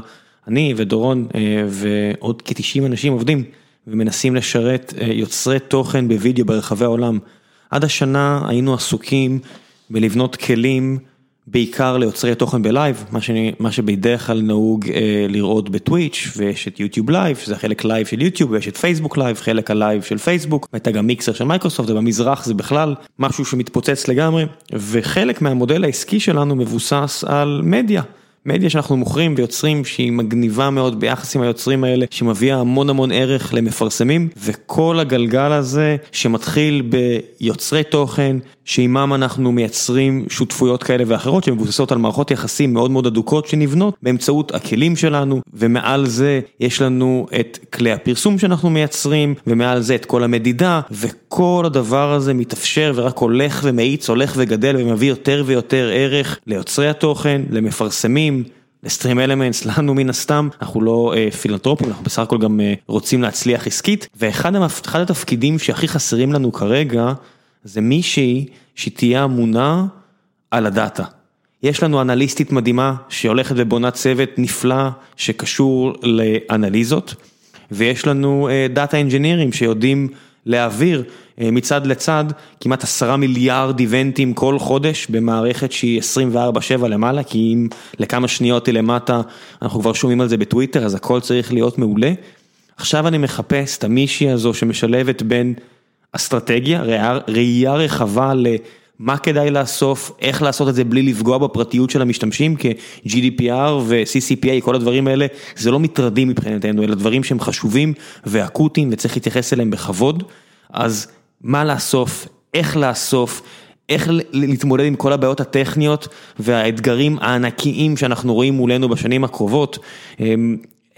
[SPEAKER 1] אני ודורון אה, ועוד כ-90 אנשים עובדים ומנסים לשרת אה, יוצרי תוכן בווידאו ברחבי העולם. עד השנה היינו עסוקים בלבנות כלים בעיקר ליוצרי תוכן בלייב, מה, שאני, מה שבדרך כלל נהוג אה, לראות בטוויץ' ויש את יוטיוב לייב, שזה החלק לייב של יוטיוב, ויש את פייסבוק לייב, חלק הלייב של פייסבוק, הייתה גם מיקסר של מייקרוסופט, ובמזרח זה בכלל משהו שמתפוצץ לגמרי, וחלק מהמודל העסקי שלנו מבוסס על מדיה. מדיה שאנחנו מוכרים ויוצרים שהיא מגניבה מאוד ביחס עם היוצרים האלה, שמביאה המון המון ערך למפרסמים, וכל הגלגל הזה שמתחיל ביוצרי תוכן, שעימם אנחנו מייצרים שותפויות כאלה ואחרות שמבוססות על מערכות יחסים מאוד מאוד הדוקות שנבנות באמצעות הכלים שלנו, ומעל זה יש לנו את כלי הפרסום שאנחנו מייצרים, ומעל זה את כל המדידה, וכל הדבר הזה מתאפשר ורק הולך ומאיץ, הולך וגדל ומביא יותר ויותר ערך ליוצרי התוכן, למפרסמים. לסטרים אלמנטס, לנו מן הסתם, אנחנו לא אה, פילנטרופים, אנחנו בסך הכל גם אה, רוצים להצליח עסקית, ואחד המפ... אחד התפקידים שהכי חסרים לנו כרגע, זה מישהי שתהיה אמונה על הדאטה. יש לנו אנליסטית מדהימה שהולכת ובונה צוות נפלא שקשור לאנליזות, ויש לנו דאטה uh, אינג'ינירים שיודעים להעביר uh, מצד לצד כמעט עשרה מיליארד איבנטים כל חודש במערכת שהיא 24/7 למעלה, כי אם לכמה שניות היא למטה, אנחנו כבר שומעים על זה בטוויטר, אז הכל צריך להיות מעולה. עכשיו אני מחפש את המישהי הזו שמשלבת בין אסטרטגיה, ראייה, ראייה רחבה למה כדאי לאסוף, איך לעשות את זה בלי לפגוע בפרטיות של המשתמשים, כ-GDPR ו-CCPA, כל הדברים האלה, זה לא מטרדים מבחינתנו, אלא דברים שהם חשובים ואקוטיים וצריך להתייחס אליהם בכבוד. אז מה לאסוף, איך לאסוף, איך להתמודד עם כל הבעיות הטכניות והאתגרים הענקיים שאנחנו רואים מולנו בשנים הקרובות. אמ,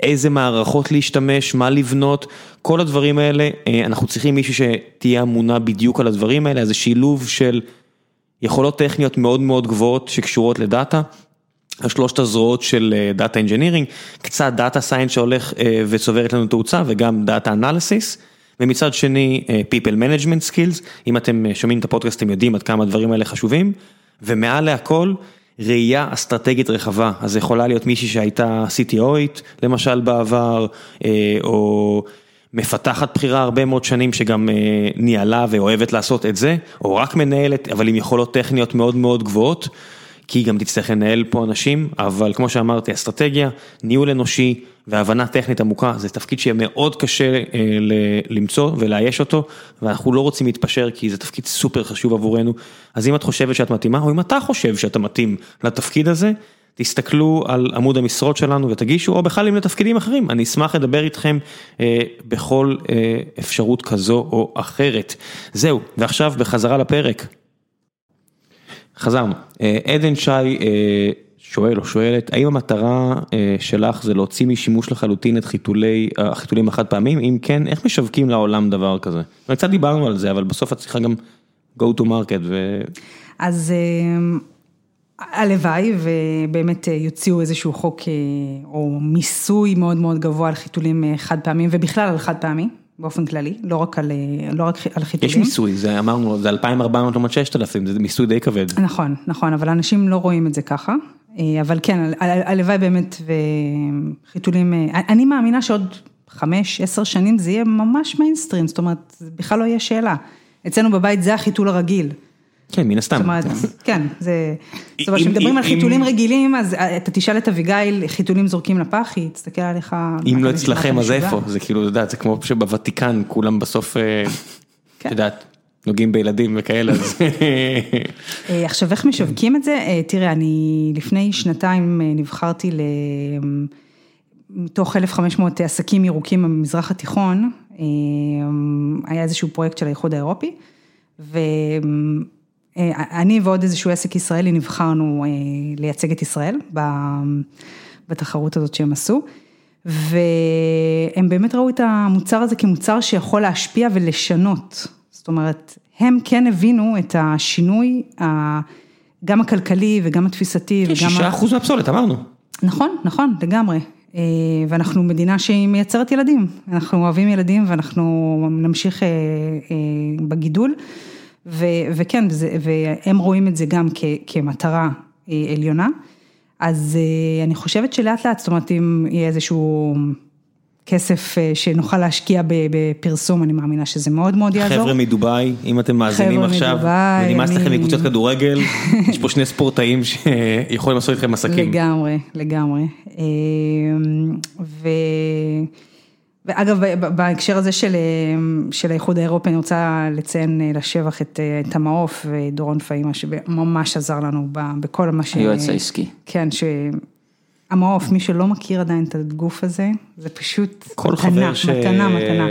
[SPEAKER 1] איזה מערכות להשתמש, מה לבנות, כל הדברים האלה, אה, אנחנו צריכים מישהי שתהיה אמונה בדיוק על הדברים האלה, אז זה שילוב של יכולות טכניות מאוד מאוד גבוהות שקשורות לדאטה, השלושת הזרועות של דאטה אינג'ינירינג, קצת דאטה סיינס שהולך אה, וצוברת לנו תאוצה וגם דאטה אנליסיס. ומצד שני, אה, People Management Skills, אם אתם אה, שומעים את הפודקאסט, אתם יודעים עד כמה הדברים האלה חשובים, ומעל להכל, ראייה אסטרטגית רחבה, אז יכולה להיות מישהי שהייתה CTOית למשל בעבר, אה, או מפתחת בחירה הרבה מאוד שנים שגם אה, ניהלה ואוהבת לעשות את זה, או רק מנהלת, אבל עם יכולות טכניות מאוד מאוד גבוהות, כי היא גם תצטרך לנהל פה אנשים, אבל כמו שאמרתי, אסטרטגיה, ניהול אנושי והבנה טכנית עמוקה, זה תפקיד שיהיה מאוד קשה אה, למצוא ולאייש אותו, ואנחנו לא רוצים להתפשר כי זה תפקיד סופר חשוב עבורנו. אז אם את חושבת שאת מתאימה, או אם אתה חושב שאתה מתאים לתפקיד הזה, תסתכלו על עמוד המשרות שלנו ותגישו, או בכלל אם לתפקידים אחרים, אני אשמח לדבר איתכם אה, בכל אה, אפשרות כזו או אחרת. זהו, ועכשיו בחזרה לפרק. חזרנו. אה, עדן שי אה, שואל או שואלת, האם המטרה אה, שלך זה להוציא משימוש לחלוטין את חיתולי, אה, החיתולים החד פעמים? אם כן, איך משווקים לעולם דבר כזה? קצת דיברנו על זה, אבל בסוף את צריכה גם go to market ו...
[SPEAKER 2] אז אה, הלוואי ובאמת אה, יוציאו איזשהו חוק אה, או מיסוי מאוד מאוד גבוה על חיתולים חד פעמים ובכלל על חד פעמי. באופן כללי, לא רק על, לא רק על חיתולים.
[SPEAKER 1] יש מיסוי, זה אמרנו, זה 2,400 לעומת 6,000, זה מיסוי די כבד.
[SPEAKER 2] נכון, נכון, אבל אנשים לא רואים את זה ככה. אבל כן, הלוואי באמת וחיתולים, אני מאמינה שעוד חמש, עשר שנים זה יהיה ממש מיינסטרים, זאת אומרת, בכלל לא יהיה שאלה. אצלנו בבית זה החיתול הרגיל.
[SPEAKER 1] כן, מן הסתם.
[SPEAKER 2] זאת אומרת, כן, זה... זאת אומרת, כשמדברים על חיתולים רגילים, אז אה, אתה תשאל את אביגיל, חיתולים זורקים לפח, היא תסתכל עליך...
[SPEAKER 1] אם לא אצלכם, אז איפה? זה כאילו, את יודעת, זה כמו שבוותיקן, כולם בסוף, אה,
[SPEAKER 2] כן.
[SPEAKER 1] את יודעת, נוגעים בילדים וכאלה, אז...
[SPEAKER 2] אה, עכשיו, איך משווקים את זה? אה, תראה, אני לפני שנתיים אה, נבחרתי ל... מתוך 1,500 עסקים ירוקים במזרח התיכון, אה, היה איזשהו פרויקט של האיחוד האירופי, אה, אני ועוד איזשהו עסק ישראלי נבחרנו אה, לייצג את ישראל בתחרות הזאת שהם עשו, והם באמת ראו את המוצר הזה כמוצר שיכול להשפיע ולשנות, זאת אומרת, הם כן הבינו את השינוי, גם הכלכלי וגם התפיסתי.
[SPEAKER 1] כן, שישה אחוז מהפסולת, אמרנו.
[SPEAKER 2] נכון, נכון, לגמרי. ואנחנו מדינה שהיא מייצרת ילדים, אנחנו אוהבים ילדים ואנחנו נמשיך אה, בגידול. ו, וכן, זה, והם רואים את זה גם כ, כמטרה אה, עליונה. אז אה, אני חושבת שלאט לאט, זאת אומרת, אם יהיה איזשהו כסף אה, שנוכל להשקיע ב- בפרסום, אני מאמינה שזה מאוד מאוד יעזור.
[SPEAKER 1] חבר'ה מדובאי, אם אתם מאזינים
[SPEAKER 2] חבר'ה
[SPEAKER 1] עכשיו,
[SPEAKER 2] מדובאי,
[SPEAKER 1] ונמאס
[SPEAKER 2] אני-
[SPEAKER 1] לכם מקבוצת כדורגל, יש פה שני ספורטאים שיכולים לעשות איתכם עסקים.
[SPEAKER 2] לגמרי, לגמרי. אמ, ו... ואגב, ב- ב- בהקשר הזה של, אמ, של האיחוד האירופי, אני רוצה לציין אה, לשבח את אה, תמה עוף ודורון פאימה, שממש עזר לנו ב- בכל מה ש...
[SPEAKER 3] היועץ העסקי.
[SPEAKER 2] כן, ש... המעוף, מי שלא מכיר עדיין את הגוף הזה, זה פשוט
[SPEAKER 1] כל
[SPEAKER 2] מתנה,
[SPEAKER 1] חבר
[SPEAKER 2] מתנה, מתנה,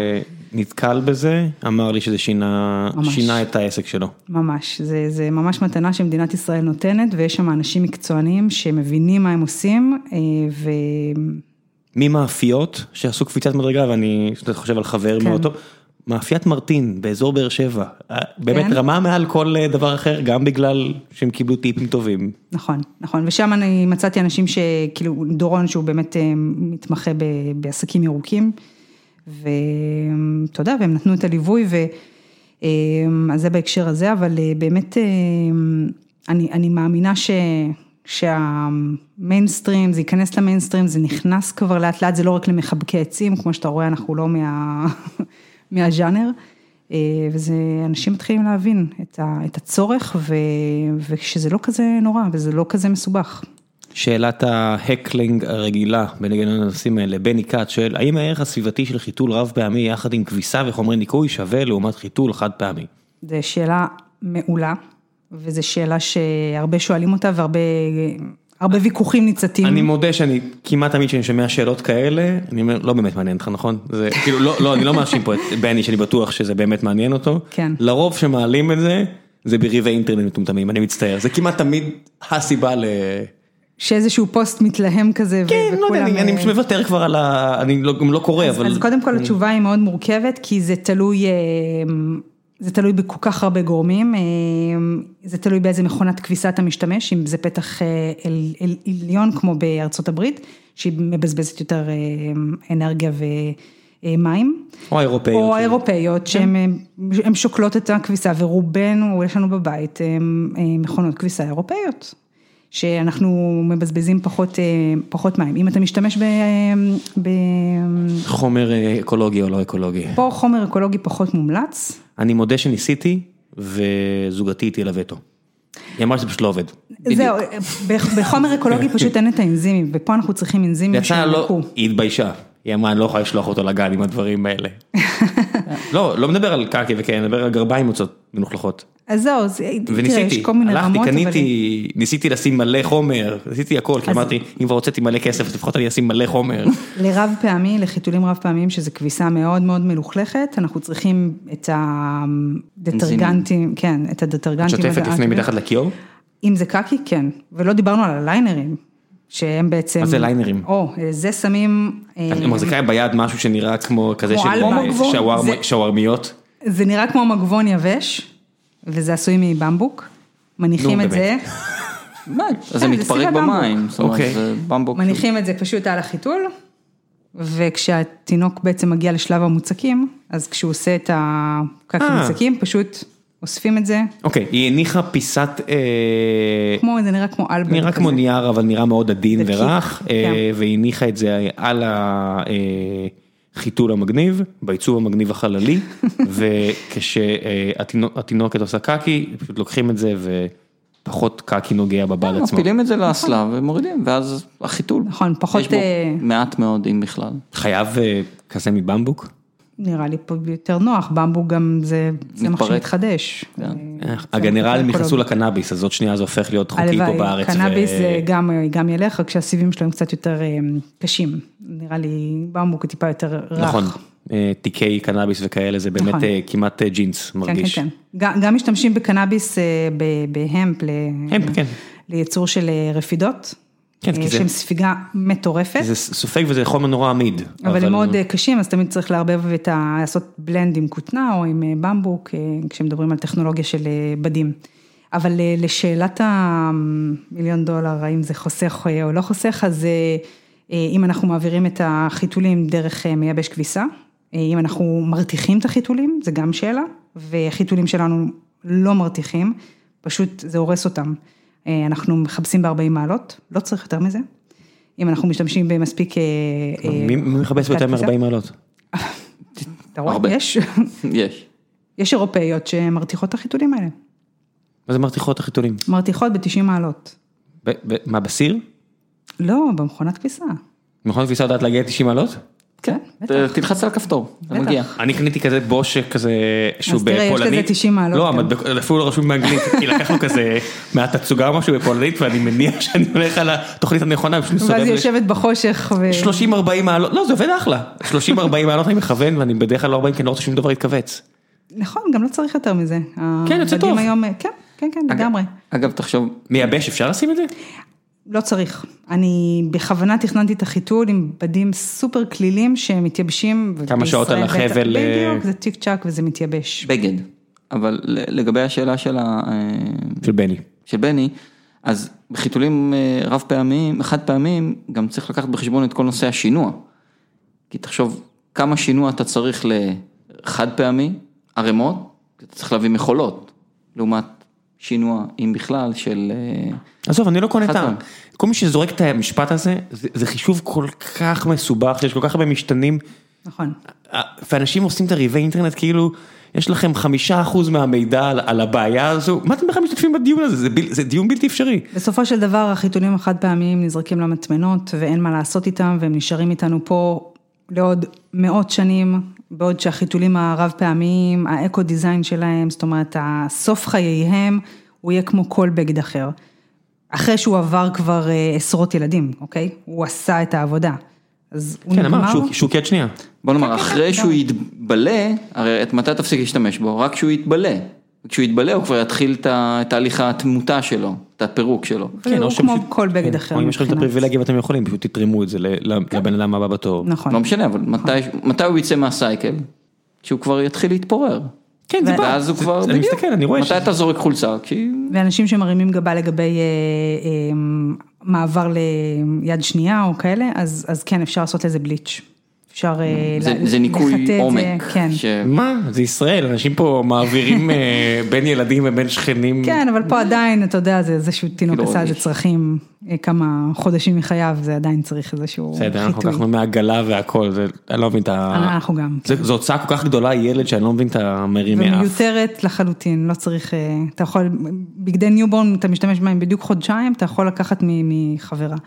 [SPEAKER 1] שנתקל בזה, אמר לי שזה שינה,
[SPEAKER 2] ממש.
[SPEAKER 1] שינה את העסק שלו.
[SPEAKER 2] ממש. זה, זה ממש מתנה שמדינת ישראל נותנת, ויש שם אנשים מקצוענים שמבינים מה הם עושים, אה, ו...
[SPEAKER 1] ממאפיות שעשו קפיצת מדרגה, ואני זאת אומרת, חושב על חבר
[SPEAKER 2] כן.
[SPEAKER 1] מאותו, מאפיית מרטין באזור באר שבע, אה, באמת
[SPEAKER 2] כן.
[SPEAKER 1] רמה מעל כל אה, דבר אחר, גם בגלל שהם קיבלו טיפים טובים.
[SPEAKER 2] נכון, נכון, ושם אני מצאתי אנשים שכאילו, דורון שהוא באמת אה, מתמחה ב, בעסקים ירוקים, ואתה יודע, והם נתנו את הליווי, ו- אה, אז זה בהקשר הזה, אבל אה, באמת אה, אני, אני מאמינה ש, שהמיינסטרים, זה ייכנס למיינסטרים, זה נכנס כבר לאט לאט, זה לא רק למחבקי עצים, כמו שאתה רואה, אנחנו לא מה, מהז'אנר. אה, וזה, אנשים מתחילים להבין את, ה, את הצורך, ו, ושזה לא כזה נורא, וזה לא כזה מסובך.
[SPEAKER 1] שאלת ההקלינג הרגילה בנגנון הנושאים האלה, בני כץ שואל, האם הערך הסביבתי של חיתול רב פעמי יחד עם כביסה וחומרי ניקוי שווה לעומת חיתול חד פעמי?
[SPEAKER 2] זו שאלה מעולה, וזו שאלה שהרבה שואלים אותה והרבה הרבה ויכוחים ניצתים.
[SPEAKER 1] אה, אני מודה שאני כמעט תמיד כשאני שומע שאלות כאלה, אני אומר, לא באמת מעניין אותך, נכון? זה כאילו, לא, לא, אני לא מאשים פה את בני, שאני בטוח שזה באמת מעניין אותו.
[SPEAKER 2] כן.
[SPEAKER 1] לרוב שמעלים את זה, זה בריבי אינטרנט מטומטמים, אני מצטער. זה כמעט תמיד הסיבה ל...
[SPEAKER 2] שאיזשהו פוסט מתלהם כזה,
[SPEAKER 1] כן, לא יודע, אני, אני
[SPEAKER 2] אה,
[SPEAKER 1] פשוט מוותר כבר על ה... אני לא, גם לא קורא, אבל...
[SPEAKER 2] אז קודם כל התשובה היא מאוד מורכבת, כי זה תלוי, אה, זה תלוי בכל כך הרבה גורמים, אה, זה תלוי באיזה מכונת כביסה אתה משתמש, אם זה פתח אה, אל, אל, עליון כמו בארצות הברית, שהיא מבזבזת יותר אה, אנרגיה ומים.
[SPEAKER 1] או כאילו האירופאיות.
[SPEAKER 2] או האירופאיות, שהן שוקלות את הכביסה, ורובנו, יש לנו בבית הם, הם, מכונות כביסה אירופאיות, שאנחנו מבזבזים פחות, אה, פחות מים. אם אתה משתמש ב... אה, ב
[SPEAKER 1] חומר אה, אקולוגי או לא אקולוגי.
[SPEAKER 2] פה חומר אקולוגי פחות מומלץ,
[SPEAKER 1] אני מודה שניסיתי, וזוגתי הטילה וטו. היא אמרה שזה פשוט לא עובד.
[SPEAKER 2] זהו, בח- בחומר אקולוגי פשוט אין את האנזימים, ופה אנחנו צריכים
[SPEAKER 1] היא
[SPEAKER 2] אנזימים
[SPEAKER 1] יצאה לא,
[SPEAKER 2] שימלקו.
[SPEAKER 1] היא התביישה, היא אמרה אני לא יכולה לשלוח אותו לגן עם הדברים האלה. לא, לא מדבר על קקי וכן, אני מדבר על גרביים יוצאות מלוכלכות.
[SPEAKER 2] אז זהו, אז אה, תראה, יש
[SPEAKER 1] וניסיתי,
[SPEAKER 2] כל מיני
[SPEAKER 1] הלכתי,
[SPEAKER 2] רמות, אבל-
[SPEAKER 1] קניתי, ניסיתי לשים מלא חומר, עשיתי הכל, כי
[SPEAKER 2] אז-
[SPEAKER 1] אמרתי, אם כבר הוצאתי מלא כסף, אז לפחות אני אשים מלא חומר.
[SPEAKER 2] לרב פעמי, לחיתולים רב פעמיים, שזו כביסה מאוד מאוד מלוכלכת, אנחנו צריכים את הדטרגנטים, כן, את הדטרגנטים.
[SPEAKER 1] שוטפת
[SPEAKER 2] הזה-
[SPEAKER 1] לפני מתחת לכיור,
[SPEAKER 2] אם זה קקי, כן, ולא דיברנו על הליינרים, שהם בעצם...
[SPEAKER 1] מה זה ליינרים?
[SPEAKER 2] או, זה שמים...
[SPEAKER 1] את
[SPEAKER 2] אה,
[SPEAKER 1] מחזיקה ביד משהו שנראה כמו כזה
[SPEAKER 2] כמו
[SPEAKER 1] של
[SPEAKER 2] אלבום.
[SPEAKER 1] אה, שוואר-
[SPEAKER 2] זה-
[SPEAKER 1] שווארמיות.
[SPEAKER 2] זה נראה כמו מגבון יבש, וזה עשוי מבמבוק, מניחים
[SPEAKER 1] נו,
[SPEAKER 2] את זה,
[SPEAKER 1] באמת.
[SPEAKER 3] מה? אז
[SPEAKER 2] זה
[SPEAKER 3] זה מתפרק
[SPEAKER 2] סירה במבוק.
[SPEAKER 3] במים, זאת אומרת,
[SPEAKER 1] כן, אוקיי.
[SPEAKER 3] זה במבוק.
[SPEAKER 2] מניחים את זה פשוט על החיתול, וכשהתינוק בעצם מגיע לשלב המוצקים, אז כשהוא עושה את הקקי
[SPEAKER 1] אה.
[SPEAKER 2] מוצקים, פשוט אוספים את זה,
[SPEAKER 1] אוקיי, היא הניחה פיסת, אה,
[SPEAKER 2] כמו, זה נראה כמו אלברט.
[SPEAKER 1] נראה
[SPEAKER 2] כזה.
[SPEAKER 1] כמו נייר, אבל נראה מאוד עדין
[SPEAKER 2] דקיק,
[SPEAKER 1] ורך, אה,
[SPEAKER 2] כן.
[SPEAKER 1] והיא הניחה את זה על החיתול המגניב, בעיצוב המגניב החללי, וכשהתינוקת עושה קקי, פשוט לוקחים את זה ופחות קקי נוגע
[SPEAKER 2] אה,
[SPEAKER 1] בבד עצמו.
[SPEAKER 3] לא, מפילים את זה לאסלה ומורידים, ואז החיתול.
[SPEAKER 2] נכון, פחות,
[SPEAKER 3] יש בו
[SPEAKER 2] אה,
[SPEAKER 3] מעט מאוד, אם בכלל.
[SPEAKER 1] חייב אה, כזה מבמבוק?
[SPEAKER 2] אה, נראה לי פה יותר נוח, במבוק גם זה צמח
[SPEAKER 3] מתפרק.
[SPEAKER 2] שמתחדש.
[SPEAKER 3] כן.
[SPEAKER 2] אה, צמח
[SPEAKER 1] הגנרלים נכנסו
[SPEAKER 2] אקולוגי.
[SPEAKER 1] לקנאביס, אז עוד שנייה זה הופך להיות חוקי פה בארץ. ו-
[SPEAKER 2] קנאביס זה גם, אה, גם ילך, רק שהסיבים שלו הם קצת יותר אה, קשים. נראה לי במבוק הוא טיפה יותר רך.
[SPEAKER 1] נכון, אה, תיקי קנאביס וכאלה, זה באמת
[SPEAKER 2] נכון.
[SPEAKER 1] אה, כמעט אה, ג'ינס
[SPEAKER 2] כן, כן,
[SPEAKER 1] מרגיש.
[SPEAKER 2] כן. גם, גם משתמשים בקנאביס אה, ב- בהמפ, ל-
[SPEAKER 1] המפ, כן.
[SPEAKER 2] לייצור של אה, רפידות.
[SPEAKER 1] כן, כי
[SPEAKER 2] אה,
[SPEAKER 1] זה-
[SPEAKER 2] שהם ספיגה מטורפת.
[SPEAKER 1] זה סופג וזה חומר נורא עמיד.
[SPEAKER 2] אבל הם מאוד אה, קשים, אז תמיד צריך לערבב את ה... לעשות בלנד עם כותנה או עם אה, במבוק, אה, כשמדברים על טכנולוגיה של אה, בדים. אבל אה, לשאלת המיליון דולר, האם זה חוסך אה, או לא חוסך, אז אה, אה, אם אנחנו מעבירים את החיתולים דרך אה, מייבש כביסה, אה, אם אנחנו מרתיחים את החיתולים, זה גם שאלה, וחיתולים שלנו לא מרתיחים, פשוט זה הורס אותם. אה, אנחנו מכבסים ב-40 מעלות, לא צריך יותר מזה. אם אנחנו משתמשים במספיק... אה, אה,
[SPEAKER 1] מי מי מכבס
[SPEAKER 2] חזקת
[SPEAKER 1] ביותר
[SPEAKER 2] כביסה.
[SPEAKER 1] מ-40 מעלות?
[SPEAKER 2] אתה רואה?
[SPEAKER 3] הרבה.
[SPEAKER 2] יש.
[SPEAKER 3] יש.
[SPEAKER 2] יש אירופאיות שמרתיחות את החיתולים האלה.
[SPEAKER 1] מה זה מרתיחות החיתולים?
[SPEAKER 2] מרתיחות ב-90 מעלות.
[SPEAKER 1] ב- ב- מה, בסיר?
[SPEAKER 2] לא, במכונת כביסה.
[SPEAKER 1] מכון כביסה יודעת להגיע 90 מעלות?
[SPEAKER 3] כן,
[SPEAKER 2] בטח.
[SPEAKER 3] ת- תלחץ על הכפתור, אתה
[SPEAKER 2] בטח.
[SPEAKER 3] מגיע.
[SPEAKER 1] אני קניתי כזה בושק כזה שהוא
[SPEAKER 2] אז תראה, יש
[SPEAKER 1] בפולנית.
[SPEAKER 2] לזה 90 מעלות כן.
[SPEAKER 1] לא,
[SPEAKER 2] גם.
[SPEAKER 1] המדבק- אפילו לא רשום באנגלית, כי לקחנו כזה מהתצוגה או משהו בפולנית ואני מניח שאני הולך על התוכנית הנכונה ופשוט מסובב.
[SPEAKER 2] ואז היא
[SPEAKER 1] ל-
[SPEAKER 2] יושבת בחושך ו...
[SPEAKER 1] 30-40 מעלות, לא זה עובד אחלה, 30-40 מעלות אני מכוון ואני בדרך כלל לא 40 כי אני לא רוצה שום דבר יתכווץ.
[SPEAKER 2] נכון, גם לא צריך יותר מזה.
[SPEAKER 1] כן, יוצא
[SPEAKER 2] הבגדים
[SPEAKER 1] טוב.
[SPEAKER 2] היום, כן, כן, כן, לגמרי.
[SPEAKER 3] אגב, תחשוב,
[SPEAKER 1] מייבש אפשר לשים את זה?
[SPEAKER 2] לא צריך. אני בכוונה תכננתי את החיתול עם בדים סופר כלילים שמתייבשים.
[SPEAKER 1] כמה שעות על
[SPEAKER 2] ובישראל בטח-
[SPEAKER 1] החבל, אה,
[SPEAKER 2] בדיוק, זה צ'יק צ'אק וזה מתייבש.
[SPEAKER 3] בגד, אבל ל- לגבי השאלה של ה... אה,
[SPEAKER 1] של בני.
[SPEAKER 3] של בני, אז בחיתולים אה, רב פעמים, חד פעמים, גם צריך לקחת בחשבון את כל נושא השינוע. כי תחשוב כמה שינוע אתה צריך לחד פעמי, ערימות, כי אתה צריך להביא מכולות, לעומת שינוע, אם בכלל, של... אה,
[SPEAKER 1] עזוב, אני לא קונה את
[SPEAKER 3] חד
[SPEAKER 1] ה...
[SPEAKER 3] פעמי.
[SPEAKER 1] כל מי שזורק את המשפט הזה, זה זה חישוב כל כך מסובך, יש כל כך הרבה משתנים,
[SPEAKER 2] נכון.
[SPEAKER 1] אה, ואנשים עושים את הריבי אינטרנט כאילו, יש לכם חמישה אחוז מהמידע על- על הבעיה הזו, מה אתם בכלל משתתפים בדיון הזה? זה בל- זה דיון בלתי אפשרי.
[SPEAKER 2] בסופו של דבר החיתולים החד פעמיים נזרקים למטמנות ואין מה לעשות איתם והם נשארים איתנו פה לעוד מאות שנים, בעוד שהחיתולים הרב פעמיים, האקו דיזיין שלהם, זאת אומרת הסוף חייהם, הוא יהיה כמו כל בגד אחר. אחרי שהוא עבר כבר אה, עשרות ילדים, אוקיי? הוא עשה את העבודה. אז הוא
[SPEAKER 1] כן,
[SPEAKER 2] נגמר.
[SPEAKER 1] אמרת שהוא- שהוא קט שנייה.
[SPEAKER 3] בוא נאמר,
[SPEAKER 2] כן, כן,
[SPEAKER 3] אחרי
[SPEAKER 2] כן,
[SPEAKER 3] שהוא
[SPEAKER 2] גם.
[SPEAKER 3] יתבלה, הרי את מתי תפסיק להשתמש בו? רק כשהוא יתבלה. כשהוא יתבלה הוא כבר יתחיל את ה- את תהליך התמותה שלו, את הפירוק שלו.
[SPEAKER 2] הוא כמו כל בגד
[SPEAKER 1] כן,
[SPEAKER 2] אחר
[SPEAKER 1] או אם יש לכם את
[SPEAKER 2] מבחינת- כן.
[SPEAKER 1] הפריבילגיה ואתם יכולים, פשוט תתרמו את זה ל- לבן אדם הבא בתור.
[SPEAKER 2] נכון.
[SPEAKER 3] לא משנה, אבל מתי, מתי הוא יצא מהסייקל? כשהוא כבר יתחיל להתפורר.
[SPEAKER 1] כן,
[SPEAKER 2] זה לא.
[SPEAKER 1] זה
[SPEAKER 2] בא.
[SPEAKER 1] בא.
[SPEAKER 3] ואז הוא כבר,
[SPEAKER 1] אני מסתכל, אני רואה
[SPEAKER 3] מתי
[SPEAKER 1] שזה-
[SPEAKER 3] אתה זורק חולצה? כי...
[SPEAKER 2] ואנשים שמרימים גבה לגבי אה, אה, מעבר ליד שנייה או כאלה, אז, אז כן, אפשר לעשות לזה בליץ'. אפשר אה,
[SPEAKER 3] זה,
[SPEAKER 2] ל-
[SPEAKER 3] זה
[SPEAKER 2] לחטא את
[SPEAKER 3] ניקוי
[SPEAKER 2] זה,
[SPEAKER 3] עומק.
[SPEAKER 2] כן.
[SPEAKER 3] ש...
[SPEAKER 1] מה? זה ישראל, אנשים פה מעבירים אה, בין ילדים ובין שכנים.
[SPEAKER 2] כן, אבל פה עדיין, אתה יודע, זה איזשהו תינוק
[SPEAKER 3] כאילו
[SPEAKER 2] עשה איזה
[SPEAKER 3] רגיש.
[SPEAKER 2] צרכים אה, כמה חודשים מחייו, זה עדיין צריך איזשהו
[SPEAKER 1] בסדר, אנחנו
[SPEAKER 2] חיתוי.
[SPEAKER 1] לקחנו מהעגלה והכל, זה- אני לא מבין את ה...
[SPEAKER 2] אה, אנחנו גם. כן.
[SPEAKER 1] זה- זו הוצאה כל כך גדולה, ילד, שאני לא מבין את המרימי אף.
[SPEAKER 2] ומיותרת לחלוטין, לא צריך, אה, אתה יכול, בגדי ניובורן אתה משתמש בהם בדיוק חודשיים, אתה יכול לקחת מ- מחברה,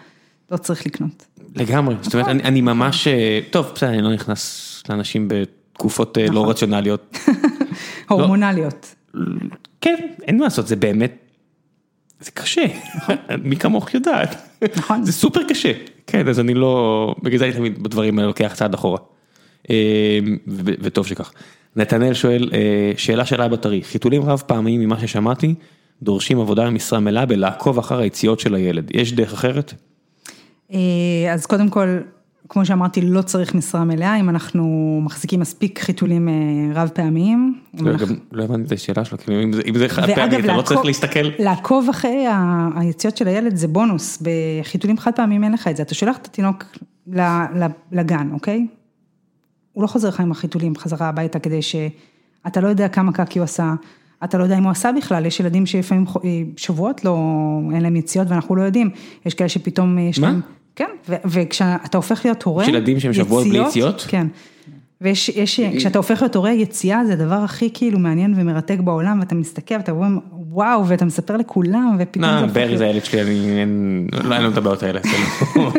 [SPEAKER 2] לא צריך לקנות.
[SPEAKER 1] לגמרי, זאת אומרת, אני- אני ממש... אה, טוב, בסדר, אני לא נכנס לאנשים בתקופות אה, לא רציונליות. לא.
[SPEAKER 2] הורמונליות.
[SPEAKER 1] כן, אין מה לעשות, זה באמת... זה קשה, מי כמוך יודעת.
[SPEAKER 2] נכון.
[SPEAKER 1] זה סופר קשה. כן, אז אני לא... בגלל זה אני תמיד בדברים האלה לוקח צעד אחורה. אה, ו- וטוב שכך. נתנאל שואל, אה, שאלה שאלה בטרי, חיתולים רב פעמיים ממה ששמעתי, דורשים עבודה במשרה מלאה בלעקוב אחר היציאות של הילד. יש דרך אחרת?
[SPEAKER 2] אה, אז קודם כל, כמו שאמרתי, לא צריך משרה מלאה, אם אנחנו מחזיקים מספיק חיתולים אה, רב פעמיים. אם
[SPEAKER 1] לא,
[SPEAKER 2] אנחנו-
[SPEAKER 1] גם לא הבנתי את השאלה שלו, כאילו אם זה- אם זה חד
[SPEAKER 2] ואגב,
[SPEAKER 1] פעמי, אתה לא
[SPEAKER 2] לעקוב-
[SPEAKER 1] צריך להסתכל.
[SPEAKER 2] לעקוב אחרי ה- היציאות של הילד זה בונוס, בחיתולים חד פעמים אין לך את זה, אתה שולח את התינוק ל- ל- לגן, אוקיי? הוא לא חוזר לך עם החיתולים חזרה הביתה כדי שאתה לא יודע כמה קקי הוא עשה, אתה לא יודע אם הוא עשה בכלל, יש ילדים שלפעמים חו- אה, שבועות לא, אין להם יציאות ואנחנו לא יודעים, יש כאלה שפתאום אה, יש
[SPEAKER 1] מה?
[SPEAKER 2] להם... כן, ו- וכשאתה הופך להיות הורה,
[SPEAKER 1] יש ילדים שהם שבועות בלי יציאות?
[SPEAKER 2] כן. ויש, יש, כשאתה הופך להיות הורה, יציאה זה הדבר הכי כאילו מעניין ומרתק בעולם, ואתה מסתכל, ואתה אומר, וואו, ואתה מספר לכולם, ופתאום
[SPEAKER 1] נא,
[SPEAKER 2] הופך
[SPEAKER 1] ברי
[SPEAKER 2] להיות-
[SPEAKER 1] אה, זה הילד שלי, אני אין, לא אין לנו את הבעיות האלה. כאילו.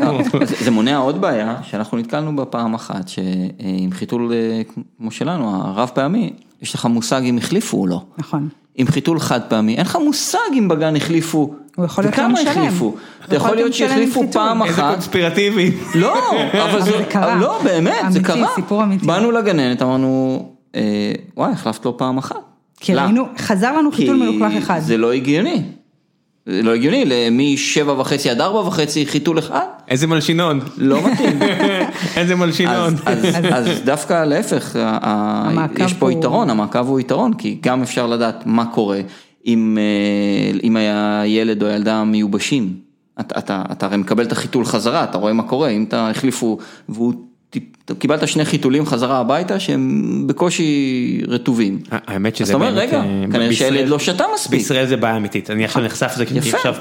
[SPEAKER 3] זה, זה מונע עוד בעיה שאנחנו נתקלנו בה פעם אחת, שעם חיתול אה, כמו שלנו, הרב פעמי, יש לך מושג אם החליפו או לא.
[SPEAKER 2] נכון.
[SPEAKER 3] עם חיתול חד פעמי, אין לך מושג אם בגן החליפו,
[SPEAKER 2] הוא יכול להיות
[SPEAKER 3] וכמה
[SPEAKER 2] לא משלם.
[SPEAKER 3] החליפו.
[SPEAKER 2] הוא
[SPEAKER 3] זה יכול
[SPEAKER 2] יכול להיות
[SPEAKER 3] להיות
[SPEAKER 2] משלם עם
[SPEAKER 3] שהחליפו
[SPEAKER 2] חיתול.
[SPEAKER 3] פעם
[SPEAKER 1] איזה
[SPEAKER 3] אחת,
[SPEAKER 1] קונספירטיבי.
[SPEAKER 3] לא, אבל זה,
[SPEAKER 2] זה קרה.
[SPEAKER 3] לא, באמת, זה
[SPEAKER 2] אמיתי,
[SPEAKER 3] קרה.
[SPEAKER 2] סיפור אמיתי.
[SPEAKER 3] באנו לגננת, אמרנו, אה, וואי, החלפת לו פעם אחת.
[SPEAKER 2] כי
[SPEAKER 3] למה?
[SPEAKER 2] ראינו, חזר לנו
[SPEAKER 3] לא. כי
[SPEAKER 2] חיתול מלוכלך אחד.
[SPEAKER 3] זה לא הגיוני. זה לא הגיוני, משבע וחצי עד ארבע וחצי חיתול אחד,
[SPEAKER 1] איזה מלשינון.
[SPEAKER 3] לא מתאים.
[SPEAKER 1] איזה מלשינון.
[SPEAKER 3] אז, אז, אז דווקא להפך, ה- ה-
[SPEAKER 2] המעקב
[SPEAKER 3] יש פה
[SPEAKER 2] הוא-
[SPEAKER 3] יתרון, המעקב הוא יתרון, כי גם אפשר לדעת מה קורה אם, אה, אם הילד או הילדה מיובשים. אתה, אתה, אתה הרי מקבל את החיתול חזרה, אתה רואה מה קורה, אם אתה החליפו והוא ת- אתה קיבלת שני חיתולים חזרה הביתה שהם בקושי רטובים.
[SPEAKER 1] האמת אה, שזה
[SPEAKER 3] אז אתה אומר,
[SPEAKER 1] באמת,
[SPEAKER 3] רגע,
[SPEAKER 1] אה,
[SPEAKER 3] כנראה
[SPEAKER 1] בישראל-
[SPEAKER 3] שהילד לא שתה מספיק. אה,
[SPEAKER 1] בישראל זה בעיה אמיתית, אני עכשיו נחשף לזה, כי
[SPEAKER 3] יפה.
[SPEAKER 1] עכשיו...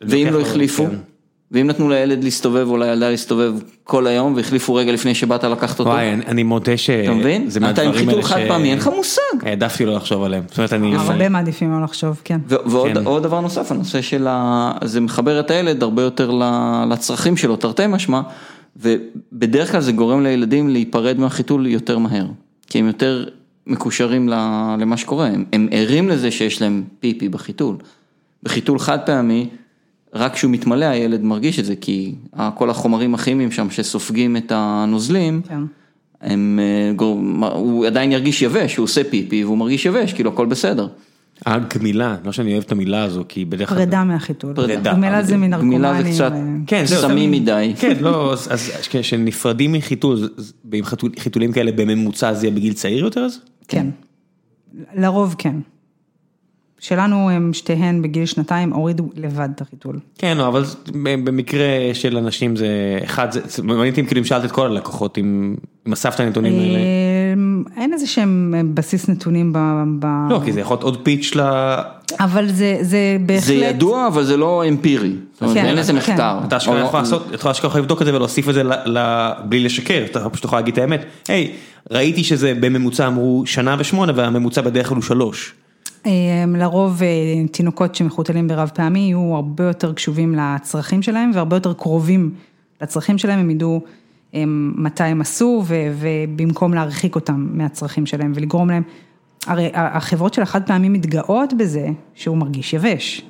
[SPEAKER 3] ואם
[SPEAKER 1] לוקח
[SPEAKER 3] לא
[SPEAKER 1] לו-
[SPEAKER 3] החליפו,
[SPEAKER 1] כן.
[SPEAKER 3] ואם נתנו לילד להסתובב או לילדה להסתובב כל היום והחליפו רגע לפני שבאת לקחת אותו,
[SPEAKER 1] וואי, אני- אני מודה ש...
[SPEAKER 3] אתה מבין?
[SPEAKER 1] אה, זה
[SPEAKER 3] אתה
[SPEAKER 1] מהדברים
[SPEAKER 3] עם חיתול
[SPEAKER 1] האלה ש-
[SPEAKER 3] חד פעמי, אין לך מושג.
[SPEAKER 1] העדפתי לא לחשוב עליהם. זאת אומרת, אני...
[SPEAKER 3] נכון.
[SPEAKER 2] הרבה מעדיפים לא לחשוב, כן.
[SPEAKER 3] ו- ועוד
[SPEAKER 1] כן.
[SPEAKER 3] עוד דבר נוסף, הנושא של ה... זה מחבר את הילד הרבה יותר ל- לצרכים שלו, תרתי משמע, ובדרך כלל זה גורם לילדים להיפרד מהחיתול יותר מהר, כי הם יותר מקושרים ל- למה שקורה, הם, הם ערים לזה שיש להם פיפי בחיתול. בחיתול חד פעמי, רק כשהוא מתמלא הילד מרגיש את זה, כי ה- כל החומרים הכימיים שם שסופגים את הנוזלים,
[SPEAKER 2] כן.
[SPEAKER 3] הם, אה, גור... הוא עדיין ירגיש יבש, הוא עושה פיפי והוא מרגיש יבש, כאילו הכל בסדר.
[SPEAKER 1] הגמילה, לא שאני אוהב את המילה הזו, כי בדרך כלל...
[SPEAKER 2] פרידה מהחיתול.
[SPEAKER 1] פרידה.
[SPEAKER 2] גמילה זה מנרקומנים.
[SPEAKER 3] גמילה זה קצת-
[SPEAKER 2] אה,
[SPEAKER 1] כן, זהו,
[SPEAKER 3] סמי
[SPEAKER 1] סמי.
[SPEAKER 3] מדי.
[SPEAKER 1] כן, לא, אז- אז כשנפרדים מחיתול, ז- ז- עם חיתול- חיתולים כאלה בממוצע זה יהיה בגיל צעיר יותר אז?
[SPEAKER 2] כן. לרוב כן. שלנו הם שתיהן בגיל שנתיים הורידו לבד את החיתול.
[SPEAKER 1] כן, לא, אבל ב- במקרה של אנשים זה אחד, זה- זה- מעניין אותי אם כאילו אם שאלת את כל הלקוחות, אם אם אספת נתונים האלה.
[SPEAKER 2] אמ, אין איזה שהם אה, בסיס נתונים ב... ב-
[SPEAKER 1] לא, כי זה יכול להיות עוד פיץ' ל...
[SPEAKER 2] אבל זה, זה בהחלט...
[SPEAKER 3] זה ידוע, אבל זה לא אמפירי. זאת אומרת,
[SPEAKER 2] כן,
[SPEAKER 3] אין לזה
[SPEAKER 2] כן.
[SPEAKER 3] מחקר.
[SPEAKER 1] אתה אשכרה
[SPEAKER 3] או- אה.
[SPEAKER 1] יכול לעשות, אתה אשכרה יכול לבדוק את זה ולהוסיף את זה ל- ל- בלי לשקר, אתה פשוט יכול להגיד את האמת. היי, ראיתי שזה בממוצע אמרו שנה ושמונה והממוצע בדרך כלל הוא שלוש.
[SPEAKER 2] אמ, לרוב אה, תינוקות שמחותלים ברב פעמי יהיו הרבה יותר קשובים לצרכים שלהם והרבה יותר קרובים לצרכים שלהם, הם ידעו אמ, מתי הם עשו ו- ובמקום להרחיק אותם מהצרכים שלהם ולגרום להם, הרי ה- החברות של החד פעמי מתגאות בזה שהוא מרגיש יבש.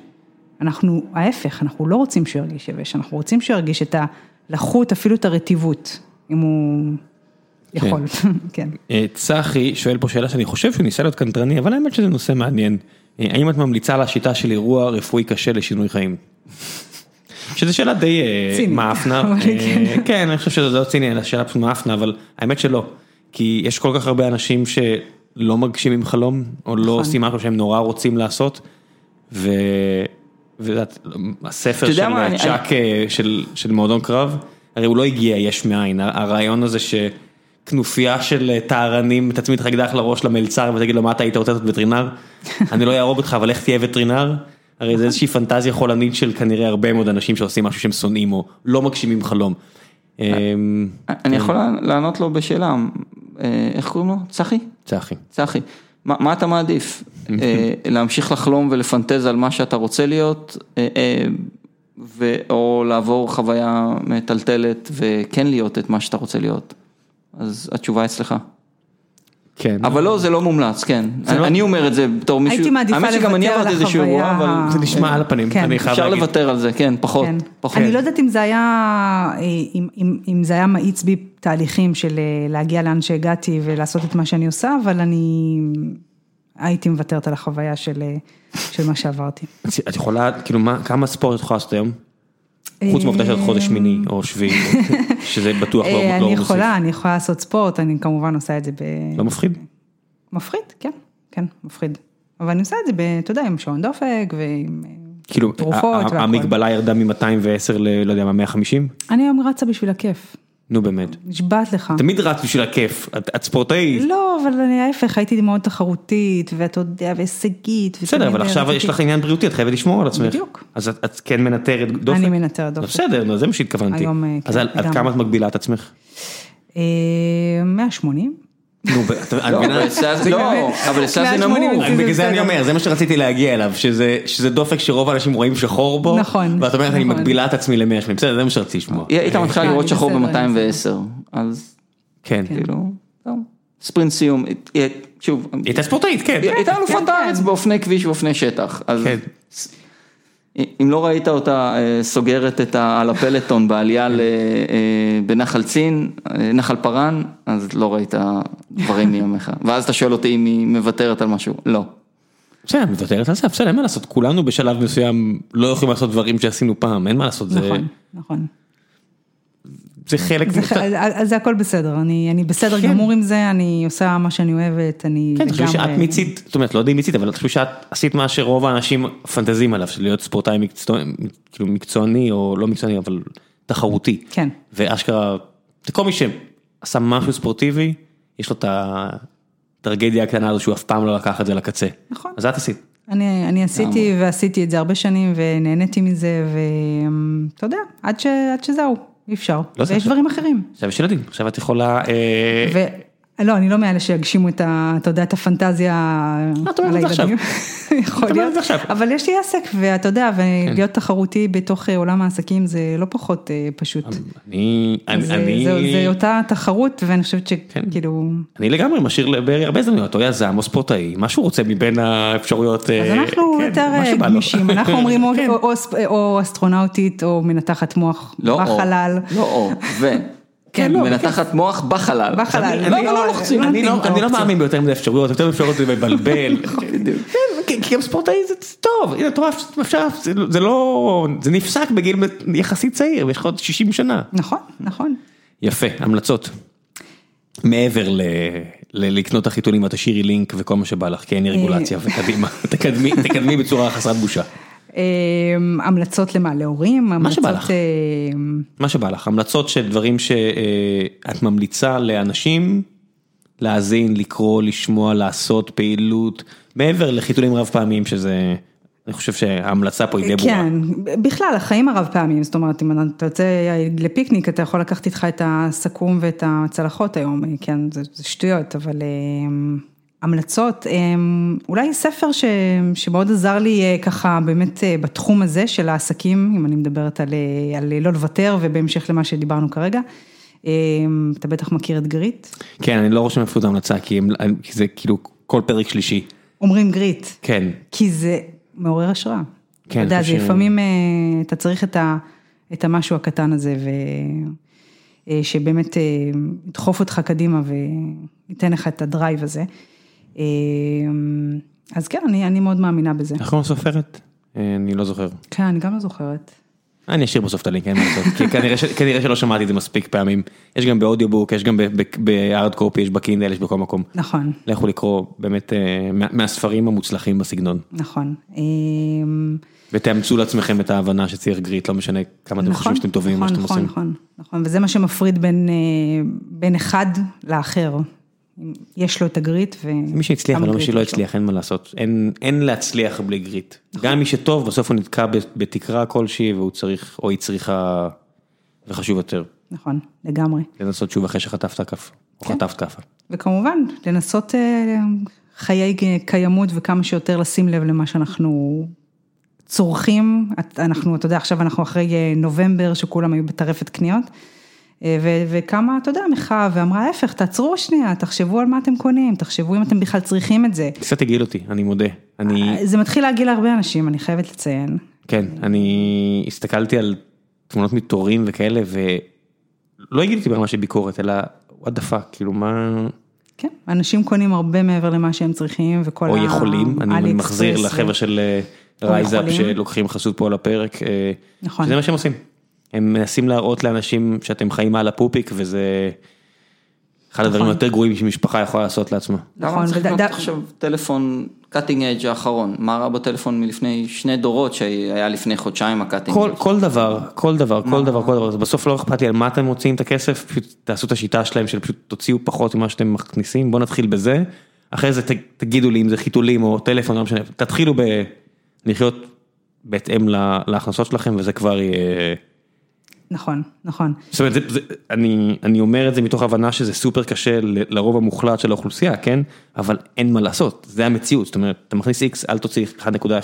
[SPEAKER 2] אנחנו, ההפך, אנחנו לא רוצים שהוא ירגיש יבש, אנחנו רוצים שהוא ירגיש את הלחות, אפילו את הרטיבות, אם הוא יכול, כן.
[SPEAKER 1] אה, צחי שואל פה שאלה שאני חושב שהוא ניסה להיות קנטרני, אבל האמת שזה נושא מעניין. אה, האם את ממליצה על השיטה של אירוע רפואי קשה לשינוי חיים? שזו שאלה די אה,
[SPEAKER 2] צינית.
[SPEAKER 1] מאפנה,
[SPEAKER 2] אבל
[SPEAKER 1] אה,
[SPEAKER 2] כן.
[SPEAKER 1] כן, אני חושב שזה לא ציני, אלא שאלה פשוט מאפנה, אבל האמת שלא. כי יש כל כך הרבה אנשים שלא מגשים עם חלום, או
[SPEAKER 3] נכון.
[SPEAKER 1] לא עושים משהו שהם נורא רוצים לעשות, ו... ואת, הספר
[SPEAKER 3] אתה יודע
[SPEAKER 1] של
[SPEAKER 3] מה, אני-
[SPEAKER 1] צ'אק אה, של, של מועדון קרב, הרי הוא לא הגיע יש מאין, ה- הרעיון הזה שכנופיה של אה, טהרנים תצמיד לך אקדח לראש למלצר ותגיד לו מה אתה היית רוצה להיות וטרינר, אני לא אהרוג אותך אבל איך תהיה וטרינר, הרי זה איזושהי פנטזיה חולנית של כנראה הרבה מאוד אנשים שעושים משהו שהם שונאים או לא מגשימים חלום. אמ,
[SPEAKER 3] אה, אני יכול לענות לו בשאלה, אה, איך קוראים לו? צחי?
[SPEAKER 1] צחי.
[SPEAKER 3] צחי, מה, מה אתה מעדיף? אה, להמשיך לחלום ולפנטז על מה שאתה רוצה להיות, אה, אה, ו, או לעבור חוויה מטלטלת וכן להיות את מה שאתה רוצה להיות? אז התשובה אצלך.
[SPEAKER 1] כן.
[SPEAKER 3] אבל לא, זה לא מומלץ, כן.
[SPEAKER 1] זה
[SPEAKER 3] אני,
[SPEAKER 1] לא-
[SPEAKER 3] אני אומר את זה בתור מישהו.
[SPEAKER 2] הייתי מעדיפה
[SPEAKER 3] האמת שגם אני
[SPEAKER 2] לוותר על
[SPEAKER 3] עברתי איזשהו
[SPEAKER 2] החוויה
[SPEAKER 3] אירוע, אבל...
[SPEAKER 1] זה נשמע על הפנים,
[SPEAKER 2] אה, כן.
[SPEAKER 1] אני חייב
[SPEAKER 3] אפשר
[SPEAKER 1] להגיד.
[SPEAKER 3] לוותר על זה, כן, פחות,
[SPEAKER 2] כן.
[SPEAKER 3] פחות.
[SPEAKER 2] אני לא יודעת אם זה היה, אה, אם, אם, אם זה היה מאיץ בי תהליכים של אה, להגיע לאן שהגעתי ולעשות את מה שאני עושה, אבל אני הייתי מוותרת על החוויה של, אה, של מה שעברתי.
[SPEAKER 1] את- את יכולה, כאילו מה, כמה ספורט את יכולה לעשות היום? חוץ מהעובדה שאת חודש שמיני או שביעי, שזה בטוח לא
[SPEAKER 2] אה,
[SPEAKER 1] לא
[SPEAKER 2] אני
[SPEAKER 1] מוסיף.
[SPEAKER 2] יכולה, אני יכולה לעשות ספורט, אני כמובן עושה את זה ב...
[SPEAKER 1] לא מפחיד?
[SPEAKER 2] מפחיד, כן, כן, מפחיד. אבל אני עושה את זה, ב, אתה יודע, עם שעון דופק ועם... אה,
[SPEAKER 1] כאילו,
[SPEAKER 2] תרופות
[SPEAKER 1] ה- ה-
[SPEAKER 2] והכל.
[SPEAKER 1] המגבלה ירדה מ-210 ל... לא יודע מה, 150?
[SPEAKER 2] אני היום רצה בשביל הכיף,
[SPEAKER 1] נו באמת.
[SPEAKER 2] נשבעת לך.
[SPEAKER 1] תמיד רץ בשביל הכיף, את את ספורטאית.
[SPEAKER 2] לא, אבל אני ההפך, הייתי מאוד תחרותית, ואתה יודע, והישגית.
[SPEAKER 1] בסדר,
[SPEAKER 2] ותמיד אה,
[SPEAKER 1] אבל עכשיו
[SPEAKER 2] רציתי-
[SPEAKER 1] יש לך עניין בריאותי, את חייבת לשמור על עצמך.
[SPEAKER 2] בדיוק.
[SPEAKER 1] אז את את כן מנטרת דופק?
[SPEAKER 2] אני מנטרת דופק.
[SPEAKER 1] בסדר, נו, זה מה שהתכוונתי.
[SPEAKER 2] היום, אה,
[SPEAKER 1] אז
[SPEAKER 2] כן,
[SPEAKER 1] על- עד
[SPEAKER 2] לגמרי.
[SPEAKER 1] כמה את מגבילה את עצמך?
[SPEAKER 2] אה, 180?
[SPEAKER 1] נו, ב- את- את
[SPEAKER 3] לא,
[SPEAKER 1] מבינה?
[SPEAKER 3] אבל אצלה זה- לא, אבל אצלה זה
[SPEAKER 2] 180
[SPEAKER 3] נמוך.
[SPEAKER 1] אז בגלל זה
[SPEAKER 2] בסדר.
[SPEAKER 1] אני אומר, זה מה שרציתי להגיע אליו, שזה, שזה דופק שרוב האנשים רואים שחור בו,
[SPEAKER 2] נכון,
[SPEAKER 1] ואת אומרת אני
[SPEAKER 2] נכון.
[SPEAKER 1] מגבילה את עצמי ל-180, בסדר, זה מה שרציתי לשמוע.
[SPEAKER 3] היא הייתה מתחילה
[SPEAKER 2] אה,
[SPEAKER 3] לראות שחור
[SPEAKER 2] בסדר, אני
[SPEAKER 3] ב-210, אז
[SPEAKER 1] כן. היא
[SPEAKER 3] כאילו, טוב. ספרינט סיום, היא- שוב, היא
[SPEAKER 1] הייתה ספורטאית, כן.
[SPEAKER 3] הייתה אלופת
[SPEAKER 2] כן.
[SPEAKER 3] הארץ באופני כביש ואופני שטח, אז
[SPEAKER 1] כן.
[SPEAKER 3] אם לא ראית אותה אה, סוגרת את ה- על הפלטון בעלייה ל- אה, בנחל צין, אה, נחל פארן, אז לא ראית דברים מימיך, ואז אתה שואל אותי אם היא מוותרת על משהו, לא.
[SPEAKER 1] בסדר, מוותרת על זה, בסדר, אין מה לעשות, כולנו בשלב מסוים לא יכולים לעשות דברים שעשינו פעם, אין מה לעשות, זה-
[SPEAKER 2] נכון, נכון.
[SPEAKER 1] זה חלק,
[SPEAKER 2] זה-
[SPEAKER 1] אתה-
[SPEAKER 2] אז זה הכל בסדר, אני אני בסדר
[SPEAKER 1] כן.
[SPEAKER 2] גמור עם זה, אני עושה מה שאני אוהבת, אני
[SPEAKER 1] כן, תחשבי שאת
[SPEAKER 2] לגמרי-
[SPEAKER 1] מיצית, זאת אומרת, לא יודע אם מיצית, אבל תחשבי שאת עשית מה שרוב האנשים פנטזים עליו, של להיות ספורטאי מקצוע- כאילו מקצועני או לא מקצועני, אבל תחרותי.
[SPEAKER 2] כן.
[SPEAKER 1] ואשכרה, זה כל מי ש... עשה משהו ספורטיבי, יש לו את הטרגדיה הקטנה הזו שהוא אף פעם לא לקח את זה לקצה.
[SPEAKER 2] נכון.
[SPEAKER 1] אז את עשית.
[SPEAKER 2] אני, אני עשיתי ועשיתי את זה הרבה שנים ונהניתי מזה ואתה יודע, עד, ש, עד שזהו, אי אפשר.
[SPEAKER 1] לא זה
[SPEAKER 2] ויש
[SPEAKER 1] עכשיו.
[SPEAKER 2] דברים אחרים.
[SPEAKER 1] עכשיו יש ילדים, עכשיו את יכולה... אה,
[SPEAKER 2] ו... לא, אני לא מאלה שיגשימו את ה... אתה יודע, את הפנטזיה
[SPEAKER 1] אה, את אומרת את זה עכשיו.
[SPEAKER 2] יכול
[SPEAKER 1] את אומרת את
[SPEAKER 2] להיות.
[SPEAKER 1] זה עכשיו. כן.
[SPEAKER 2] אבל יש לי עסק, ואתה יודע, ולהיות תחרותי בתוך אה, עולם העסקים זה לא פחות אה, פשוט.
[SPEAKER 1] אני... אני...
[SPEAKER 2] אז, אה,
[SPEAKER 1] אני- כן.
[SPEAKER 2] זה, זה אותה תחרות, ואני חושבת כאילו, שכאילו...
[SPEAKER 1] אני לגמרי משאיר לברי הרבה הזדמנויות, או יזם או ספורטאי, מה שהוא רוצה מבין האפשרויות. אה, כן,
[SPEAKER 2] אז אנחנו יותר אה, גמישים, אנחנו אומרים או- או- או ספ- או אסטרונאוטית או מנתחת מוח
[SPEAKER 3] לא או.
[SPEAKER 2] בחלל.
[SPEAKER 3] לא או. ו. כן,
[SPEAKER 2] לא,
[SPEAKER 3] מנתחת מוח בחלל.
[SPEAKER 2] בחלל.
[SPEAKER 3] אני-
[SPEAKER 2] אני-
[SPEAKER 3] למה לא
[SPEAKER 2] לא-
[SPEAKER 3] לוחצים?
[SPEAKER 2] לא
[SPEAKER 1] אני לא-
[SPEAKER 2] נותנים את
[SPEAKER 1] אני לא
[SPEAKER 2] האופציה.
[SPEAKER 1] מאמין ביותר מדי אפשרויות, יותר מדי אפשרויות זה מבלבל. כן, כי- כי גם ספורטאי זה טוב, הנה, אתה רואה, אפשר, זה לא- זה לא, זה נפסק בגיל יחסית צעיר, ויש לך עוד 60 שנה.
[SPEAKER 2] נכון, נכון.
[SPEAKER 1] יפה, המלצות. מעבר ל... ל- לקנות את החיתולים, את תשאירי לינק וכל מה שבא לך, כי
[SPEAKER 2] אה.
[SPEAKER 1] אין לי רגולציה וקדימה, תקדמי, תקדמי בצורה חסרת בושה.
[SPEAKER 2] אמ, המלצות למה? להורים? המלצות,
[SPEAKER 1] שבא לך.
[SPEAKER 2] אמ,
[SPEAKER 1] מה שבא לך, המלצות של דברים שאת ממליצה לאנשים להאזין, לקרוא, לשמוע, לעשות פעילות, מעבר לחיתולים רב פעמים שזה, אני חושב שההמלצה פה היא די ברורה.
[SPEAKER 2] כן, בכלל החיים הרב פעמים, זאת אומרת אם אתה יוצא לפיקניק אתה יכול לקחת איתך את הסכו"ם ואת הצלחות היום, כן זה, זה שטויות, אבל אמ, המלצות, אמ, אולי ספר ש, שמאוד עזר לי אה, ככה באמת אה, בתחום הזה של העסקים, אם אני מדברת על, אה, על לא לוותר ובהמשך למה שדיברנו כרגע, אמ, אתה בטח מכיר את גריט,
[SPEAKER 1] כן, אני לא רושם אפילו את ההמלצה, כי הם- כי זה כאילו כל פרק שלישי.
[SPEAKER 2] אומרים גריט,
[SPEAKER 1] כן,
[SPEAKER 2] כי זה מעורר השראה.
[SPEAKER 1] כן,
[SPEAKER 2] כן, אתה יודע, זה
[SPEAKER 1] חושב-
[SPEAKER 2] לפעמים אה, אתה צריך את, ה, את המשהו הקטן הזה, ו, אה, שבאמת אה, ידחוף אותך קדימה וייתן לך את הדרייב הזה. אה, אז כן, אני, אני מאוד מאמינה בזה.
[SPEAKER 1] איך קוראים לסופרת? אה, אני לא זוכר.
[SPEAKER 2] כן, אני גם לא זוכרת.
[SPEAKER 1] אני אשאיר בסוף את הלינק, אין מה לעשות, כי כנראה ש- כנראה שלא שמעתי את זה מספיק פעמים. יש גם באודיובוק, יש גם ב- ב- בהארד קופי, יש בקינדל, יש בכל מקום.
[SPEAKER 2] נכון,
[SPEAKER 1] לכו לקרוא באמת אה, מה- מהספרים המוצלחים בסגנון.
[SPEAKER 2] נכון. אה,
[SPEAKER 1] ותאמצו לעצמכם את ההבנה שצריך גריט, לא משנה כמה אתם חושבים שאתם טובים במה
[SPEAKER 2] נכון,
[SPEAKER 1] שאתם
[SPEAKER 2] נכון,
[SPEAKER 1] עושים.
[SPEAKER 2] נכון, נכון, וזה מה שמפריד בין, אה, בין אחד לאחר. יש לו את הגריט ו...
[SPEAKER 1] מי שהצליח
[SPEAKER 2] גם לא
[SPEAKER 1] ולא מי
[SPEAKER 2] הגריט
[SPEAKER 1] שלא
[SPEAKER 2] יש לו.
[SPEAKER 1] הצליח, אין מה לעשות. אין- אין להצליח בלי גריט.
[SPEAKER 2] נכון.
[SPEAKER 1] גם מי שטוב, בסוף הוא נתקע ב- בתקרה כלשהי והוא צריך, או היא צריכה, וחשוב יותר,
[SPEAKER 2] נכון, לגמרי.
[SPEAKER 1] לנסות שוב אחרי שחטפת כף, או
[SPEAKER 2] כן.
[SPEAKER 1] חטפת כאפה.
[SPEAKER 2] וכמובן, לנסות אה, חיי קיימות וכמה שיותר לשים לב למה שאנחנו צורכים. את- אנחנו, אתה יודע, עכשיו אנחנו אחרי אה, נובמבר שכולם היו בטרפת קניות. אה, ו- וכמה, אתה יודע, מחאה, ואמרה, ההפך, תעצרו שנייה, תחשבו על מה אתם קונים, תחשבו אם אתם בכלל צריכים את זה.
[SPEAKER 1] קצת הגעיל אותי, אני מודה. אני,
[SPEAKER 2] זה מתחיל להגיע להרבה אנשים, אני חייבת לציין.
[SPEAKER 1] כן, אני הסתכלתי על תמונות מתורים וכאלה, ולא הגעתי ברמה של ביקורת, אלא what the fuck, כאילו מה...
[SPEAKER 2] כן, אנשים קונים הרבה מעבר למה שהם צריכים, וכל
[SPEAKER 1] או יכולים, אני אני
[SPEAKER 2] AliExpress
[SPEAKER 1] מחזיר
[SPEAKER 2] ו-
[SPEAKER 1] לחבר'ה של
[SPEAKER 2] או
[SPEAKER 1] רייזאפ
[SPEAKER 2] יכולים.
[SPEAKER 1] שלוקחים חסות פה על הפרק, אה,
[SPEAKER 2] נכון.
[SPEAKER 1] שזה מה שהם עושים. הם מנסים להראות לאנשים שאתם חיים על הפופיק וזה אחד הדברים היותר גרועים שמשפחה יכולה לעשות לעצמה.
[SPEAKER 3] למה
[SPEAKER 2] נכון,
[SPEAKER 3] צריך
[SPEAKER 2] וד-
[SPEAKER 3] לקנות
[SPEAKER 2] ד-
[SPEAKER 3] עכשיו טלפון קאטינג אג' האחרון? מה רע בטלפון מלפני שני דורות שהיה לפני חודשיים הקאטינג
[SPEAKER 1] כל, כל דבר, כל דבר, כל דבר, כל דבר, זה בסוף לא אכפת לי על מה אתם מוציאים את הכסף, פשוט תעשו את השיטה שלהם של פשוט תוציאו פחות ממה שאתם מכניסים, בואו נתחיל בזה, אחרי זה ת, תגידו לי אם זה חיתולים או טלפון, לא משנה, תתחילו ב... לחיות בהתאם לה, להכנסות שלכם וזה כבר יהיה...
[SPEAKER 2] נכון, נכון.
[SPEAKER 1] זאת אומרת, זה, זה, אני, אני אומר את זה מתוך הבנה שזה סופר קשה ל- לרוב המוחלט של האוכלוסייה, כן? אבל אין מה לעשות, זה המציאות, זאת אומרת, אתה מכניס x, אל תוציא 1.1x, אין מה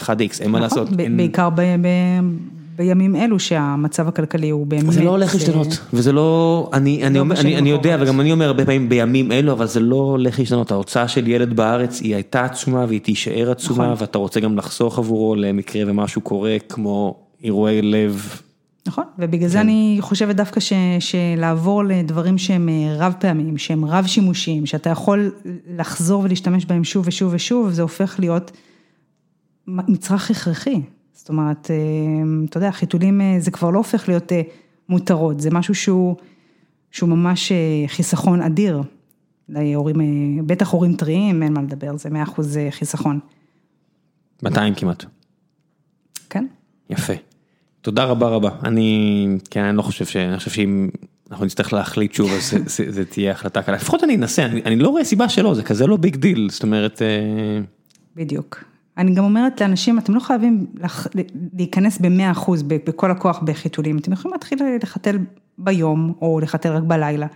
[SPEAKER 2] נכון,
[SPEAKER 1] לעשות.
[SPEAKER 2] ב-
[SPEAKER 1] אין...
[SPEAKER 2] בעיקר ב- ב- בימים אלו שהמצב הכלכלי הוא באמת...
[SPEAKER 1] זה לא הולך
[SPEAKER 2] אה,
[SPEAKER 1] להשתנות, וזה לא, אני, אני,
[SPEAKER 2] לא
[SPEAKER 1] אומר,
[SPEAKER 2] בשנים
[SPEAKER 1] אני, אני יודע,
[SPEAKER 2] הקרובות.
[SPEAKER 1] וגם אני אומר הרבה פעמים בימים אלו, אבל זה לא הולך להשתנות, ההוצאה של ילד בארץ היא הייתה עצומה והיא תישאר עצומה,
[SPEAKER 2] נכון.
[SPEAKER 1] ואתה רוצה גם לחסוך עבורו למקרה ומשהו קורה, כמו אירועי לב,
[SPEAKER 2] נכון, ובגלל
[SPEAKER 1] כן.
[SPEAKER 2] זה אני חושבת דווקא ש, שלעבור לדברים שהם אה, רב פעמים, שהם רב שימושיים, שאתה יכול לחזור ולהשתמש בהם שוב ושוב ושוב, זה הופך להיות מ- מצרך הכרחי. זאת אומרת, אה, אתה יודע, חיתולים אה, זה כבר לא הופך להיות אה, מותרות, זה משהו שהוא, שהוא ממש אה, חיסכון אדיר. להורים, אה, בטח הורים טריים, אין מה לדבר, זה 100% חיסכון.
[SPEAKER 1] 200 כמעט.
[SPEAKER 2] כן?
[SPEAKER 1] כן, יפה. תודה רבה רבה. אני, כן, אני לא חושב ש... אני חושב שאם אנחנו נצטרך להחליט שוב, אז זה- זה- זה תהיה החלטה קלה. לפחות אני אנסה, אני אני לא רואה סיבה שלא, זה כזה לא ביג דיל, זאת אומרת, אה,
[SPEAKER 2] בדיוק. אני גם אומרת לאנשים, אתם לא חייבים לח... להיכנס במאה אחוז, בכל הכוח בחיתולים, אתם יכולים להתחיל לחתל ביום, או לחתל רק בלילה.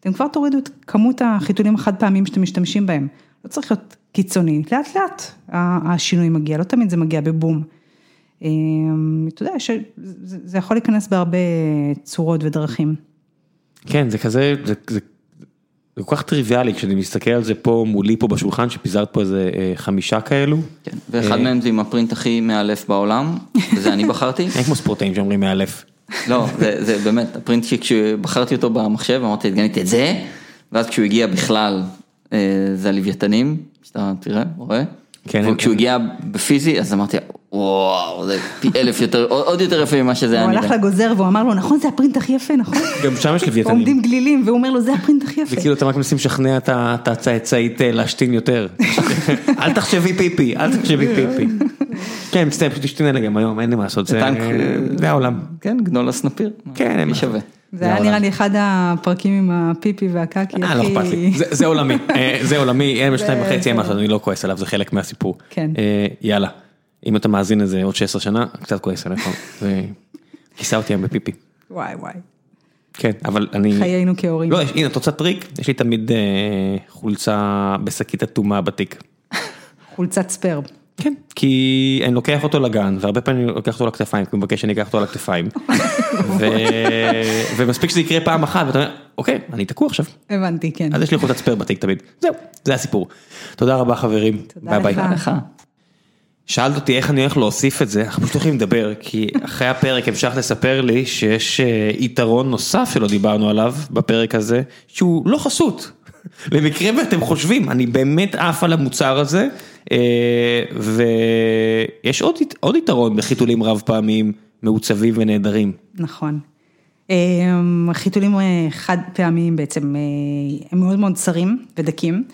[SPEAKER 2] אתם כבר תורידו את כמות החיתולים החד פעמים שאתם משתמשים בהם. לא צריך להיות קיצוני, לאט לאט ה- השינוי מגיע, לא תמיד זה מגיע בבום. אה, אתה יודע, ש... זה זה יכול להיכנס בהרבה צורות ודרכים.
[SPEAKER 1] כן, זה כזה, זה, זה, זה כל כך טריוויאלי כשאני מסתכל על זה פה מולי פה בשולחן, שפיזרת פה איזה אה, חמישה כאלו.
[SPEAKER 3] כן, ואחד מהם זה עם הפרינט הכי מאלף בעולם, וזה אני בחרתי.
[SPEAKER 1] אין כמו ספורטאים שאומרים מאלף.
[SPEAKER 3] לא, זה, זה באמת, הפרינט שכשבחרתי אותו במחשב, אמרתי, הדגנתי את זה, ואז כשהוא הגיע בכלל, אה, זה הלווייתנים, שאתה תראה, רואה?
[SPEAKER 1] כן,
[SPEAKER 3] אבל
[SPEAKER 1] הם-
[SPEAKER 3] כשהוא הגיע בפיזי, אז אמרתי, וואו, זה פי אלף יותר, עוד עוד יותר יפה ממה שזה היה
[SPEAKER 2] הוא הלך
[SPEAKER 3] נראה.
[SPEAKER 2] לגוזר והוא אמר לו, נכון, זה הפרינט הכי יפה, נכון?
[SPEAKER 1] גם שם יש לוויתנים.
[SPEAKER 2] עומדים גלילים, והוא אומר לו, זה הפרינט הכי יפה.
[SPEAKER 1] זה כאילו אתם רק מנסים לשכנע את ה- את הצאצאית אה, להשתין יותר. אל תחשבי פיפי, אל תחשבי פיפי. כן, מצטער, פשוט תשתין עליה גם היום, אין לי מה לעשות, זה
[SPEAKER 3] טנק, אה,
[SPEAKER 1] זה העולם.
[SPEAKER 3] כן, גנולה סנפיר,
[SPEAKER 1] כן, אין
[SPEAKER 3] מי
[SPEAKER 1] מה.
[SPEAKER 3] שווה.
[SPEAKER 2] זה היה נראה לי אחד הפרקים עם הפיפי והקקי
[SPEAKER 1] אה, לא
[SPEAKER 2] הכי...
[SPEAKER 1] אכפת לי, זה- זה עולמי, אה, זה עולמי, אין בשתיים וחצי, אין משהו, אני לא כועס עליו, זה חלק מהסיפור.
[SPEAKER 2] כן.
[SPEAKER 1] אה, יאללה, אם אתה מאזין לזה עוד 16 שנה, קצת כועס עליך, זה כיסה אותי היום בפיפי.
[SPEAKER 2] וואי וואי,
[SPEAKER 1] כן, אבל אני...
[SPEAKER 2] חיינו כהורים.
[SPEAKER 1] לא, יש- הנה, את רוצה טריק? יש לי תמיד אה, חולצה בשקית אטומה בתיק.
[SPEAKER 2] חולצת ספייר.
[SPEAKER 1] כן, כי אני לוקח אותו לגן, והרבה פעמים אני לוקח אותו לכתפיים, כי הוא מבקש שאני אקח אותו לכתפיים. ו... ומספיק שזה יקרה פעם אחת, ואתה אומר, אוקיי, אני תקוע עכשיו.
[SPEAKER 2] הבנתי, כן.
[SPEAKER 1] אז יש לי חולצת ספייר בתיק תמיד. זהו, זה הסיפור. תודה רבה חברים.
[SPEAKER 2] תודה
[SPEAKER 1] ביי
[SPEAKER 2] לך.
[SPEAKER 1] ביי.
[SPEAKER 3] לך.
[SPEAKER 1] שאלת אותי איך אני הולך להוסיף את זה, אנחנו פשוט הולכים לדבר, כי אחרי הפרק המשכת לספר לי שיש אה, יתרון נוסף שלא דיברנו עליו בפרק הזה, שהוא לא חסות. למקרה ואתם חושבים, אני באמת עף על המוצר הזה, אה, ויש עוד, ית- עוד יתרון בחיתולים רב פעמיים מעוצבים ונהדרים.
[SPEAKER 2] נכון. אמ, חיתולים אה, חד פעמיים בעצם, אה, הם מאוד מאוד צרים ודקים,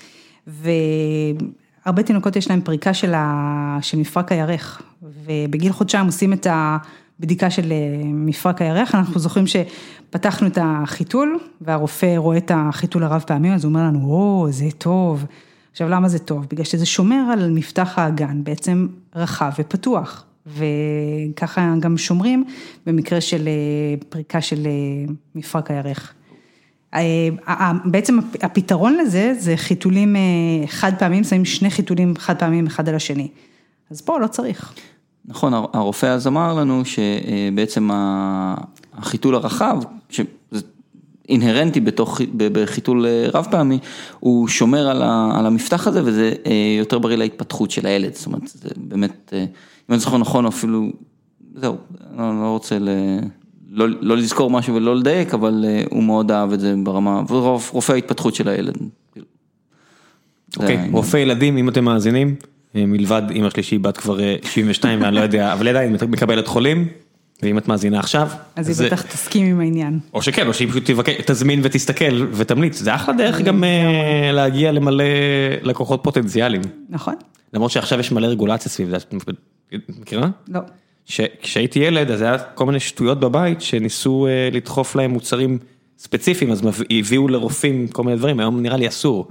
[SPEAKER 2] והרבה תינוקות יש להם פריקה של, ה... של מפרק הירך, ובגיל חודשיים עושים את הבדיקה של אה, מפרק הירך, אנחנו זוכרים שפתחנו את החיתול, והרופא רואה את החיתול הרב פעמי, אז הוא אומר לנו, או, זה טוב. עכשיו, למה זה טוב? בגלל שזה שומר על מפתח האגן, בעצם רחב ופתוח. וככה גם שומרים במקרה של אה, פריקה של אה, מפרק הירך. אה, אה, אה, בעצם הפ- הפתרון לזה זה חיתולים אה, חד פעמים, שמים שני חיתולים חד פעמים אחד על השני. אז פה לא צריך.
[SPEAKER 3] נכון, הר- הרופא אז אמר לנו שבעצם החיתול הרחב, שזה אינהרנטי בתוך, חי- ב- בחיתול אה, רב פעמי, הוא שומר על, ה, על המפתח הזה וזה אה, יותר בריא להתפתחות של הילד, זאת אומרת, זה באמת, אה, אם אני זוכר נכון, אפילו, זהו, אני לא רוצה ל... לא, לא לזכור משהו ולא לדייק, אבל אה, הוא מאוד אהב את זה ברמה, ורוב- רופא ההתפתחות של הילד. זה
[SPEAKER 2] אה,
[SPEAKER 1] אוקיי,
[SPEAKER 3] העניין.
[SPEAKER 1] רופא ילדים, אם אתם מאזינים, אה, מלבד אמא שלי שהיא בת כבר אה, 72 ואני לא יודע, אבל היא עדיין מקבלת חולים, ואם את מאזינה עכשיו, אה,
[SPEAKER 2] אז היא בטח תסכים עם העניין.
[SPEAKER 1] או שכן, או שהיא פשוט תבקש, תזמין ותסתכל ותמליץ, זה אחלה דרך גם אה, להגיע למלא לקוחות פוטנציאליים.
[SPEAKER 2] נכון?
[SPEAKER 1] למרות שעכשיו יש מלא רגולציה סביב זה, את מכירה?
[SPEAKER 2] לא.
[SPEAKER 1] כשהייתי ילד אז היה כל מיני שטויות בבית שניסו אה, לדחוף להם מוצרים ספציפיים, אז מב- הביאו לרופאים כל מיני דברים, היום נראה לי אסור.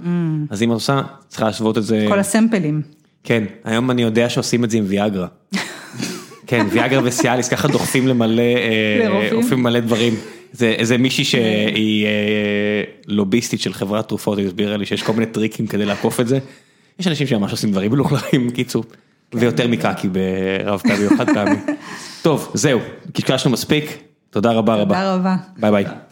[SPEAKER 1] אז אם את עושה, צריכה להשוות את זה,
[SPEAKER 2] כל הסמפלים.
[SPEAKER 1] כן, היום אני יודע שעושים את זה עם ויאגרה. כן, ויאגרה וסיאליס, ככה דוחפים למלא, אה,
[SPEAKER 2] לרופאים.
[SPEAKER 1] עופים מלא דברים. זה איזה מישהי שהיא אה, לוביסטית של חברת תרופות, היא הסבירה לי שיש כל מיני טריקים כדי לעקוף את זה. יש אנשים שממש עושים דברים מלוכלכים, קיצור. ויותר מקקי ברב פעמי או חד פעמי. טוב, זהו, קשקשנו מספיק, תודה רבה רבה.
[SPEAKER 2] תודה רבה.
[SPEAKER 1] ביי ביי.